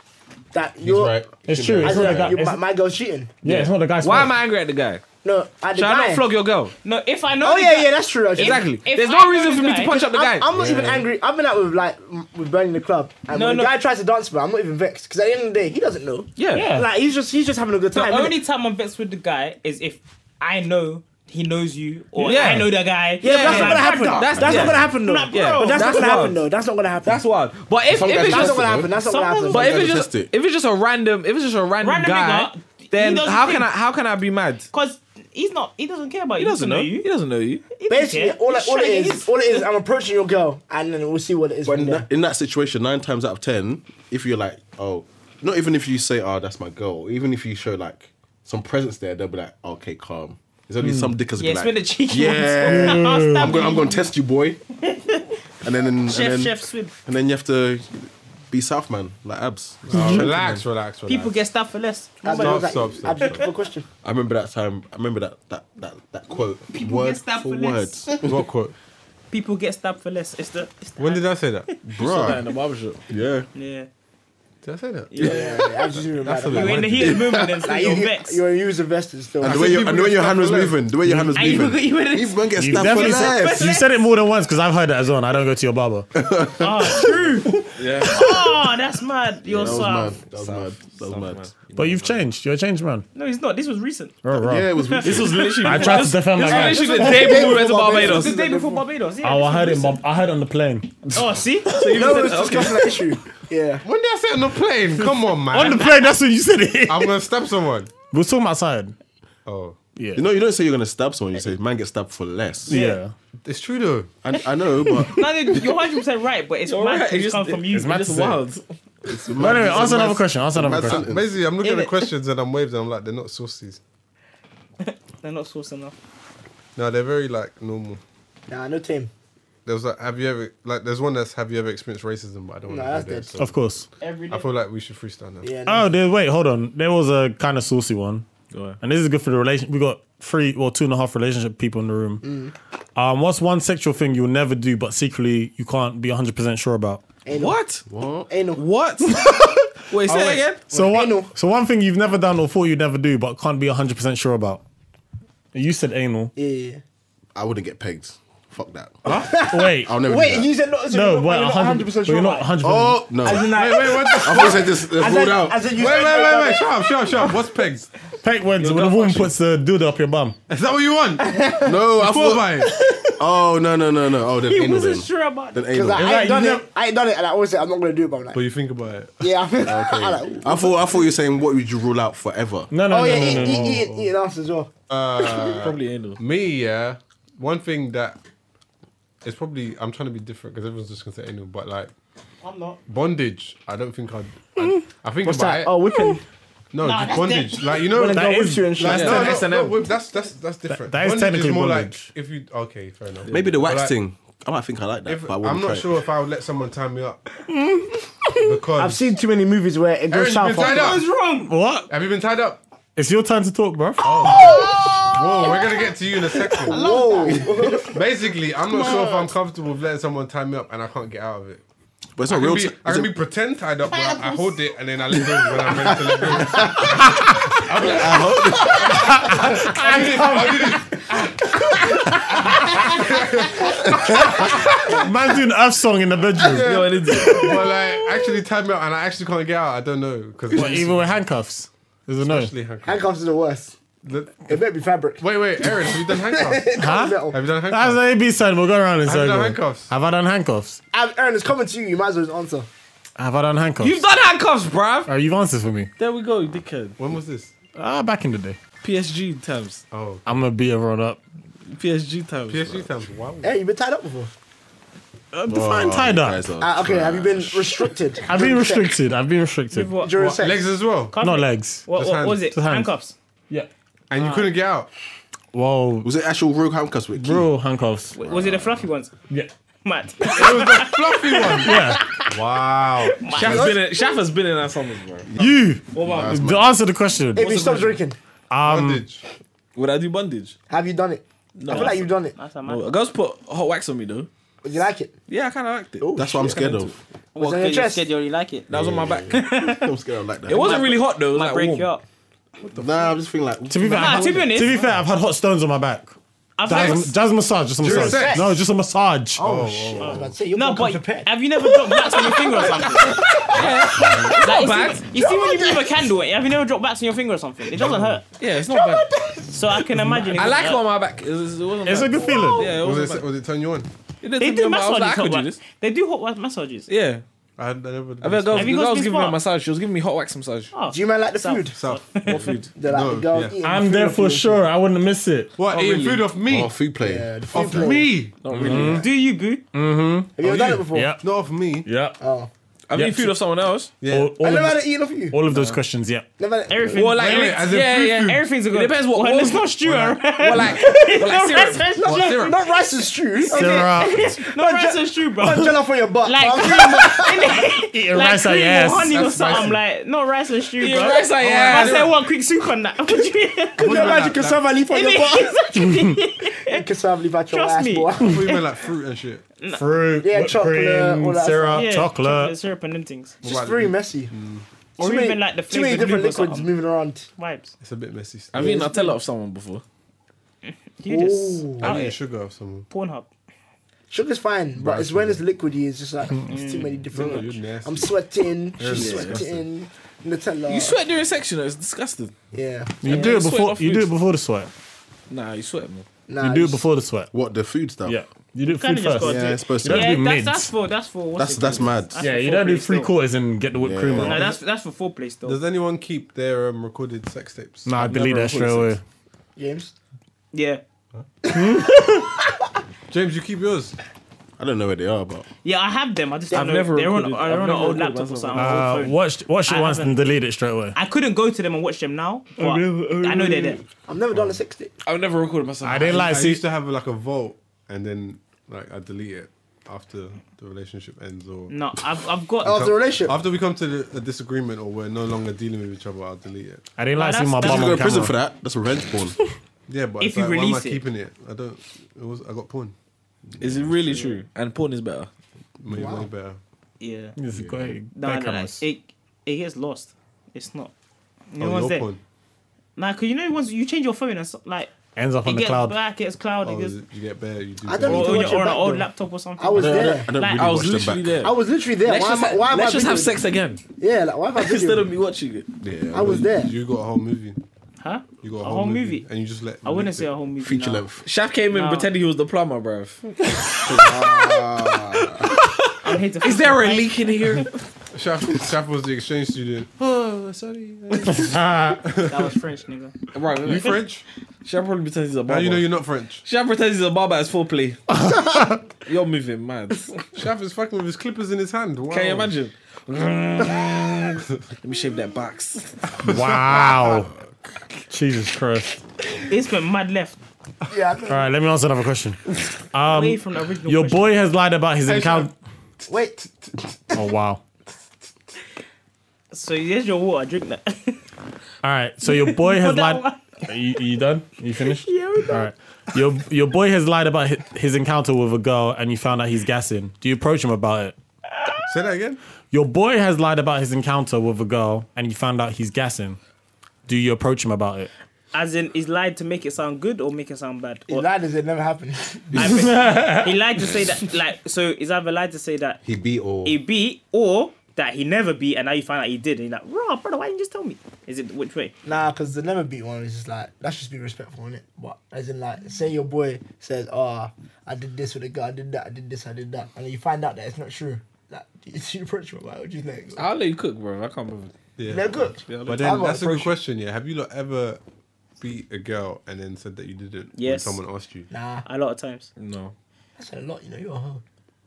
S7: that
S5: He's
S7: you're.
S5: right.
S1: it's true.
S7: I
S1: It's
S7: said,
S1: not the guy.
S7: you- my,
S1: It's,
S7: my girl's cheating.
S1: yeah, it's not the guy's
S2: Why am
S1: fault.
S2: I angry at the guy?
S7: No, I
S2: Should
S7: did
S2: I not flog your girl?
S4: No, if I know.
S7: Oh
S4: the
S7: yeah,
S4: guy-
S7: yeah, that's true. Actually.
S2: Exactly.
S4: if
S2: There's
S4: I
S2: no
S4: know
S2: reason
S4: the
S2: for me to
S4: guy-
S2: punch up the guy.
S7: I'm, I'm not even angry. I've been out with like m- with burning the club, and
S4: No,
S7: when
S4: no.
S7: the guy tries to dance with her, I'm not even vexed because at the end of the day, he doesn't know.
S2: yeah.
S1: Yeah.
S7: Like he's just he's just having a good
S4: The
S7: time. innit?
S4: only time I'm vexed with the guy is if I know he knows you, or
S2: Yeah.
S4: I know that guy.
S7: yeah, but that's
S4: and
S7: not gonna
S4: I'm
S7: happen.
S4: like,
S7: That's,
S2: yeah.
S7: not gonna happen though.
S4: Nah,
S7: Yeah.
S4: bro.
S7: But that's,
S2: That's
S7: not gonna happen
S2: wild.
S7: though. That's not gonna happen.
S2: That's wild. But if, if
S5: guys
S2: it's
S7: that's
S2: just
S7: not gonna happen. That's not gonna
S4: Sometimes-
S7: happen.
S2: But if
S5: Sometimes
S2: it's
S5: you
S2: just
S5: test it.
S2: if it's just a random if it's just a random,
S4: Random
S2: guy,
S4: nigga, he
S2: then
S4: does
S2: how
S4: his
S2: can I
S4: thing.
S2: how can I be mad?
S4: Cause he's not. He doesn't care about
S2: He
S4: you.
S2: doesn't know you. He doesn't know you.
S4: He doesn't
S7: Basically,
S4: care.
S7: all, I,
S4: He's
S7: all it
S4: showing
S7: is,
S4: his-
S7: all it is, I'm approaching your girl, and then we'll see what it is.
S5: But
S7: From
S5: in
S7: there.
S5: that, in that situation, nine times out of ten, if you're like, oh, not even if you say, oh, that's my girl, even if you show like some presence there, they'll be like, okay, calm. There's only some dickers who be
S4: Yeah, it's
S5: like,
S4: been a cheeky
S5: yeah,
S4: one. I'll stab
S5: I'm gonna, I'm
S4: you.
S5: gonna test you, boy. And then, and
S4: Chef,
S5: then,
S4: chef, swim.
S5: and then you have to be Southman like abs.
S6: Relax, relax, relax.
S4: People get stabbed for less.
S7: That's what I was like,
S6: Oh, stop, stop,
S7: I'd be looking for a question.
S5: I remember that time. I remember that that that, that quote.
S4: People
S5: word
S4: get stabbed
S5: for
S4: for
S5: word,
S4: less.
S6: what quote?
S4: People get stabbed for less. It's the. It's the
S6: When did I say that? Did
S5: bro.
S2: the barbershop.
S5: Yeah,
S4: yeah.
S6: I say that?
S7: Yeah, yeah, yeah. I was just doing
S6: That's
S7: that.
S6: a
S4: You're in the heat of the moment and so
S7: Like,
S4: you're
S7: you,
S4: vexed.
S7: you're a user investor still.
S5: and the way your and the way your hand was moving, the way your hand was
S4: And you
S5: moving,
S4: you in
S5: you won't get
S1: You've
S5: stabbed for
S1: definitely said,
S5: less.
S1: you've said it more than once because I've heard that as well. And I don't go to your barber.
S4: Oh, true. Oh, that's mad. You're
S5: That was
S4: soft.
S5: mad. That was mad. That was mad.
S1: But you've changed. You're a changed man.
S4: No, he's not. This was recent.
S1: Ruh, ruh.
S5: Yeah, it was. This
S2: was literally.
S1: I tried to defend my guy.
S2: Literally the day before we went to Barbados.
S4: The day before Barbados. Yeah,
S1: Oh, I
S4: this
S1: heard
S4: was
S1: it. Mom. I heard on the plane.
S4: recent. Oh, see? So you
S7: No, it's discussing that issue. Yeah.
S6: When did I say on the plane? Come on, man.
S1: On the plane. That's when you said it.
S6: I'm gonna stab someone.
S1: we are talking outside.
S6: Oh,
S1: Yeah.
S5: You know, you don't say you're gonna stab someone. You say, "Man, get stabbed for less."
S1: yeah.
S6: it's true though.
S5: I, I know, but
S4: No, you're 100% right, but it's mad
S2: It's
S4: to
S2: just-
S4: come from you.
S1: It's mad to
S2: It's
S1: say.
S2: wild.
S1: But anyway, answer another question. Answer another
S5: Mad
S1: question.
S5: sentence.
S6: Basically, I'm looking at the
S4: Innit?
S6: questions and I'm waving. I'm like, they're not saucies.
S4: They're not source enough.
S6: No, they're very like normal.
S7: Nah, no team.
S6: There was like, have you ever like? There's one that's have you ever experienced racism? But I don't
S7: No,
S6: want
S7: that's
S6: to go there.
S7: dead.
S6: So
S1: Of course.
S4: Every day.
S6: I feel like we should freestyle now.
S7: Yeah. No.
S1: Oh, there, wait, hold on. There was a kind of saucy one, and this is good for the relation. We got three, well, two and a half relationship people in the room. Um, what's one sexual thing you'll never do, but secretly you can't be 100 percent sure about?
S2: What?
S7: Anal.
S2: What? Wait, say that again.
S1: So
S7: anal.
S1: one, so one thing you've never done or thought you'd never do, but can't be 100 percent sure about. You said anal.
S7: Yeah, yeah.
S5: I wouldn't get pegged. Fuck that.
S1: Wait,
S5: I'll never.
S7: Wait,
S5: do that.
S7: you said not. So
S1: no,
S7: you're
S1: wait,
S7: not, you're not 100 percent sure.
S1: You're not
S7: about it.
S1: 100.
S5: Oh no!
S7: As in,
S5: I
S7: like,
S6: Wait, wait, what the?
S5: thought you said this uh,
S7: as
S5: ruled
S7: in-
S5: out.
S7: as in you
S6: Wait, wait,
S7: said no,
S6: wait,
S7: no,
S6: wait! Shut up, shut up, shut up! What's pegs?
S1: Peg when when a woman puts the dude up your bum.
S6: Is that what you want?
S5: no, I
S6: Four
S5: thought.
S6: by it.
S5: Oh no no no no! Oh then
S4: He
S5: anal
S4: wasn't
S5: then.
S4: sure about
S5: Then
S4: that.
S5: anal.
S7: Like, I ain't
S1: like,
S7: done
S1: you
S7: it. I ain't done it, and I always say I'm not gonna do it, but I'm like,
S6: But you think about it.
S7: yeah. I'm, I'm like,
S5: I thought I thought you were saying what would you rule out forever?
S1: No, no,
S7: oh
S1: no,
S7: yeah,
S1: no,
S7: eat,
S1: no, no.
S7: eat, eat, eat an ass as well.
S2: Probably anal.
S6: Me, yeah. One thing that it's probably I'm trying to be different because everyone's just gonna say anal, but like
S4: I'm not.
S6: bondage, I don't think I'd. I, I think
S7: What's
S6: about
S7: that?
S6: it.
S7: Oh, whipping.
S6: no,
S4: Nah,
S6: just
S4: that's
S6: bondage.
S4: dead.
S6: Like you know,
S7: When a
S6: that,
S7: girl
S1: is-
S7: whips you and shit.
S6: that's,
S7: Yeah.
S6: no,
S2: that's
S6: no,
S2: an
S6: no,
S2: M.
S6: wait, that's that's that's different.
S1: that is
S6: bondage
S1: technically
S6: is more
S1: bondage.
S6: like if you okay, fair enough.
S5: Maybe the wax
S6: But, like,
S5: thing. I might think I like that,
S6: If,
S5: but I
S6: I'm
S5: wouldn't try
S6: not
S5: it.
S6: sure if I would let someone tie me up because
S7: I've seen too many movies where it
S6: Aaron,
S7: goes
S6: you've
S7: south.
S6: been tied
S7: after.
S6: up.
S1: What? What?
S6: Have you been tied up?
S1: It's your time to talk, bruv.
S7: Oh.
S6: Whoa, we're gonna get to you in a second.
S7: Whoa.
S6: Basically, I'm not sure if I'm comfortable with letting someone tie me up and I can't get out of it.
S5: But it's not
S6: I
S5: real.
S6: can, be,
S5: t-
S6: I
S5: is
S6: can
S5: it-
S6: be pretend tied up, but I, I hold it and then I let go when I'm meant to let go. I'm like, I hold it. I did it. I did it.
S1: Man's doing an F song in the bedroom,
S2: Yo, it is.
S6: But like, actually tied me up and I actually can't get out. I don't know because
S1: but even with handcuffs. There's a no.
S7: Handcuffs are the worst. It better be fabric.
S6: Wait, wait, Aaron, have you done handcuffs?
S1: Huh?
S7: Metal.
S6: Have you done
S1: That's
S6: handcuffs?
S1: the AB sign. We'll go around in
S6: you done
S1: circles.
S6: handcuffs?
S1: Have I done handcuffs?
S7: Um, Aaron, it's coming to you. You might as well just answer.
S1: Have I done handcuffs?
S2: You've done handcuffs, bruv.
S1: Oh, you've answered for me.
S2: There we go, dickhead.
S6: When was this?
S1: Ah, back in the day.
S2: PSG times.
S6: Oh,
S1: I'm gonna beat everyone up.
S2: PSG times.
S6: PSG times. Wow.
S7: Hey, you've been tied up before.
S1: Uh,
S5: Oh,
S1: define tied
S5: you
S1: up.
S5: guys are
S7: Uh, okay, have you
S5: trash.
S7: been restricted?
S1: I've been restricted. I've been restricted.
S4: What,
S7: During
S4: what,
S7: sex?
S6: Legs as well.
S4: Cuff-
S1: Not legs.
S4: What,
S6: Just
S4: what was
S6: hands.
S4: it?
S1: Just hands.
S4: Handcuffs.
S6: And you couldn't get out.
S1: Whoa,
S5: Was it actual real handcuffs with key?
S1: bro, handcuffs.
S4: Was it the fluffy ones?
S1: Yeah.
S4: Mad.
S6: It was the fluffy one.
S1: Yeah,
S6: Wow.
S2: Shaf has been in, Shaf has been in our summers, bro.
S1: you.
S2: What about me?
S1: The answer to the question.
S7: If you stop drinking,
S1: Um,
S6: Bondage.
S2: Would I do bondage?
S7: have you done it? I feel like you've done it.
S4: That's a
S2: No,
S4: mad.
S2: girls put hot wax on me though.
S7: Would you like it?
S2: Yeah, I kind of liked it.
S5: That's what I'm scared of.
S4: What,
S7: on
S4: 'cause
S7: your
S4: you
S7: chest?
S4: said you already like it.
S2: That was on my back. It
S5: I'm scared of like that.
S2: wasn't really hot though. It was
S4: Might
S2: like
S4: break
S2: warm.
S4: you up.
S5: Nah, I'm just feeling like.
S1: to be fair,
S4: Nah,
S1: I've-
S4: to be honest-
S1: fair, I've had hot stones on my back.
S4: I've
S1: Jazz,
S4: like-
S1: jazz massage, just a
S6: During
S1: massage.
S6: sex?
S1: No, just a massage.
S7: Oh, shit. I was about to say, you're
S4: no,
S7: welcome
S4: but
S7: to pet.
S4: have you never dropped wax on your finger or something? Like, you, see, you see when you leave a candle, eh? have you never dropped wax on your finger or something? It doesn't hurt.
S2: Yeah, it's not bad.
S4: So I can imagine.
S2: I like it
S4: it.
S2: on my back. It, was, it wasn't
S1: It's a
S2: bad.
S1: good feeling.
S2: Yeah, it
S6: Was
S2: wasn't
S6: it,
S2: bad.
S6: was it turn you on?
S2: It didn't
S4: They
S2: turn me
S4: do
S2: on, but I was
S4: massages.
S2: like, I could
S4: hot
S2: do
S4: wax.
S2: this.
S4: They do hot wax massages.
S2: Yeah.
S6: I, I never.
S2: I bet girls,
S4: Have
S2: the
S4: you
S2: girl
S4: guys
S2: was giving
S4: been
S2: me a
S4: smart?
S2: massage. She was giving me hot wax massage.
S4: Oh,
S7: Do you man like the
S4: South.
S7: food?
S6: South.
S2: What food?
S7: They're like,
S6: No,
S7: the girls
S6: yeah.
S7: eating
S1: I'm
S7: food
S1: there
S7: off
S1: for
S7: you.
S1: sure. I wouldn't miss it.
S6: What? eating
S2: really?
S6: food off me?
S5: Oh, food play.
S7: Yeah, the food
S6: off
S7: plate.
S6: me?
S2: Not really.
S4: Do you boo?
S2: Mm.
S7: Have you ever done it before?
S1: Yeah.
S6: Not off me.
S1: Yeah.
S7: Oh.
S2: Have
S1: Yeah.
S2: you food of someone else?
S6: Yeah.
S1: All, all
S7: I never
S1: of,
S7: had it eaten off you.
S1: all of those questions. Yeah.
S7: Never had it.
S4: Everything.
S2: Well, like,
S6: Wait, wait,
S2: yeah,
S6: as in
S2: yeah,
S6: food
S2: yeah.
S6: food?
S4: Everything's a good.
S2: depends what-
S4: Well,
S2: what-
S4: it's not stew. alright?
S2: Well, like, well,
S4: No,
S2: like syrup.
S4: rice-
S7: Not,
S2: What,
S7: not,
S2: syrup?
S7: not rice and stew.
S4: No rice and stew, bro.
S7: Not jello for your butt.
S4: Like-
S7: but I'm saying, like,
S1: Eating
S4: like
S1: rice out
S4: cream
S1: your
S4: or honey
S1: ass.
S4: or something. Like no rice and stew,
S2: Yeah,
S4: bro.
S2: rice like,
S4: I said
S2: yeah.
S4: one quick soup on that. What do you mean?
S7: you
S6: What
S7: imagine
S6: about that-
S7: cassava leaf on your butt. Cassava leaf at your
S4: Trust
S7: ass,
S4: me.
S7: boy.
S6: What do you mean, like fruit and shit?
S1: Fruit,
S7: Yeah,
S1: whipped
S7: chocolate, all
S1: cream,
S7: that
S1: syrup,
S4: Yeah,
S1: chocolate.
S4: syrup, and them things.
S7: It's just
S6: Right.
S7: very messy.
S4: Or
S7: too many,
S4: even like the
S7: too many
S4: flavored
S7: different
S4: lube or
S7: liquids
S4: something.
S7: moving around.
S4: Vibes.
S6: It's a bit messy. Still.
S2: I've eaten Nutella off someone before.
S4: You just
S7: Ooh.
S6: I
S4: out
S6: need
S4: here.
S6: sugar off someone.
S4: Pornhub.
S7: Sugar's fine, but it's when it's liquidy, it's just like it's too many different.
S6: No, you're nasty.
S7: I'm sweating, she's
S6: Yeah.
S7: sweating, Nutella.
S2: You sweat during sex, you know. It's disgusting.
S7: Yeah.
S1: You do it
S2: sweat
S1: before.
S2: off
S1: You do
S2: food.
S1: it before the sweat.
S2: Nah, you sweat, man.
S7: Nah,
S1: You do it
S7: it's-
S1: before the sweat.
S5: What the food stuff?
S1: Yeah. You do
S4: Kinda
S1: food
S4: just
S1: first.
S4: got-
S1: Yeah.
S5: Yeah, I suppose
S1: You
S5: so.
S1: don't do
S4: Yeah, that's,
S1: mids.
S4: that's for that's for what's
S5: That's
S4: it
S5: that's
S4: called?
S5: mad.
S4: That's
S1: Yeah,
S4: for
S1: you don't do
S4: foreplay
S1: three
S4: still.
S1: quarters and get the whipped
S5: Yeah.
S1: cream
S4: No,
S1: on.
S4: that's that's for foreplay still.
S6: Does anyone keep their um, recorded sex tapes?
S1: Nah, I delete that straight away.
S7: James.
S4: Yeah,
S6: James, you keep yours.
S5: I don't know where they are, but
S4: yeah, I have them. I just
S2: I've
S4: don't know.
S2: never
S4: they're on,
S2: recorded-
S4: they're
S2: I've
S4: on an
S2: never
S4: old
S2: recorded
S4: laptop or
S2: myself.
S4: something. or
S1: Uh,
S4: old phone.
S1: watch watch it
S4: I
S1: once and
S4: haven't.
S1: delete it straight away.
S4: I couldn't go to them and watch them now. But I know they're there.
S7: I've never done a sex tape.
S2: I've never recorded myself.
S1: I didn't
S6: I
S1: like see.
S6: used to have like a vault, and then like I delete it after the relationship ends or
S4: No, I've I've got.
S7: After the relationship.
S6: after we come to the, a disagreement or we're no longer dealing with each other. I'll delete it.
S1: I didn't like
S4: No,
S1: seeing my
S4: that's-
S5: you
S1: bum
S5: go
S1: on
S5: to prison
S1: camera.
S5: for that. That's revenge porn.
S6: Yeah, but
S4: If
S6: it's
S4: you
S6: like, why am I
S4: release it.
S6: keeping it? I don't. It was I got porn.
S2: Is it really true? And porn is better.
S6: Made wow. way better.
S4: yeah,
S1: It's great.
S4: no,
S1: Back
S4: no, no,
S1: cameras.
S4: it it gets lost. It's not. No
S6: Oh,
S4: one's
S6: your
S4: there.
S6: porn.
S4: Nah, cause you know once you change your phone and so, like
S1: Ends up
S4: it
S1: on the
S4: gets
S1: cloud.
S4: back, it gets cloud,
S6: Oh,
S4: it gets
S6: is it- you get better. You do.
S7: I don't
S6: better.
S7: need
S4: or,
S7: to
S4: on
S7: watch
S4: your-
S7: it
S4: or on an
S7: back,
S4: old
S7: though.
S4: laptop or something.
S7: I was
S5: I
S7: there.
S5: don't, I don't
S4: Like,
S5: really
S4: I
S2: I
S5: watch
S2: was
S5: them
S2: literally
S5: back.
S2: there.
S7: I was literally there.
S2: let's
S7: Why am
S2: just,
S7: I? Why am I
S2: let's just have
S7: videoing?
S2: sex again
S7: Yeah, like why have I
S2: instead
S7: videoed?
S2: of me watching it.
S5: Yeah,
S7: I was there.
S6: You got a whole movie.
S4: Huh?
S6: You got a,
S4: A
S6: whole,
S4: whole
S6: movie.
S4: movie?
S6: and you just let.
S4: I wouldn't say a whole movie.
S5: feature
S4: no.
S5: length.
S2: Shaf came in
S4: Nah.
S2: pretending he was the plumber, bruv.
S4: I'm here to
S2: Is there a leak in here?
S6: Shaft, Shaft was the exchange student.
S2: oh, sorry.
S4: That was French, nigga.
S2: right,
S6: You
S2: right.
S6: French?
S2: Shaf probably pretends he's a
S6: How
S2: barber.
S6: you know you're not French?
S2: Shaf pretends he's a barber as foreplay. You're moving mad.
S6: Shaft is fucking with his clippers in his hand. Wow.
S2: Can you imagine? Let me shave that box.
S1: Wow. Jesus Christ.
S4: It's been mad left
S7: Yeah. I don't-
S1: All right, let me answer another question.
S4: away from the original.
S1: Um, Your
S4: question.
S1: boy has lied about his encounter.
S7: Wait.
S1: Oh wow.
S4: So here's your water. Drink that.
S1: All right. So your boy has
S4: Put that
S1: lied. Are you, you done? You finished? Yeah, we're done. All right. Your your boy has lied about his, his encounter with a girl, and you found out he's gassing. Do you approach him about it?
S6: Say that again.
S1: Your boy has lied about his encounter with a girl, and you found out he's gassing. Do you approach him about it?
S4: As in, he's lied to make it sound good or make it sound bad.
S7: He
S4: Or
S7: lied as it never happened.
S4: I mean, he lied to say that, like, so he's either lied to say that
S5: He beat all.
S4: he beat or that he never beat, and now you find out he did, and you're like, raw, brother, why didn't you just tell me? Is it which way?
S7: Nah, because the never beat one is just like that's just be respectful, innit? But as in like, say your boy says, "Oh, I did this with a girl, I did that, I did this, I did that," and then you find out that it's not true. Like, do you, do you approach me? Why would you think?
S2: I'll let you cook, bro. I can't remember.
S6: Yeah.
S7: They're good.
S6: But
S7: I
S6: then
S7: got
S6: that's a good
S7: approached-
S6: question. Yeah, have you lot ever beat a girl and then said that you did it
S4: Yes.
S6: when someone asked you?
S7: Nah,
S4: A lot of times.
S2: No.
S7: that's a lot. You know, you're a hoe.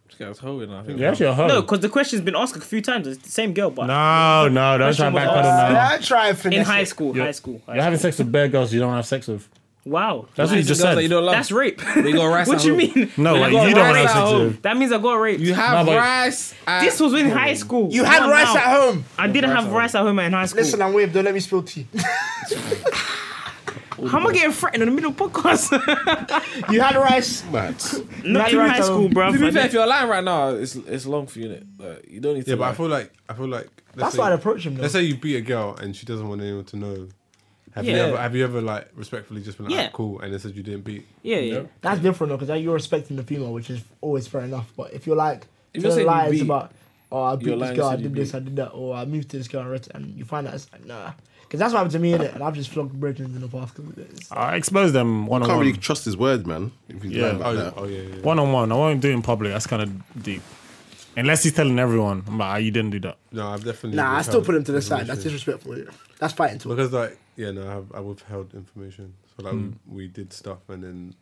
S2: This guy's hoeing. I think.
S1: You're actually a hoe.
S4: No, because the question's been asked a few times. It's the same girl, but
S1: no, no, don't try
S4: Question
S1: and
S4: was
S1: backpedal
S4: asked.
S1: now.
S7: I try and finesse
S4: in high
S7: it.
S4: school,
S1: Yeah.
S4: high school. high
S1: You're having
S4: school.
S1: sex with bare girls you don't have sex with.
S4: Wow.
S1: That's what you just said.
S2: That you don't love.
S4: That's rape.
S2: You got rice
S4: what
S2: at
S4: you
S2: home.
S4: mean?
S1: No,
S4: When I
S1: like
S4: got
S1: you don't
S4: raped
S1: have
S4: at
S1: sex
S4: home,
S1: with.
S4: That means I got raped.
S2: You have
S1: No, but-
S2: rice. At
S4: this was in high school.
S7: You had
S4: Not
S7: rice
S4: now.
S7: at home.
S4: I didn't have rice at home in high school.
S7: Listen, I'm waved. Don't let me spill tea.
S4: How am I getting threatened in the middle of podcast?
S7: you had rice.
S5: Mad.
S4: Not
S7: had
S4: in
S7: rice
S4: high
S7: at
S4: school,
S7: home.
S4: bro.
S2: To be fair, if you're lying right now, it's it's long for you. innit? Like, you don't need to.
S6: Yeah, but I
S2: lie.
S6: feel like I feel like
S7: That's
S6: say-
S7: why I'd approach him though.
S6: Let's say you beat a girl and she doesn't want anyone to know. Have you
S4: Yeah.
S6: ever have you ever like respectfully just been like
S4: Yeah.
S6: "Ah, cool and then said you didn't beat?
S4: yeah, yeah.
S7: That's different though, because you're respecting the female, which is always fair enough. But if you're like
S2: If you're
S7: telling
S2: saying you
S7: lies
S2: beat,
S7: about, oh, I beat
S2: you're
S7: this
S2: lying,
S7: girl, I
S2: said you
S7: did this, I did that, or I moved to this girl and wrote, and you find out it's like, nah, because that's what happened to me in it, and I've just flogged virgins in the past couple of days.
S1: I expose them one on
S5: Can't really
S1: one.
S5: trust his word, man. If he's
S1: Yeah.
S5: lying
S6: Oh,
S5: about that.
S6: oh yeah, yeah, yeah.
S1: One on one. I won't do it in public. That's kind of deep. Unless he's telling everyone, I'm like, "Ah, you didn't do that.
S6: No, I've definitely.
S7: Nah, I still
S6: withheld
S7: put him to the side. That's
S6: information.
S7: disrespectful. Yeah. That's fighting talk.
S6: Because like yeah, no, I've, I withheld information. So like
S2: Mm.
S6: we, we did stuff, and then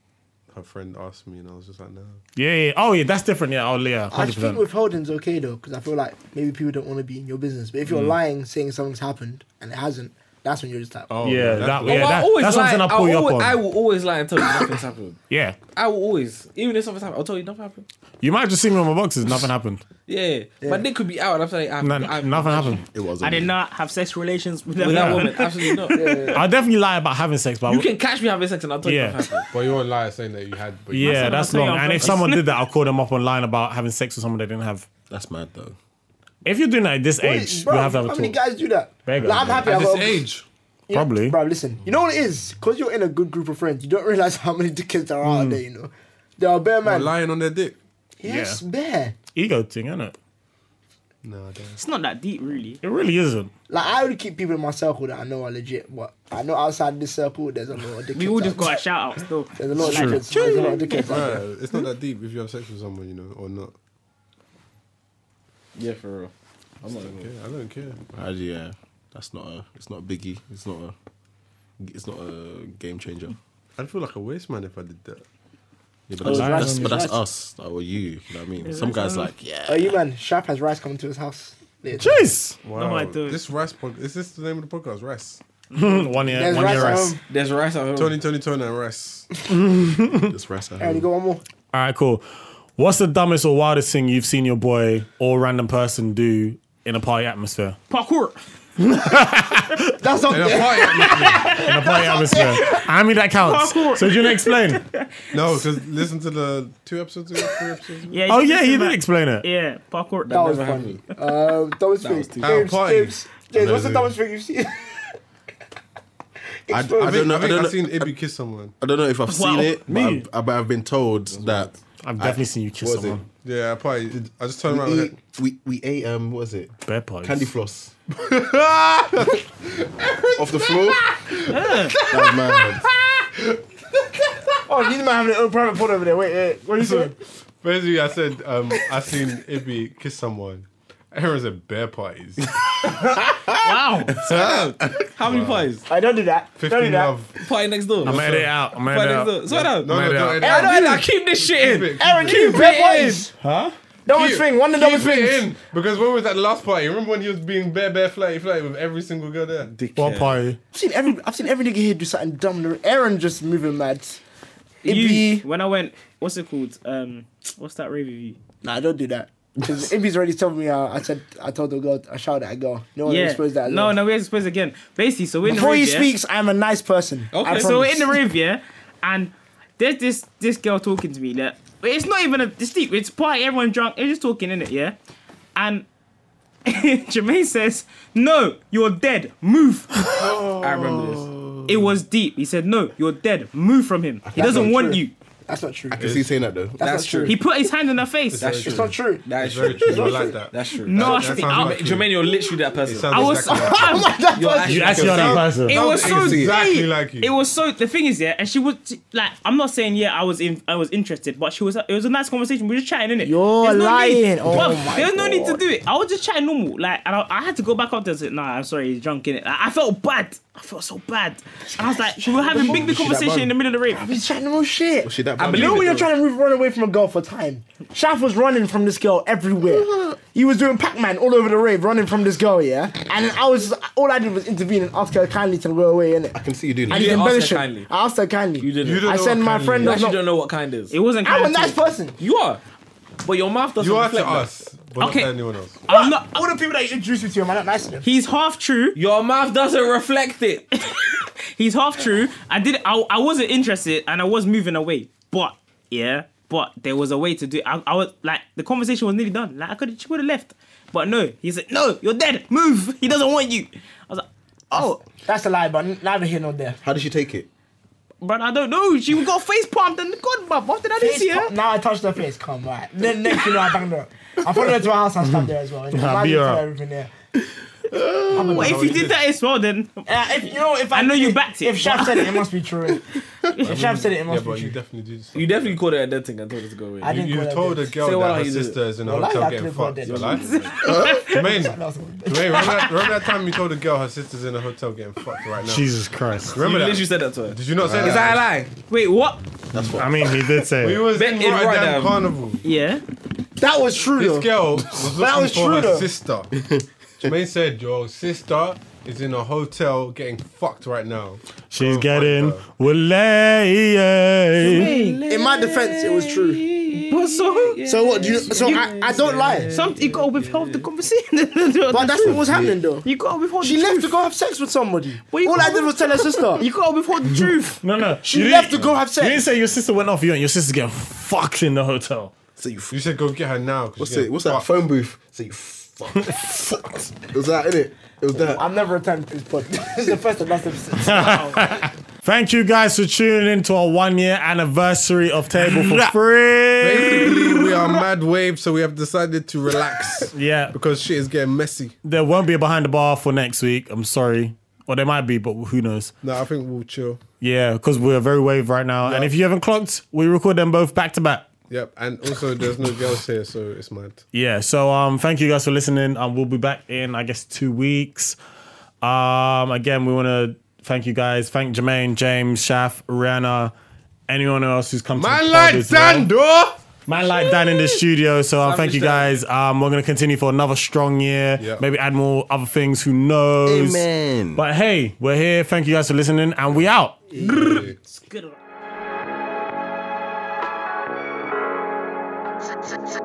S6: her friend asked me, and I was just like, no.
S1: Yeah, yeah. Oh, yeah, that's different. Yeah, oh, yeah.
S7: I just think
S1: 100%.
S7: withholding's okay though, because I feel like maybe people don't want to be in your business. But if you're lying, saying something's happened and it hasn't, that's when you're just like,
S6: Oh,
S1: Yeah,
S6: that's
S1: that-
S6: what-
S1: yeah.
S2: I
S1: that's something I'll pull you up
S2: always, I
S1: on.
S2: will always lie and tell you nothing's happened.
S1: Yeah.
S2: I will always, even if something's happened, I'll tell you nothing happened.
S1: You might just see me on my boxes. Nothing happened.
S2: Yeah, my dick could be out and I'm saying, I'm,
S1: No,
S2: I'm,
S1: nothing happened.
S5: It was.
S4: I did not have sex relations with that,
S2: with that
S4: woman.
S2: woman. Absolutely not.
S1: I'll definitely lie about having sex, but I
S2: You
S1: w-
S2: can catch me having sex and I'll tell
S1: Yeah.
S2: you nothing happened.
S6: But you won't lie saying that you had. But you-
S1: yeah,
S4: I'll
S1: that's
S4: tell you
S1: long.
S4: on
S1: And if
S4: purpose.
S1: someone did that, I'll call them up online about having sex with someone they didn't have.
S5: That's mad though.
S1: If you're doing that at this
S7: Wait,
S1: age,
S7: bro,
S1: you have to have a
S7: how
S1: talk.
S7: many guys do that?
S1: Beg
S7: Like,
S1: her,
S7: I'm
S1: bro.
S7: happy.
S6: At
S7: I
S6: this
S7: got,
S6: age,
S7: you know-
S1: Probably.
S7: bro. Listen, you know what it is? Because you're in a good group of friends, you don't realize how many dickheads there are out there. You know, there are bare
S6: they're
S7: man.
S6: lying on their dick.
S7: yes,
S1: Yeah.
S7: bare.
S1: Ego thing, isn't it?
S6: No, I don't.
S4: It's not that deep, really.
S1: It really isn't.
S7: Like I only keep people in my circle that I know are legit, but I know outside this circle there's a lot of dickheads.
S4: We all just
S7: out there.
S4: got a shout out still.
S7: There's a lot of
S4: Like,
S7: dickheads. There's a lot of dickheads. out there.
S6: Bruh, it's not that deep if you have sex with someone, you know, or not.
S2: Yeah, for real. I'm not
S6: Okay, I don't care.
S5: Uh, yeah, that's not a. It's not a biggie. It's not a. It's not a game changer.
S6: I'd feel like a waste man if I did that.
S5: Yeah, but
S7: Oh,
S5: that's,
S7: right,
S5: that's,
S7: right.
S5: but that's us or you. You know what I mean? Some guys like yeah.
S7: Oh, you man, Shaf has rice coming to his house. Later.
S1: Jeez.
S6: Wow.
S4: I don't.
S6: This rice pod is this the name of the podcast? Rice.
S1: one year,
S7: There's
S1: one
S7: rice
S1: year
S7: at
S1: rest.
S7: home.
S2: There's rice out here.
S6: Tony, Tony, Tony, and rice.
S5: Just rest at
S7: Aaron, you
S5: home.
S7: got one more.
S1: All right, cool. What's the dumbest or wildest thing you've seen your boy or random person do in a party atmosphere?
S4: Parkour.
S7: That's not.
S6: And a party.
S1: In a party atmosphere. I mean, that counts. So, do you want to explain?
S6: no, because listen to the two episodes, ago, three episodes. ago.
S4: Yeah.
S1: Oh,
S4: you
S1: yeah,
S4: can
S1: he
S4: do
S1: did
S4: that.
S1: explain it.
S4: Yeah, parkour.
S7: That was funny. Um, dumbest thing.
S6: too- Oh,
S7: James,
S6: party.
S7: James, James, what's the
S6: Amazing.
S7: dumbest thing you've seen?
S5: I, I
S6: I,
S5: don't
S6: think,
S5: know.
S6: I
S5: I
S6: think
S5: don't
S6: I've
S5: know.
S6: seen Ibby kiss someone.
S5: I don't know if I've seen
S4: Wow.
S5: it, but I've, I- but I've been told that
S1: I've definitely
S5: I-
S1: seen you kiss
S5: what was it?
S1: someone.
S6: Yeah, a party. I just turned around.
S5: We,
S6: and
S5: eat-
S6: went,
S5: we we ate um what was it
S1: Bear parties.
S5: candy floss off the floor. That's mad.
S7: oh, these men having their own private pod over there. Wait, wait. What are you saying?
S6: Basically, I said um, I seen Ibby kiss someone. Aaron's at bear parties.
S2: Wow. How many pies?
S7: I don't do that. Don't do
S6: Fifteen
S7: that.
S6: love.
S2: Party next door.
S1: I'm edit it out. I'm
S2: Party
S1: edit
S2: next
S1: it
S2: door.
S1: out.
S2: Swear down.
S6: No, no,
S1: Made it
S6: no.
S1: out.
S6: edit
S2: Hey, I
S6: it.
S2: know, I know, keep this shit
S6: Keep
S2: in.
S6: it-
S7: Aaron, you
S2: Keep
S7: bad
S2: it
S7: boys.
S2: in.
S7: Dumbest thing. One of the dumbest
S6: Keep it
S7: things.
S6: in because when we was at the last party, remember when he was being bare, bare, flighty, flighty with every single girl there?
S1: What party?
S7: I've seen every. I've seen every nigga here do something dumb. Aaron just moving mad.
S4: You,
S7: Ibby.
S4: when I went, what's it called? Um, what's that rave review?
S7: Nah, don't do that. Because Ibby's already told me. Uh, I said. I told the girl. I shouted at a girl. No one
S4: yeah.
S7: exposed that. as
S4: no,
S7: well.
S4: no, we're exposed again. Basically, so we're in the
S7: Before he
S4: rave, yeah?
S7: speaks, I'm a nice person. I
S2: Okay.
S4: So we're
S7: promise.
S4: in the rave, yeah, and there's this this girl talking to me. Like, but it's not even a it's deep. It's party. Everyone drunk. They're just talking in it, yeah. And Jermaine says, "No, you're dead. Move."
S2: I remember this.
S4: It was deep. He said, "No, you're dead. Move from him. He doesn't
S7: not
S4: want
S7: true.
S4: you."
S7: That's not true.
S5: I can see you saying that though.
S7: That's,
S2: That's
S7: not true.
S4: He put his hand in her face.
S2: That's
S7: It's
S2: true.
S7: not true.
S2: That is
S6: Very
S2: true.
S6: true. I like that.
S2: That's true.
S4: No,
S6: that
S4: I-
S6: sounds
S4: I-
S6: like you.
S2: Jermaine, you're literally that
S6: It
S2: person.
S6: sounds
S4: I was-
S6: exactly like
S7: Oh my God,
S2: You're
S7: that's-
S2: actually
S1: You
S2: that
S1: actually are that person.
S4: It
S6: That
S4: was so
S6: exactly
S4: deep.
S6: like you.
S4: It was so. The thing is, yeah, and she was like, I'm not saying yeah, I was in, I was interested, but she was. It was a nice conversation. We were just chatting, innit?
S7: You're
S4: There's no
S7: lying.
S4: Need,
S7: Oh
S4: Bruv,
S7: my
S4: There was no need to
S7: God.
S4: do it. I was just chatting normal, like, and I, I had to go back up there and say, Nah, I'm sorry, he's drunk in it. I felt bad. I felt so bad, and I was like, we were having big, big
S5: She that
S4: conversation in the middle of the rave.
S7: He's trying to move shit.
S5: Was she that
S7: I
S5: bad?
S7: believe you know when you're trying to move, run away from a girl for time. Shaf was running from this girl everywhere. He was doing Pac-Man all over the rave, running from this girl, yeah. And I was all I did was intervene and ask her kindly to go away, innit?
S5: I can see you doing
S7: I
S5: it.
S7: didn't
S2: didn't ask
S7: embellish
S2: her
S7: it.
S2: kindly.
S7: I asked her kindly.
S2: You didn't.
S6: You don't
S7: I
S6: know
S7: said
S6: what
S7: my
S6: kind
S7: friend
S6: you-
S2: You
S7: does
S2: actually
S7: not.
S2: don't know what kind is.
S4: It wasn't.
S7: I'm a
S4: kind
S7: nice
S4: at all.
S7: person.
S2: You are. But your mouth doesn't
S6: You are to
S2: reflect that.
S6: us, but
S4: Okay.
S6: not to anyone else.
S4: I'm not.
S7: All the people that you introduced me to, am I not nice to them?
S4: He's half true.
S2: Your mouth doesn't reflect it.
S4: He's half true. I did. I, I wasn't interested, and I was moving away. But yeah, but there was a way to do. It. I, I was like the conversation was nearly done. Like I could she would have left, but no. He said, "No, you're dead. Move. He doesn't want you." I was like, "Oh,
S7: That's a lie, but neither here nor there.
S5: How did she take it?
S4: but I don't know." She got face palmed and God, but after that, I didn't see
S7: Face-
S4: her.
S7: Now I touched her face. Come right. Then next, you know, I banged her. up. I followed her to her house and stabbed her as well. innit?
S1: Nah,
S7: Imagine
S1: be
S7: her
S1: alright.
S7: everything there.
S4: Well, if you did that as well, then
S8: Uh, if you know, if I,
S4: I know you
S8: if-
S4: backed it,
S8: If Shaf said it, it must be true. if Shaf said it, it
S6: Yeah,
S8: must
S6: but
S8: be
S6: you
S8: true.
S6: definitely do
S2: You
S6: something.
S2: definitely called her a dead thing and told her to go away.
S8: I didn't
S6: You,
S8: call
S6: you
S8: that
S6: told
S8: dead.
S6: a girl
S2: Say what
S6: that
S2: I
S6: her
S2: did.
S6: sister is in a
S8: Well, I
S6: hotel
S8: actually
S6: getting
S8: called
S6: fucked.
S8: that
S6: You
S8: dead.
S6: lie? Jermaine, Jermaine, remember that, remember that time you told a girl her sister's in a hotel getting fucked right now?
S1: Jesus Christ.
S2: You
S6: remember that?
S2: literally said that to her.
S6: Did you not say
S2: Is that a lie?
S4: wait, what?
S1: I mean, he did say
S6: We
S1: it.
S6: was in
S2: Bet in
S6: Rotterdam,
S2: Rotterdam.
S6: Carnival.
S4: Yeah.
S7: That was true
S6: This
S7: though.
S6: girl was looking
S7: was
S6: for
S7: true,
S6: her
S7: though.
S6: sister. Jermaine said, "Your sister is in a hotel getting fucked right now." Oh
S1: She's
S6: Go
S1: getting
S6: find her.
S1: Willay.
S7: In my defense, it was true.
S4: But so,
S7: So what? Do you, so I, I don't lie.
S4: some you gotta withhold the conversation.
S7: But that's what was happening though.
S4: you gotta withhold.
S7: She
S4: the
S7: left
S4: truth.
S7: to go have sex with somebody.
S4: Well, you
S7: All I
S4: can't-
S7: did was tell her sister.
S4: You gotta withhold the truth.
S1: No, no.
S7: She
S1: you
S7: left to
S1: didn't-
S7: go have
S1: You didn't
S7: sex.
S1: say your sister went off you and your sister's getting fucked in the hotel.
S5: So you f-
S6: You said, "Go get her now." 'cause
S5: what's
S6: she's
S5: it? What's
S6: getting
S5: that phone booth? So you fucked. fucked. It was that in it? It was that.
S8: I've never attended this podcast. This is the first and last episode.
S1: Thank you guys for tuning in to our one year anniversary of Table for Free.
S6: Basically, we are mad wave, so we have decided to relax
S1: Yeah,
S6: because shit is getting messy.
S1: there won't be a behind the bar for next week. I'm sorry. Or there might be, but who knows?
S6: No, I think we'll chill.
S1: Yeah, because we're very wave right now. And if you haven't clocked, we record them both back to back.
S6: Yep, and also there's no girls here, so it's mad.
S1: Yeah, so um, thank you guys for listening. Um, we'll be back in, I guess, two weeks. Um, again, we want to thank you guys. Thank Jermaine, James, Shaf, Rihanna, anyone else who's come to
S6: Man
S1: the pod
S6: like
S1: as well.
S6: Dan, though.
S1: Man like Dan in the studio. So um, thank you guys. Um, we're gonna continue for another strong year.
S6: Yeah.
S1: Maybe add more other things. Who knows?
S5: Amen.
S1: But hey, we're here. Thank you guys for listening, and we out.
S9: Sometimes